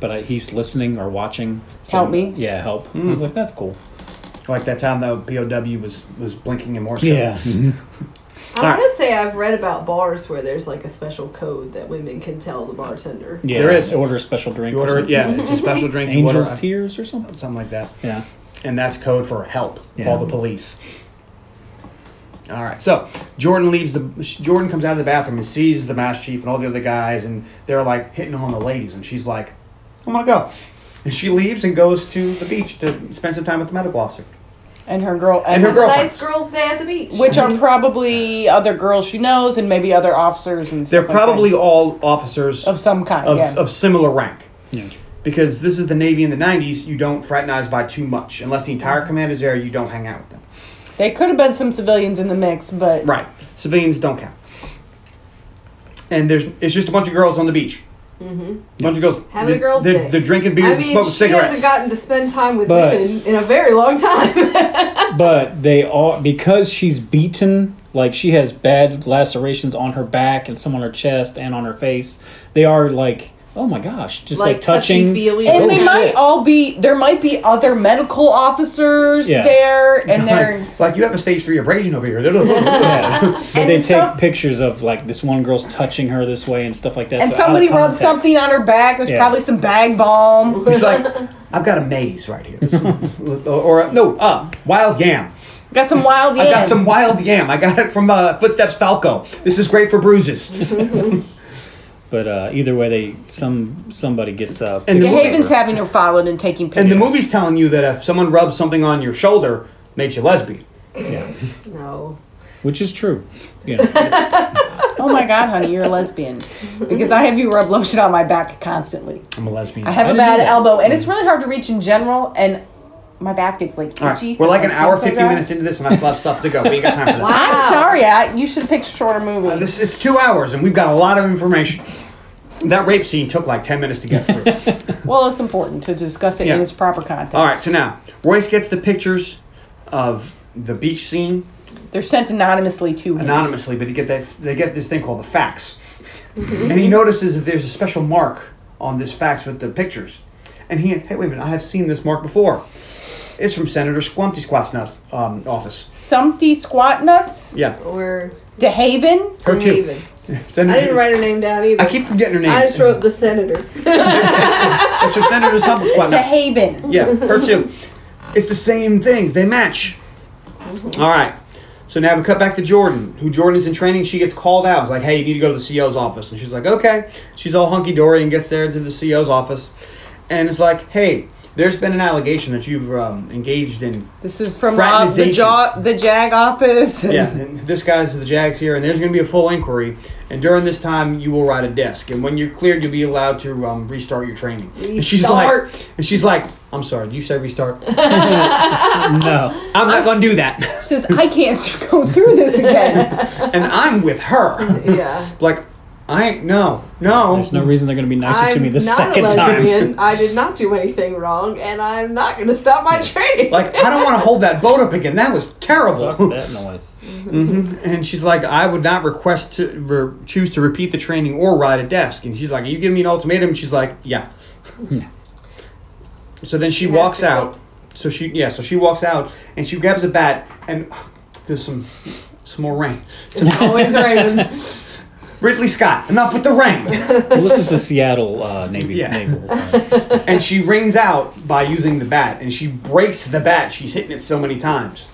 but I, he's listening or watching. So- Help me. Yeah, help. Hmm. I was like, that's cool. Mm-hmm. like that time that POW was was blinking in Morse. code. I All want right. to say I've read about bars where there's like a special code that women can tell the bartender. Yeah, There is. order a special drink. You or order it, something. yeah. It's a special drink. You Angel's order, tears or something. something like that. Yeah. and that's code for help. Yeah. Call the police. All right. So Jordan leaves the Jordan comes out of the bathroom and sees the mass chief and all the other guys, and they're like hitting on the ladies, and she's like, "I'm gonna go," and she leaves and goes to the beach to spend some time with the medical officer. And her girl And her Have mm-hmm. girl- a nice girlfriends. girls' day at the beach. which are probably other girls she knows, and maybe other officers and. They're stuff like that. probably all officers of some kind. of, yeah. of similar rank. Yeah. Because this is the Navy in the 90s, you don't fraternize by too much. Unless the entire command is there, you don't hang out with them. they could have been some civilians in the mix, but Right. Civilians don't count. And there's it's just a bunch of girls on the beach. Mm-hmm. Bunch of girls. Having they're, a girls' they're, day. they're drinking beers I and mean, smoking she cigarettes. hasn't gotten to spend time with But- women in a very long time. But they all because she's beaten, like she has bad lacerations on her back and some on her chest and on her face. They are like, oh my gosh, just like, Like touching. touchy-feely. and Oh, they shit. might all be. There might be other medical officers Yeah. there, and they're like you have a stage three abrasion over here. and Yeah. But they And take some- pictures of like this one girl's touching her this way and stuff like that. and so out of somebody rubbed context- something on her back. It was Yeah. probably some bag balm. He's like, I've got a maze right here. This- or, or- no, uh, wild yam. Got some wild. I got yams. some wild yam. I got it from uh, Footsteps Falco. This is great for bruises. But uh, either way, they some somebody gets uh, And Yeah, the movie- Haven's having her followed and taking pictures. and the movie's telling you that if someone rubs something on your shoulder, makes you lesbian. no. which is true. You know. oh my god, honey, you're a lesbian because I have you rub lotion on my back constantly. I'm a lesbian. I have I a didn't bad know that. elbow, and it's really hard to reach in general. And my back gets like All itchy. right, we're like an hour, fifty 15 minutes into this, and I still have stuff to go. We ain't got time for that. I'm sorry, I, you should have picked a shorter movie. Uh, This it's two hours, and we've got a lot of information. That rape scene took like ten minutes to get through. well, it's important to discuss it Yeah. in its proper context. All right, so now Royce gets the pictures of the beach scene They're sent anonymously to him. anonymously, but they get that they get this thing called the fax, Mm-hmm. and he notices that there's a special mark on this fax with the pictures, and he hey wait a minute I have seen this mark before. It's from Senator Squumpty Squat's nut, um, office. Sumpty Squat Nuts, Yeah, Or DeHaven. her too. Haven. I Senator- didn't write her name down either. I keep forgetting her name. I just wrote the senator. It's from Senator Something Squat. Nuts. DeHaven. Yeah, her too. It's the same thing. They match. All right. So now we cut back to Jordan, who Jordan is in training. She gets called out. It's like, hey, you need to go to the CO's office. And she's like, okay. She's all hunky dory and gets there to the CO's office. And it's like, hey, there's been an allegation that you've um, engaged in. This is from uh, the, Fraternization. jaw, the JAG office. Yeah, and this guy's the Jags here, and there's going to be a full inquiry. And during this time, you will write a desk. And when you're cleared, you'll be allowed to um, restart your training. And she's like, Restart. and she's like, I'm sorry, did you say restart? no, I'm not going to do that. She says, I can't go through this again. and I'm with her. Yeah. Like, I ain't, no, no. there's no reason they're going to be nicer to me the not second a time. lesbian. I did not do anything wrong, and I'm not going to stop my training. Like, I don't want to hold that boat up again. That was Fuck terrible. that noise. and she's like, I would not request to re- choose to repeat the training or ride a desk. And she's like, Are you giving me an ultimatum? And she's like, Yeah. Hmm. so then she, has walks to out. quit. So she, yeah, so she walks out and she grabs a bat and there's some, some more rain. Always Raven. Ridley Scott, enough with the rain. Well, this is the Seattle uh, Navy. Yeah. Naval, uh, and she rings out by using the bat, and she breaks the bat. She's hitting it so many times,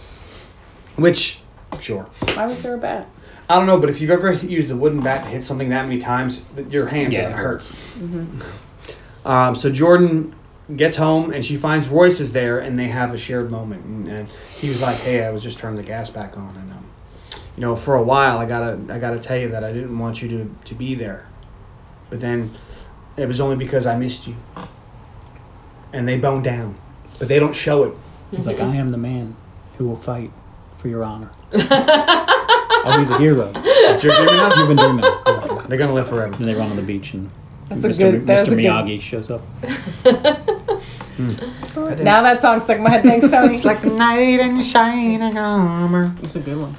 which sure Why was there a bat? I don't know, but if you've ever used a wooden bat to hit something that many times, your hands Yeah, are gonna it hurt. Um, so Jordan gets home, and she finds Royce is there, and they have a shared moment. And, and he was like, "Hey, I was just turning the gas back on, and um, you know, for a while, I gotta, I gotta tell you that I didn't want you to, to be there, but then it was only because I missed you." And they bone down, but they don't show it. He's like, I am the man who will fight for your honor. I'll be the hero. But you're dreaming of You've been dreaming. it. They're gonna live forever. Then they run on the beach and That's a Mr. good- Mi- that was a Mr. good- Miyagi shows up. Now that song stuck in my head. Thanks, Tony. Like the knight in shining armor. It's a good one.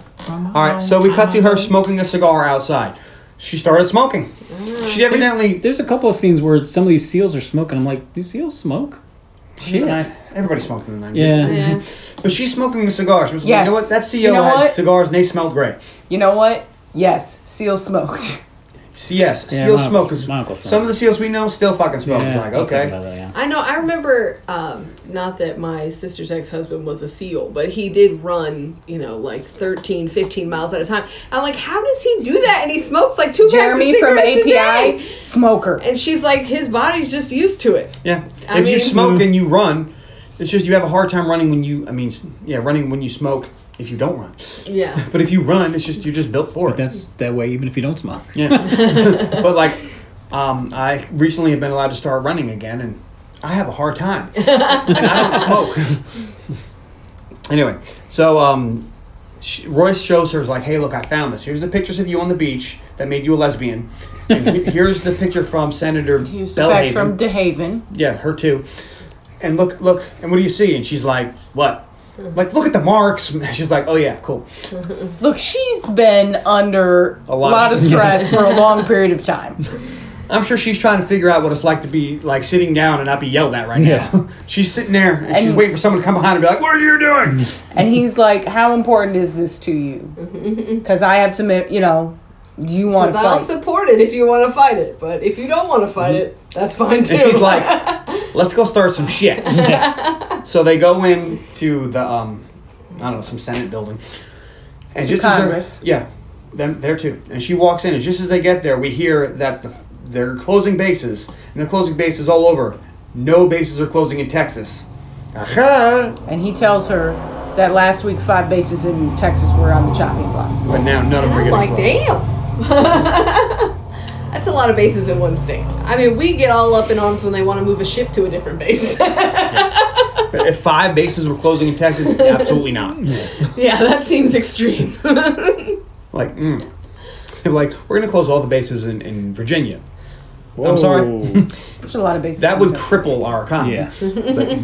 All right, so we cut to Oh, her smoking a cigar outside. She started smoking. Mm. She There's, evidently. there's a couple of scenes where some of these seals are smoking. I'm like, do seals smoke? Shit. I, Everybody smoked in the 90s. Yeah. Yeah. But she's smoking a cigar. She was like, Yes. you know what? That CEO You know had what? cigars and they smelled great. You know what? Yes, Seal smoked. Yes, Yeah, seal my uncle- E smokers. my uncle smoked. Some of the seals we know still fucking smoke. It's like, I was thinking okay. about that, yeah. I know. I remember. Um, not that my sister's ex-husband was a SEAL, but he did run. You know, like 13, 15 miles at a time. I'm like, how does he do that? And he smokes like two Jeremy packs of from cigarettes a day. API, smoker. And she's like, his body's just used to it. Yeah. I if mean- you smoke and you run, it's just you have a hard time running when you, I mean, s- yeah, running when you smoke if you don't run. Yeah. But if you run, it's just, you're just built for it. That's that way, even if you don't smoke. Yeah. but like, um, I recently have been allowed to start running again, and I have a hard time, and I don't smoke. anyway, so um, sh Royce shows her is like, "Hey, look, I found this. Here's the pictures of you on the beach that made you a lesbian." And he- here's the picture from Senator Here's the fact Bellhaven. from DeHaven. yeah, her too. And look, look, and what do you see? And she's like, "What?" Uh-huh. Like, look at the marks. She's like, "Oh yeah, cool." Look, she's been under a lot lot, of- of stress for a long period of time. I'm sure she's trying to figure out what it's like to be like sitting down and not be yelled at right Yeah. now. she's sitting there and, she's And- waiting for someone to come behind and be like, "What are you doing?" And he's like, "How important is this to you? Because I have some, uh, you know, do you want to I'll fight?" support it if you want to fight it, but if you don't want to fight it, that's fine too. Mm-hmm. and she's like, "Let's go start some shit." so they go in to the um, I don't know, some Senate building, and just Congress. as they're, yeah, them there too. And she walks in, and just as they get there, we hear that the, they're closing bases, and they're closing bases all over. No bases are closing in Texas. Aha! and he tells her that last week five bases in Texas were on the chopping block. But now none of them are I'm like, getting closed. damn. That's a lot of bases in one state. I mean, we get all up in arms when they want to move a ship to a different base. But if five bases were closing in Texas, absolutely not. yeah, that seems extreme. Like, mm. They're like, we're going to close all the bases in, in Virginia. I'm sorry. Whoa. There's a lot of bases. That in would Texas. cripple our economy. Yeah. But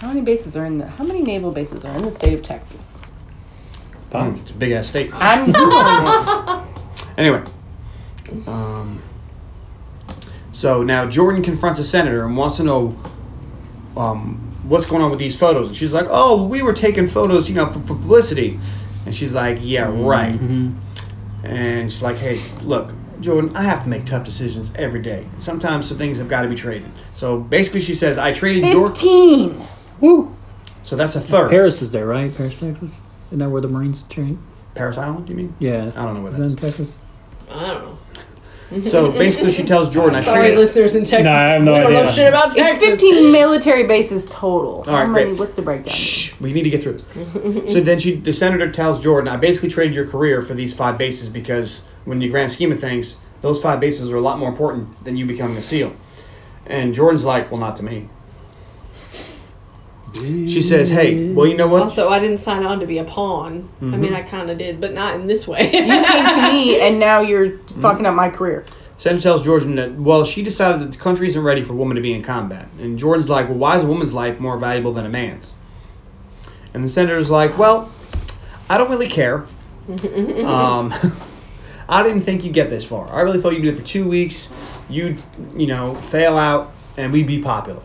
How many bases are in the? How many naval bases are in the state of Texas? mm, it's a big ass state. I'm Googling it. Anyway. Um, so now Jordan confronts a senator and wants to know um, what's going on with these photos. And she's like, oh, we were taking photos, you know, for, for publicity. And she's like, yeah, right. And she's like, hey, look, Jordan, I have to make tough decisions every day. Sometimes some things have got to be traded. So basically, she says, I traded your. Fifteen. Woo. So that's a third. Paris is there, right? Paris, Texas. Isn't that where the Marines train? Paris Island, you mean? Yeah. I don't know what Is that that is. in Texas? I don't know. So basically, she tells Jordan, I Sorry, traded. listeners in Texas. No, I have no we don't know idea. shit about It's Texas. 15 military bases total. All right, How many? great. What's the breakdown? Shh, we need to get through this. so then she, the senator tells Jordan, I basically traded your career for these five bases because, when the grand scheme of things, those five bases are a lot more important than you becoming a SEAL. And Jordan's like, well, not to me. She says, hey, well, you know what? Also, I didn't sign on to be a pawn. I Mm-hmm. mean, I kind of did, but not in this way. You came to me, and now you're fucking up my career. Senator tells Jordan that, well, she decided that the country isn't ready for women to be in combat. And Jordan's like, well, why is a woman's life more valuable than a man's? And the senator's like, well, I don't really care. um, I didn't think you'd get this far. I really thought you'd do it for two weeks. You'd, you know, fail out, and we'd be popular.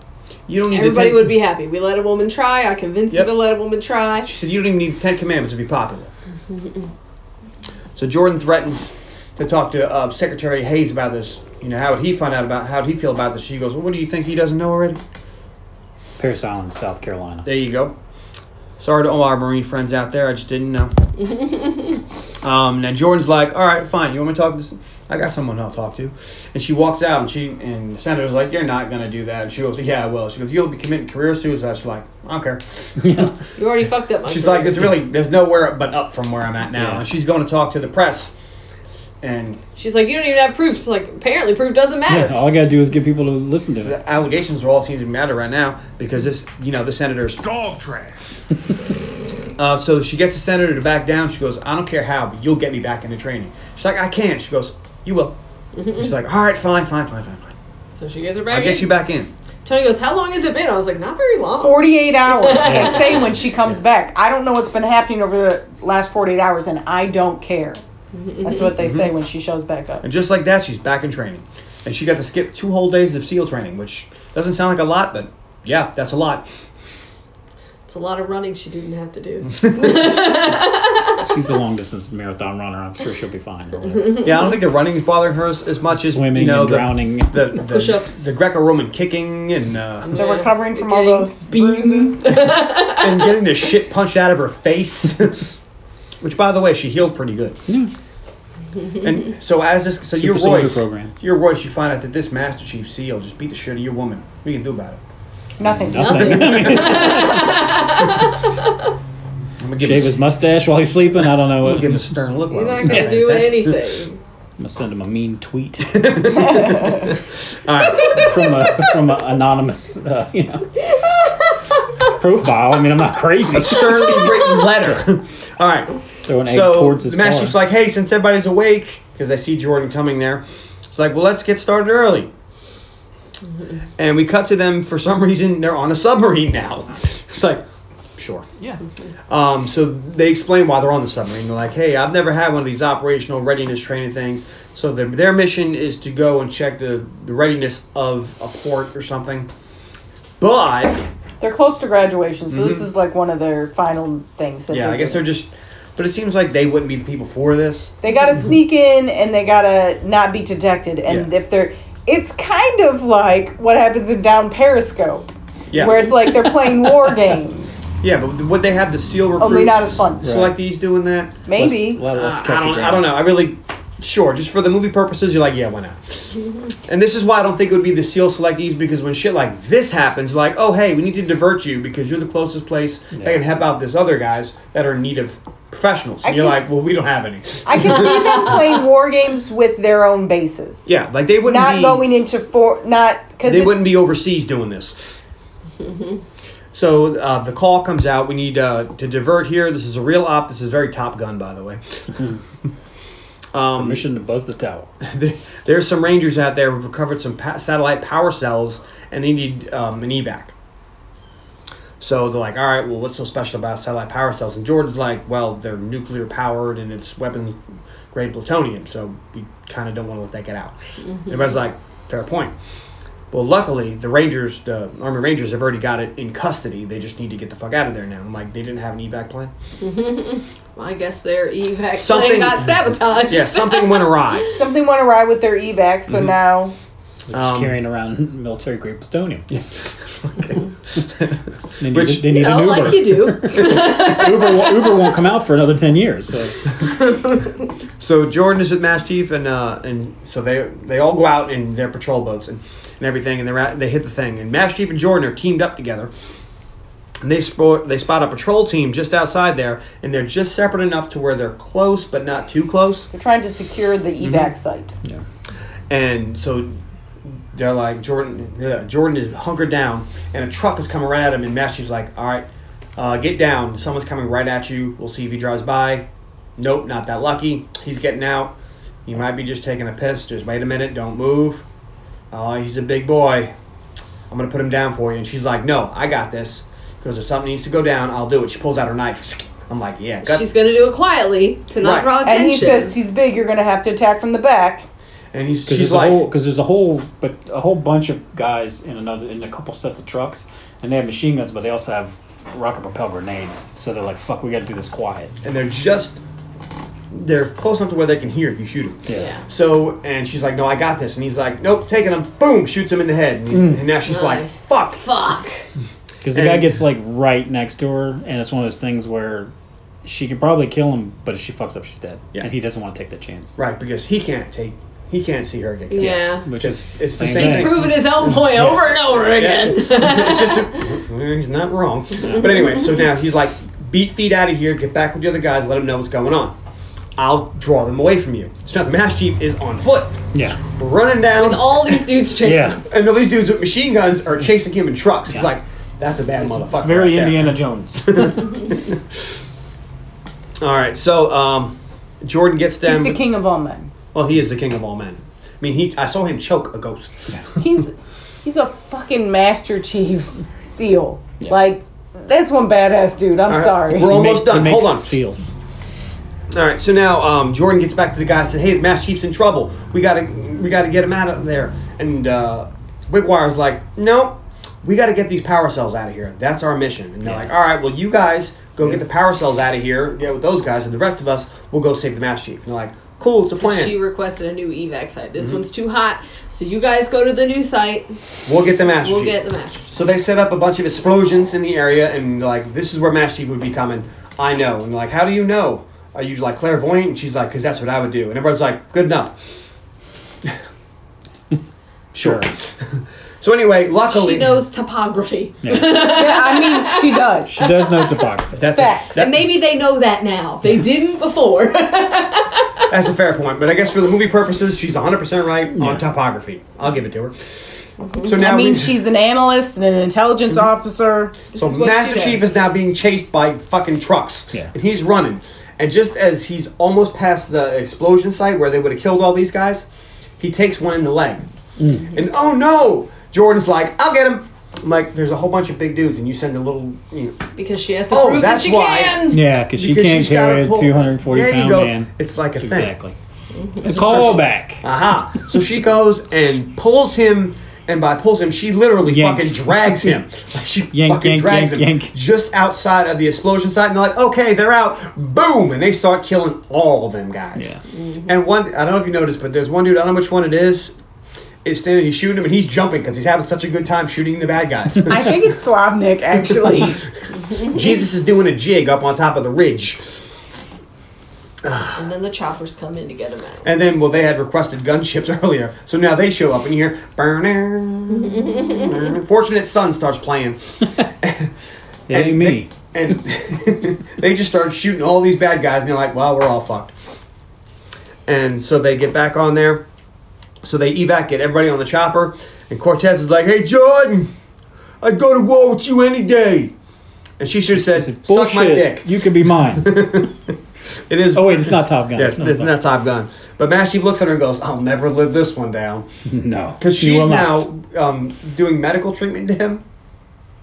You don't need Everybody the ten- would be happy. We let a woman try. I convinced Yep. them to let a woman try. She said, you don't even need the Ten Commandments to be popular. so Jordan threatens to talk to uh, Secretary Hayes about this. You know, how would he find out about, how would he feel about this? She goes, well, what do you think he doesn't know already? Paris Island, South Carolina. There you go. Sorry to all our Marine friends out there. I just didn't know. um, now Jordan's like, all right, fine. You want me to talk to? This? I got someone I'll talk to. And she walks out, and she and the senator's like, you're not gonna do that. And she goes, yeah, well. She goes, you'll be committing career suicide. She's like, I don't care. You already fucked up my She's career. like, there's really there's nowhere but up from where I'm at now. Yeah. And she's going to talk to the press. And She's like, you don't even have proof. She's like, apparently proof doesn't matter. All I gotta do is get people to listen to it. the allegations are all seem to matter right now because this, you know, the senator's dog trash. uh, so she gets the senator to back down. She goes, I don't care how, but you'll get me back into training. She's like, I can't. She goes, You will. She's like, All right, fine, fine, fine, fine, fine. So she gets her back. I'll get in. you back in. Tony goes, how long has it been? I was like, not very long. 48 hours, they say when she comes back. I don't know what's been happening over the last 48 hours, and I don't care. That's what they Mm-hmm. say when she shows back up. And just like that, she's back in training. And she got to skip two whole days of SEAL training, which doesn't sound like a lot, but Yeah, that's a lot. It's a lot of running she didn't have to do. She's a long distance marathon runner. I'm sure she'll be fine. Yeah, I don't think the running's bothering her as, as much as Swimming you know, and the- drowning. the, the, Push-ups. the Greco-Roman kicking, and uh, They're Yeah. recovering from all Getting those bruises. and getting the shit punched out of her face. Which, by the way, she healed pretty good. And so, as this, so Super your soldier Royce, program. your Royce, you find out that this Master Chief seal just beat the shit out of your woman. What you can do about it? Nothing. Nothing. I'm gonna give Shave him, his mustache while he's sleeping. I don't know I'm gonna what. give him I'm a stern look. You're while not he's gonna paying do attention. anything. gonna send him a mean tweet All right, from a from an anonymous, uh, you know, profile. I mean, I'm not crazy. a sternly written letter. All right. Throw an egg so towards his the master car. chief's like, "Hey, since everybody's awake, because I see Jordan coming there, it's like, well, let's get started early." And we cut to them. For some reason, they're on a submarine now. It's like, sure. yeah. Um, so they explain why they're on the submarine. They're like, "Hey, I've never had one of these operational readiness training things." So their their mission is to go and check the, the readiness of a port or something. But They're close to graduation, so this is like one of their final things. that Mm-hmm. yeah, they I guess do. they're just. But it seems like they wouldn't be the people for this. they gotta sneak in and they gotta not be detected. And Mm-hmm. Yeah. if they're, it's kind of like what happens in Down Periscope, Yeah. where it's like they're playing war games. Yeah, but would they have the seal recruit? Only Oh, not as fun. Selectees doing that? Maybe. Let us Uh, I, don't, I don't know. I really, sure, just for the movie purposes, you're like, yeah, why not? and this is why I don't think it would be the seal selectees because when shit like this happens, like, oh hey, we need to divert you because you're the closest place that can help out this other guys that are in need of professionals. And I you're can like, s- well, we don't have any. I can see them playing war games with their own bases. yeah, like they wouldn't Not be, going into for not because they wouldn't be overseas doing this. So uh, the call comes out. We need uh, to divert here. This is a real op. This is very Top Gun, by the way. um, Mission to buzz the tower. th- there's some rangers out there who've recovered some pa- satellite power cells, and they need um, an evac. So they're like, all right, well, what's so special about satellite power cells? And Jordan's like, well, they're nuclear powered and it's weapons grade plutonium, so we kind of don't want to let that get out. Everybody's like, fair point. Well, luckily, the Rangers, the Army Rangers, have already got it in custody. They just need to get the fuck out of there now. I'm like, they didn't have an evac plan? Well, I guess their evac Something- plane got sabotaged. Yeah, something went awry. something want to ride with their evac, so now They're just Um, carrying around military grade plutonium. Yeah. They need, Which- they need You know, an Uber. like you do. Uber, won't, Uber won't come out for another ten years. So So Jordan is with Mass Chief, and uh, and so they they all go out in their patrol boats and, and everything, and they're at, they hit the thing. And Mass Chief and Jordan are teamed up together, and they spot they spot a patrol team just outside there, and they're just separate enough to where they're close but not too close. they're trying to secure the evac Mm-hmm. site. yeah. And so they're like Jordan yeah, Jordan is hunkered down, and a truck is coming right at him, and Mass Chief's like, all right, uh, get down, someone's coming right at you. We'll see if he drives by. Nope, not that lucky. He's getting out. You might be just taking a piss. Just wait a minute. Don't move. Oh, he's a big boy. I'm gonna put him down for you. And she's like, No, I got this. Because if something needs to go down, I'll do it. She pulls out her knife. I'm like, Yeah. Gut. She's gonna do it quietly to not Right. draw attention. And he says he's big. You're gonna have to attack from the back. and he's Because she's there's like, a whole because there's a whole but a whole bunch of guys in another in a couple sets of trucks, and they have machine guns, but they also have rocket propelled grenades. So they're like, "Fuck, we got to do this quiet." and they're just they're close enough to where they can hear if you shoot him. Yeah. So and she's like, "No, I got this," and he's like, "Nope, taking him." Boom, shoots him in the head, and, he- Mm. and now she's like, Right. "Fuck." Fuck. Because the guy And- gets like right next to her, and it's one of those things where she could probably kill him, but if she fucks up, she's dead. Yeah. And he doesn't want to take that chance. Right, because he can't take, he can't see her get killed. Yeah. Which It's- is it's the same same thing. thing. Proving his own point over and over Yeah. again. it's just a, he's not wrong. But anyway, so now he's like, beat feet out of here, get back with the other guys, let them know what's going on. I'll draw them away from you. So now the mass chief is on foot, Yeah. running down. With all these dudes chasing. Yeah. him. and all these dudes with machine guns are chasing him in trucks. It's Yeah. like, that's a bad It's motherfucker. very right there. Indiana Jones. All right, so um, Jordan gets He's them. the king of all men. Well, he is the king of all men. I mean, he. I saw him choke a ghost. He's he's a fucking master chief seal. Yeah. Like that's one badass dude. I'm right. sorry. We're all- He Almost make- done. he makes Hold on. Seals. All right, so now um, Jordan gets back to the guy and says, "Hey, the Mass Chief's in trouble. We gotta, we gotta get him out of there." And uh, Wigwire's like, "Nope, we got to get these power cells out of here. That's our mission. And they're like, all right, well, you guys go get the power cells out of here, get with those guys, and the rest of us will go save the Mass Chief. And they're like, cool, it's a plan. She requested a new evac site. This one's too hot, so you guys go to the new site. we'll get the Mass We'll Chief. get the match. So they set up a bunch of explosions in the area, and they're like, "This is where Mass Chief would be coming." I know, and they're like, "How do you know? Are you like clairvoyant?" And she's like, "Cause that's what I would do." And everyone's like, "Good enough." sure. so anyway, luckily, She knows topography, Yeah, I mean, she does. She does know topography. that's facts. A, and maybe they know that now. They didn't before. that- that's a fair point, but I guess for the movie purposes, she's 100 percent right on topography. I'll give it to her. So now I mean, we- Mm-hmm. she's an analyst and an intelligence officer. So is what Master she Chief does. is now being chased by fucking trucks. Yeah. And he's running. And just as he's almost past the explosion site where they would have killed all these guys, he takes one in the leg. Mm. And oh no! Jordan's like, I'll get him. I'm like, there's a whole bunch of big dudes, and you send a little, you know, because she has to Oh, prove that's that she why. can. Yeah, because she because can't she's gotta carry a pull- 240 There pound you go. man. It's like a thing. Exactly. It's a callback. Aha. So she goes and pulls him, and by pulls him, she literally Yanks. fucking drags him. Like she Yank, fucking yank, drags yank, him yank. just outside of the explosion site, and they're like, okay, they're out. Boom! And they start killing all of them guys. Yeah. And one, I don't know if you noticed, but there's one dude, I don't know which one it is, is standing, he's shooting him, and he's jumping because he's having such a good time shooting the bad guys. I think it's Slavnik, actually. Jesus is doing a jig up on top of the ridge. And then the choppers come in to get him out. And then, well, they had requested gunships earlier, so now they show up and you hear burner. Fortunate Son starts playing, It ain't me. They, and they just start shooting all these bad guys, and you're like, "Wow, we're all fucked." And so they get back on there, so they evac get everybody on the chopper, and Cortez is like, "Hey, Jordan, I'd go to war with you any day." And she should have said, "Suck Bullshit. my dick." You could be mine. It is. Oh wait, it's not Top Gun. Yes, not it's Top- not Top Gun. But Mash, she looks at her and goes, "I'll never live this one down." No, Because She she's will not. now um, doing medical treatment to him.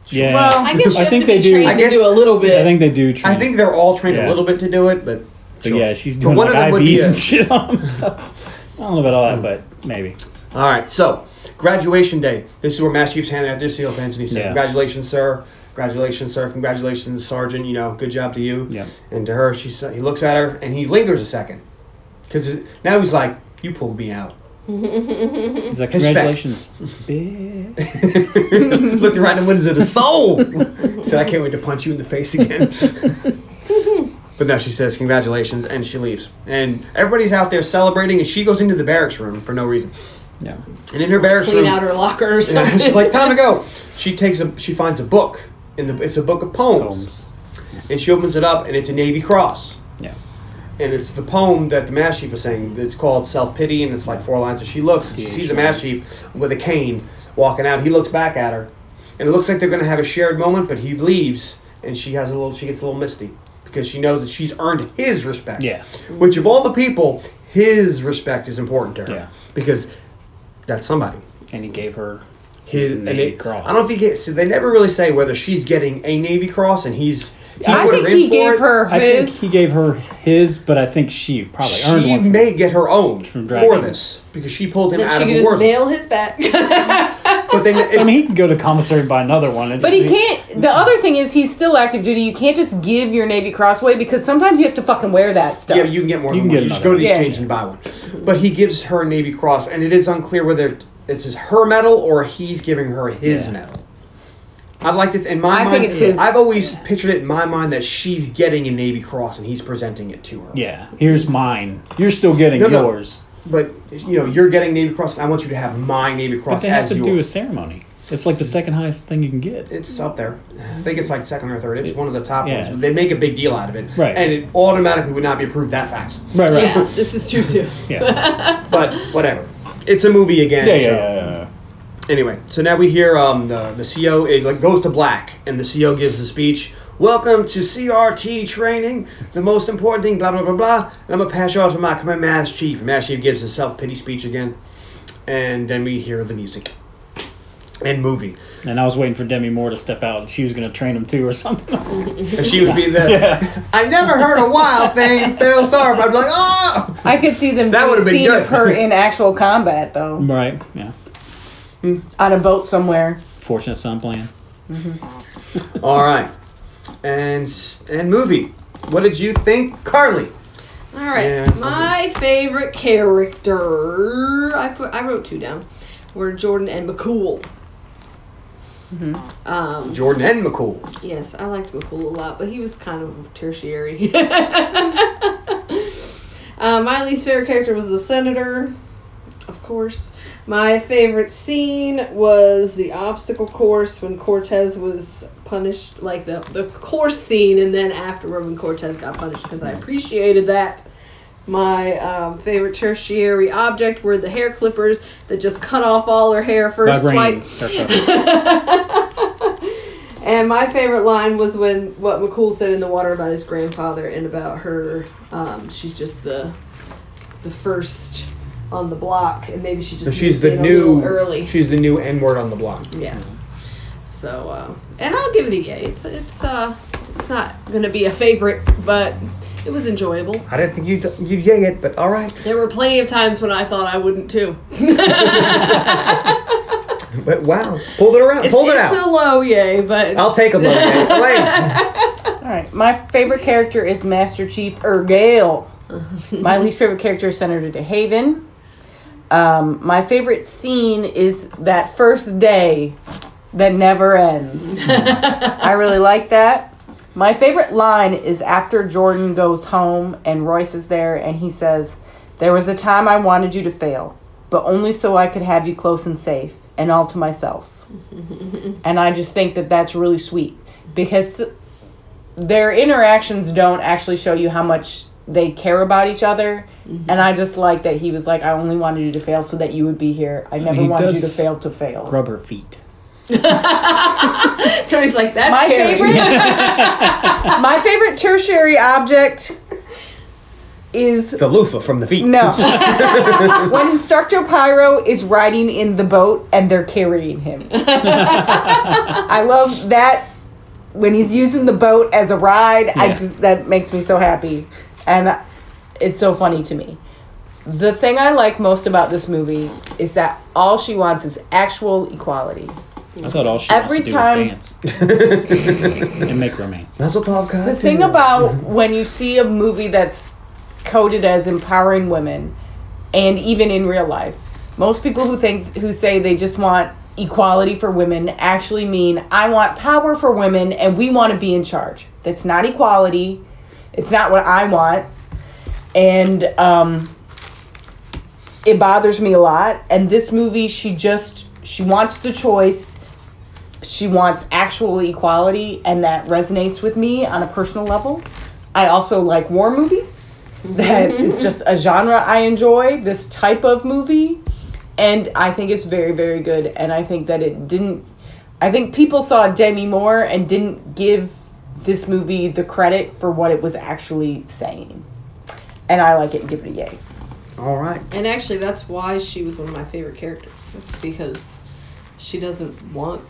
Yeah. Well, I guess you I have think to they be do. trained I to guess- do a little bit. I think they do. Treat I think they're all trained a Yeah. little bit to do it, but, But sure. yeah, she's But doing one like of them would be IVs a- and shit on 'em and stuff. I don't know about all that, but maybe. All right, so graduation day. This is where Mass Chief's handing out their seal pins, and he said, Yeah. "Congratulations, sir. Congratulations, sir. Congratulations, Sergeant. You know, good job to you." Yeah. And to her, she sa- he looks at her and he lingers a second because now he's like, "You pulled me out." He's like, His spec. congratulations, bitch. Looked right in the windows of the soul. said, "I can't wait to punch you in the face again." but no, she says, "Congratulations," and she leaves. And everybody's out there celebrating, and she goes into the barracks room for no reason. Yeah. And in her barracks Clean room, out her locker or Yeah, something. she's like, time to go. She takes a she finds a book in the it's a book of poems, Poems. and she opens it up and it's a navy cross Yeah. and it's the poem that the Mass Chief was saying. It's called Self Pity, and it's like four lines. And she looks, and she sees the Mass Chief with a cane walking out. He looks back at her, and it looks like they're going to have a shared moment. But he leaves, and she has a little. She gets a little misty because she knows that she's earned his respect. Yeah. Which of all the people, his respect is important to her. Yeah. Because that's somebody. And he gave her His, his and Navy it- Cross. I don't know if he gets. So they never really say whether she's getting a Navy Cross, and he's. He I put think her in he for gave it. her I think his. he gave her his, but I think she probably earned she one. may get her own Dragon. for this because she pulled him Then out she of can a just war. zone. mail his back. But then it's, I mean, he can go to commissary and buy another one. It's But just- he can't. The other thing is, he's still active duty. You can't just give your Navy Crossway because sometimes you have to fucking wear that stuff. yeah, but you can get more. You than can one. get you just another go to the one. Yeah. exchange and buy one. But he gives her a Navy Cross, and it is unclear whether it's his her medal or he's giving her his Yeah. medal. I'd like to in my I think mind. it's his. I've always pictured it in my mind that she's getting a Navy Cross and he's presenting it to her. Yeah. Here's mine. You're still getting No, no. yours. But you know, you're getting Navy Cross, and I want you to have my Navy But Cross they have as to do a yours. ceremony. It's like the second highest thing you can get. It's up there. I think it's like second or third. It's one of the top Yeah, ones. it's- They make a big deal out of it, Right. And it automatically would not be approved that fast. Right, right. yeah, Yeah. this is too soon. Yeah, But whatever. It's a movie again. yeah, yeah. so- yeah, yeah. Anyway, so now we hear um, the the CO it like goes to black, and the CO gives the speech. Welcome to CRT training. The most important thing, blah blah blah blah. And I'm gonna pass you off to my command mass chief. And Mass chief gives his self pity speech again, and then we hear the music and movie. And I was waiting for Demi Moore to step out. and She was going to train him too or something. And she would be the I never heard a wild thing. Feel sorry, but I'd be like, oh, I could see them. That doing would've a been scene good. of her in actual combat, though. right. Yeah. on a boat somewhere. Fortunate son playing. All right. And s- and movie. What did you think, Carly? All right, Yeah, my favorite character. I put. I wrote two down. Were Jordan and McCool. Um, Jordan and McCool. Yes, I liked McCool a lot, but he was kind of tertiary. uh, my least favorite character was the senator, of course. My favorite scene was the obstacle course when Cortez was punished, like the, the course scene, and then afterward when Cortez got punished, because I appreciated that. My um, favorite tertiary object were the hair clippers that just cut off all her hair first Vibranium. swipe. That's right. And my favorite line was when what McCool said in the water about his grandfather and about her. Um, she's just the the first on the block, and maybe she just moved She's the in a new. little early. She's the new N word on the block. Yeah. So, uh, and I'll give it a yay. It's it's uh it's not gonna be a favorite, but it was enjoyable. I didn't think you'd you'd yay it, but all right. There were plenty of times when I thought I wouldn't too. But wow, pulled it around, It's, pulled it it's out. a low yay, but I'll take a look. at it. Blame. All right. My favorite character is Master Chief Ergale. my least favorite character is Senator DeHaven. Um, my favorite scene is that first day that never ends. I really like that. My favorite line is after Jordan goes home and Royce is there and he says, There was a time I wanted you to fail, but only so I could have you close and safe and all to myself. and I just think that that's really sweet because their interactions don't actually show you how much they care about each other. And I just like that he was like, I only wanted you to fail so that you would be here. I never he wanted you to does fail to fail. Rub her feet. Tony's like that's my Carrie." favorite my favorite tertiary object is The loofah from the feet. no when instructor pyro is riding in the boat and they're carrying him i love that when he's using the boat as a ride i Yeah. just that makes me so happy and it's so funny to me the thing i like most about this movie is that all she wants is actual equality I thought all she Every wants to time- do is dance and make romance. The thing about when you see a movie that's coded as empowering women and even in real life most people who think who say they just want equality for women actually mean i want power for women and we want to be in charge that's not equality it's not what i want and um it bothers me a lot and this movie she just she wants the choice she wants actual equality and that resonates with me on a personal level i also like war movies that it's just a genre i enjoy this type of movie and i think it's very very good and i think that it didn't i think people saw demi moore and didn't give this movie the credit for what it was actually saying and i like it and give it a yay All right. And actually, that's why she was one of my favorite characters because she doesn't want,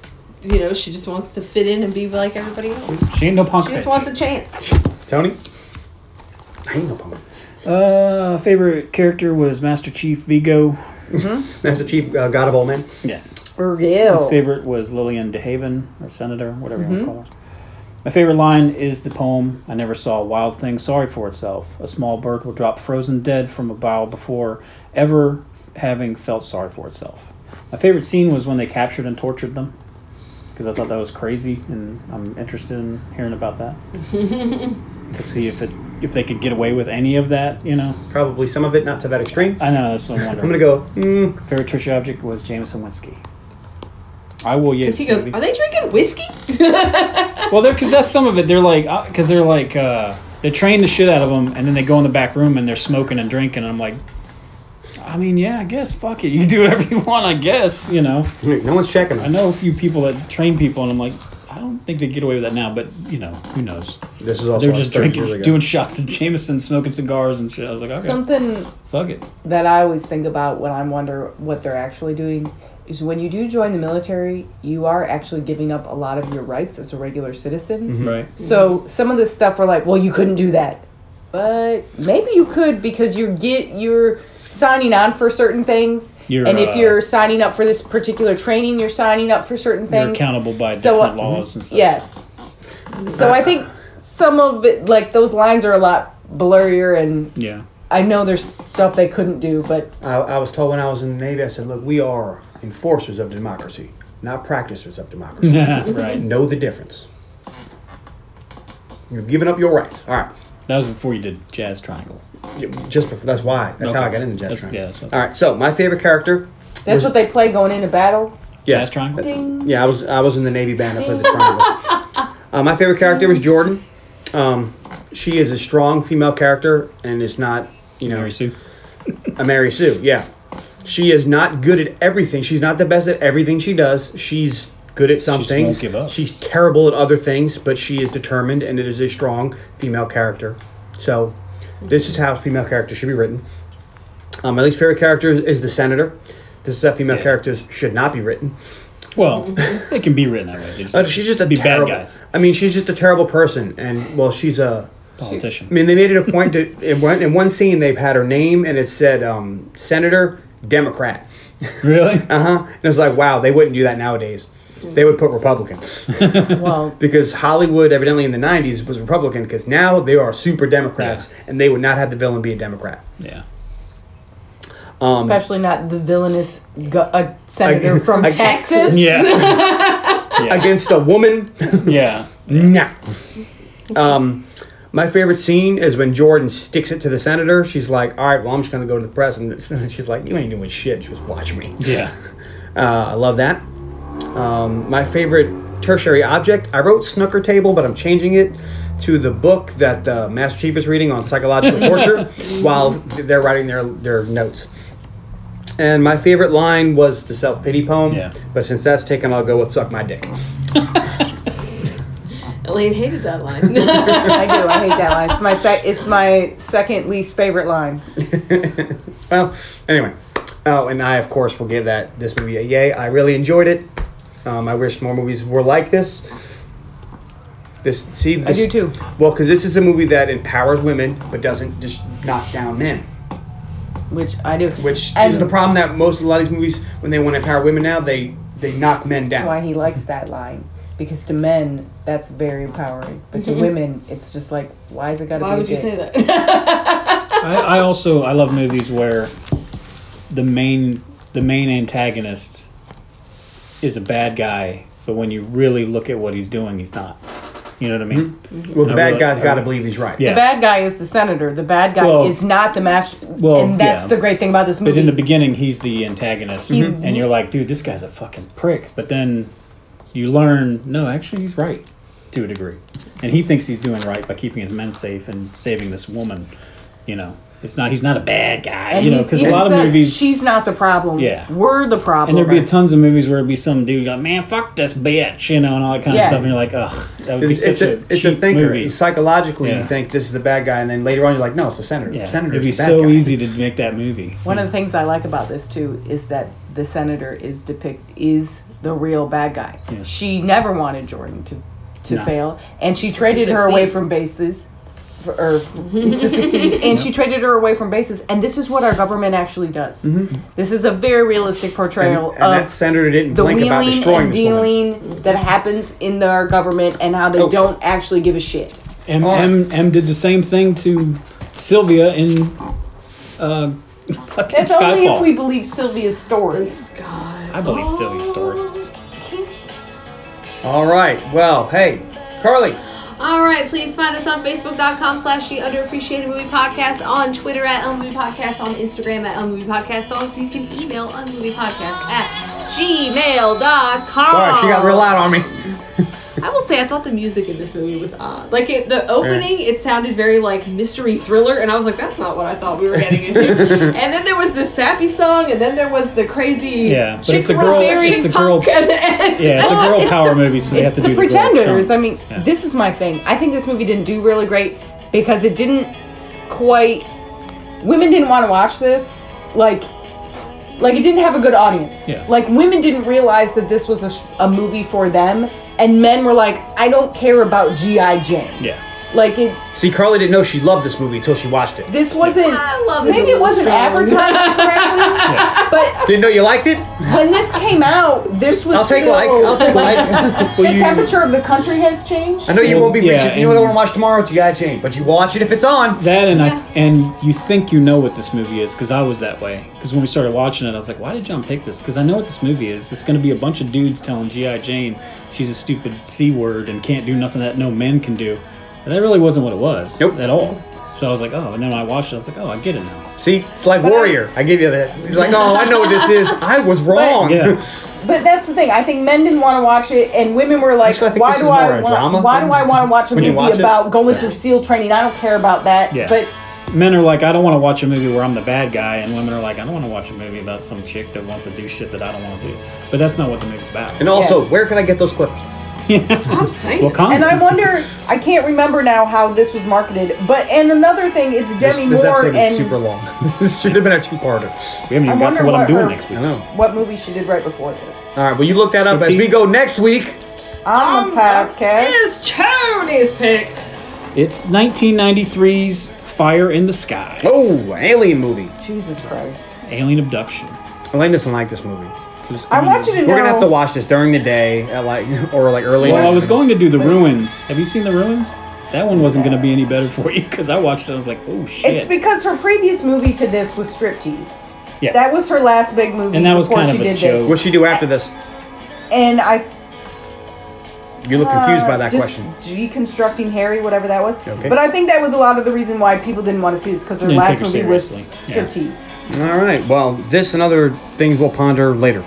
you know, she just wants to fit in and be like everybody else. She ain't no punk She just bitch. wants a chance. Tony. I ain't no punk. uh, favorite character was Master Chief Vigo. Master Chief, uh, God of All Men. Yes. Oh. My Real. favorite was Lillian DeHaven, or Senator, whatever Mm-hmm. you want to call her. My favorite line is the poem, I never saw a wild thing sorry for itself. A small bird will drop frozen dead from a bough before ever having felt sorry for itself. My favorite scene was when they captured and tortured them, because I thought that was crazy, and I'm interested in hearing about that. to see if it if they could get away with any of that, you know. Probably some of it not to that extreme. I know, that's what I'm I'm wondering. gonna go. Mm, favorite tertiary object was Jameson Whiskey. I will, Because yes. he goes, baby. Are they drinking whiskey? Well, they're because that's some of it. They're like because they're like uh, they train the shit out of them, and then they go in the back room and they're smoking and drinking. And I'm like, I mean, yeah, I guess fuck it, you do whatever you want, I guess. You know, no one's checking. I know a few people that train people, and I'm like, I don't think they get away with that now, but you know, who knows? This is also They're like 30 just drinking, years ago. doing shots of Jameson, smoking cigars and shit. I was like, okay, something fuck it. that I always think about when I wonder what they're actually doing is when you do join the military, you are actually giving up a lot of your rights as a regular citizen. Right. So some of this stuff we're like, well, you couldn't do that, but maybe you could because you're get you're signing on for certain things. You're, and if uh, you're signing up for this particular training, you're signing up for certain You're things. accountable by So, different uh, laws and stuff. Yes. So I think some of it, like those lines are a lot blurrier, and Yeah. I know there's stuff they couldn't do, but I, I was told when I was in the Navy, I said, look, we are enforcers of democracy, not practicers of democracy. right. know the difference. You've given up your rights. All right. That was before you did Jazz Triangle. Yeah, Just before, that's why. That's how I Okay. got into Jazz That's- Triangle. yeah, that's what- All right. So my favorite character. that's what they play going into battle. Yeah. Jazz Triangle? Ding. Yeah, I was I was in the Navy band. I played the triangle. uh, my favorite character was Jordan. Um, she is a strong female character, and it's not you know Mary Sue. a Mary Sue. Yeah, she is not good at everything. She's not the best at everything she does. She's good at some just won't things. give up. She's terrible at other things, but she is determined, and it is a strong female character. So, this is how female characters should be written. Um, my least favorite character is, is the senator. This is how female Yeah. characters should not be written. Well, it can be written that way. They Just, Uh, she's just a be terrible, bad guys. I mean, she's just a terrible person, and well, she's a. Politician. I mean, they made it a point to in one, in one scene they've had her name and it said um, senator Democrat. really? Uh huh. And it's like, wow, they wouldn't do that nowadays. They would put Republican Well, because Hollywood, evidently in the '90s, was Republican because now they are super Democrats, Yeah. and they would not have the villain be a Democrat. yeah. Um, especially not the villainous gu- uh, senator from I- Texas. Yeah. yeah. against a woman. Yeah. Nah. Um, my favorite scene is when Jordan sticks it to the senator. She's like, "All right, well, I'm just gonna go to the president." And she's like, "You ain't doing shit. Just watch me." Yeah. Uh, I love that. Um, my favorite tertiary object. I wrote snooker table, but I'm changing it to the book that uh, Master Chief is reading on psychological torture while they're writing their their notes. And my favorite line was the self pity poem. Yeah. But since that's taken, I'll go with "suck my dick." Elaine hated that line. I do. I hate that line. It's my sec- It's my second least favorite line. Well, anyway. Oh, and I, of course, will give that this movie a yay. I really enjoyed it. Um, I wish more movies were like this. This see, this, do too. Well, because this is a movie that empowers women but doesn't just knock down men, Which I do. which And- is the problem that most a lot of these movies, when they want to empower women now, they they knock men down. why he likes that line because to men that's very empowering but to women it's just like why is it gotta Mm-hmm. Why be would you a dick? say that? I, I also I love movies where the main the main antagonist is a bad guy, but when you really look at what he's doing, he's not. You know what I mean? well, the I bad really- guy's I- got to believe he's right. uh, Yeah. the bad guy is the senator the bad guy Well- is not the master Well, and that's yeah. the great thing about this But movie in the beginning, he's the antagonist, and you're like, dude, this guy's a fucking prick. But then you learn, no, actually, he's right to a degree, and he thinks he's doing right by keeping his men safe and saving this woman. You know, it's not he's not a bad guy. and you know, he's- because a even lot of says, movies. she's not the problem Yeah. we're the problem and there'd be tons of movies where it'd be some dude like, "Man, fuck this bitch," you know, and all that kind Yeah. of stuff, and you're like, "Ugh, that would be It's, such it's a, cheap it's a thinker. movie." Psychologically, you Yeah. think this is the bad guy, and then later on, you're like, no, it's the senator. yeah. The senator's it'd be the bad so guy. easy to make that movie. one Mm. of the things i like about this too is that the senator is depict is the real bad guy Yeah. she never wanted jordan to to No. fail and she traded her succeed. away from bases for, or to succeed and she traded her away from bases and this is what our government actually does this is a very realistic And, portrayal Mm-hmm. and of that senator didn't the blink about wheeling destroying and this woman. dealing that happens in our government and how they Oh. don't actually give a shit. M, All right. M, M did the same thing to Sylvia in uh, fucking That's Skyfall. only if we believe Sylvia's stories. I believe Sylvia's story. All right. Well, hey, Carly. All right, please find us on Facebook.com slash The Underappreciated Movie Podcast, on Twitter at Unmovie Podcast, on Instagram at Unmovie Podcast. Also, you can email Unmovie Podcast at gmail.com. Sorry, she got real loud on me. I will say, I thought the music in this movie was odd. Like, it, the opening, Eh. it sounded very like mystery thriller, and I was like, that's not what I thought we were getting into. and then there was this sappy song, and then there was the crazy Yeah, but chick it's a rock, girl- very it's a punk girl- at the end. Yeah, it's a girl power movie, so they Uh, have It's to the do the girl Pretenders. I chunk. mean, this is my thing. I think this movie didn't do really great because it didn't quite. Women didn't want to watch this. Like, like it didn't have a good audience. Yeah. Like women didn't realize that this was a, sh- a movie for them, and men were like, "I don't care about GI Jane." Yeah, Like it, See, Carly didn't know she loved this movie until she watched it. this wasn't. I love Maybe it wasn't advertising. advertised correctly, but Didn't know you liked it? when this came out, this was I'll take still, like. I'll take like. Will the you- temperature of the country has changed. I know you Well, won't be yeah, reaching. You know what I and- want to watch tomorrow? G.I. Jane. But you watch it if it's on. That and I and you think you know what this movie is because I was that way. Because when we started watching it, I was like, "Why did John pick this?" Because I know what this movie is. It's going to be a bunch of dudes telling GI Jane she's a stupid c word and can't do nothing that no man can do. And that really wasn't what it was Nope. at all. So I was like, "Oh," and then when I watched it, I was like, "Oh, I get it now." See, it's like Warrior. I give you that. He's like, oh, I know what this is. I was wrong. Yeah, But that's the thing. I think men didn't want to watch it, and women were like, Actually, I think "Why this do is more I a drama want? Why thing. do I want to watch a When you movie watch it. about going through SEAL training? I don't care about that." Yeah. But men are like, "I don't want to watch a movie where I'm the bad guy," and women are like, "I don't want to watch a movie about some chick that wants to do shit that I don't want to do." But that's not what the movie's about. And also, where can I get those clips? I'm saying. well, and comment. I wonder. I can't remember now how this was marketed. But and another thing, it's This, Demi this Moore episode is and super long. this should have been a two-parter. we haven't I even got to wonder what, I'm what doing her- next I week. know. what movie she did right before this All right. Well, you look that up as we Striptease. go next week. on the podcast. It's Tony's pick. It's 1993's Fire in the Sky. Oh, alien movie. Jesus Christ! Alien abduction. Elaine doesn't like this movie. It was I coming- want you to know. We're gonna have to watch this during the day, at like or like early. Well, I was afternoon. going to do the ruins. Have you seen the ruins? That one wasn't going to be any better for you because I watched it. I was like, oh shit. It's because her previous movie to this was Striptease. yeah. That was her last big movie And that was before kind she of a did joke. What she do after this? this. And I You look confused by that just question. Deconstructing Harry, whatever that was. Okay. But I think that was a lot of the reason why people didn't want to see this because her Didn't last take her movie was seriously. Yeah. striptease. All right. Well, this and other things we'll ponder later.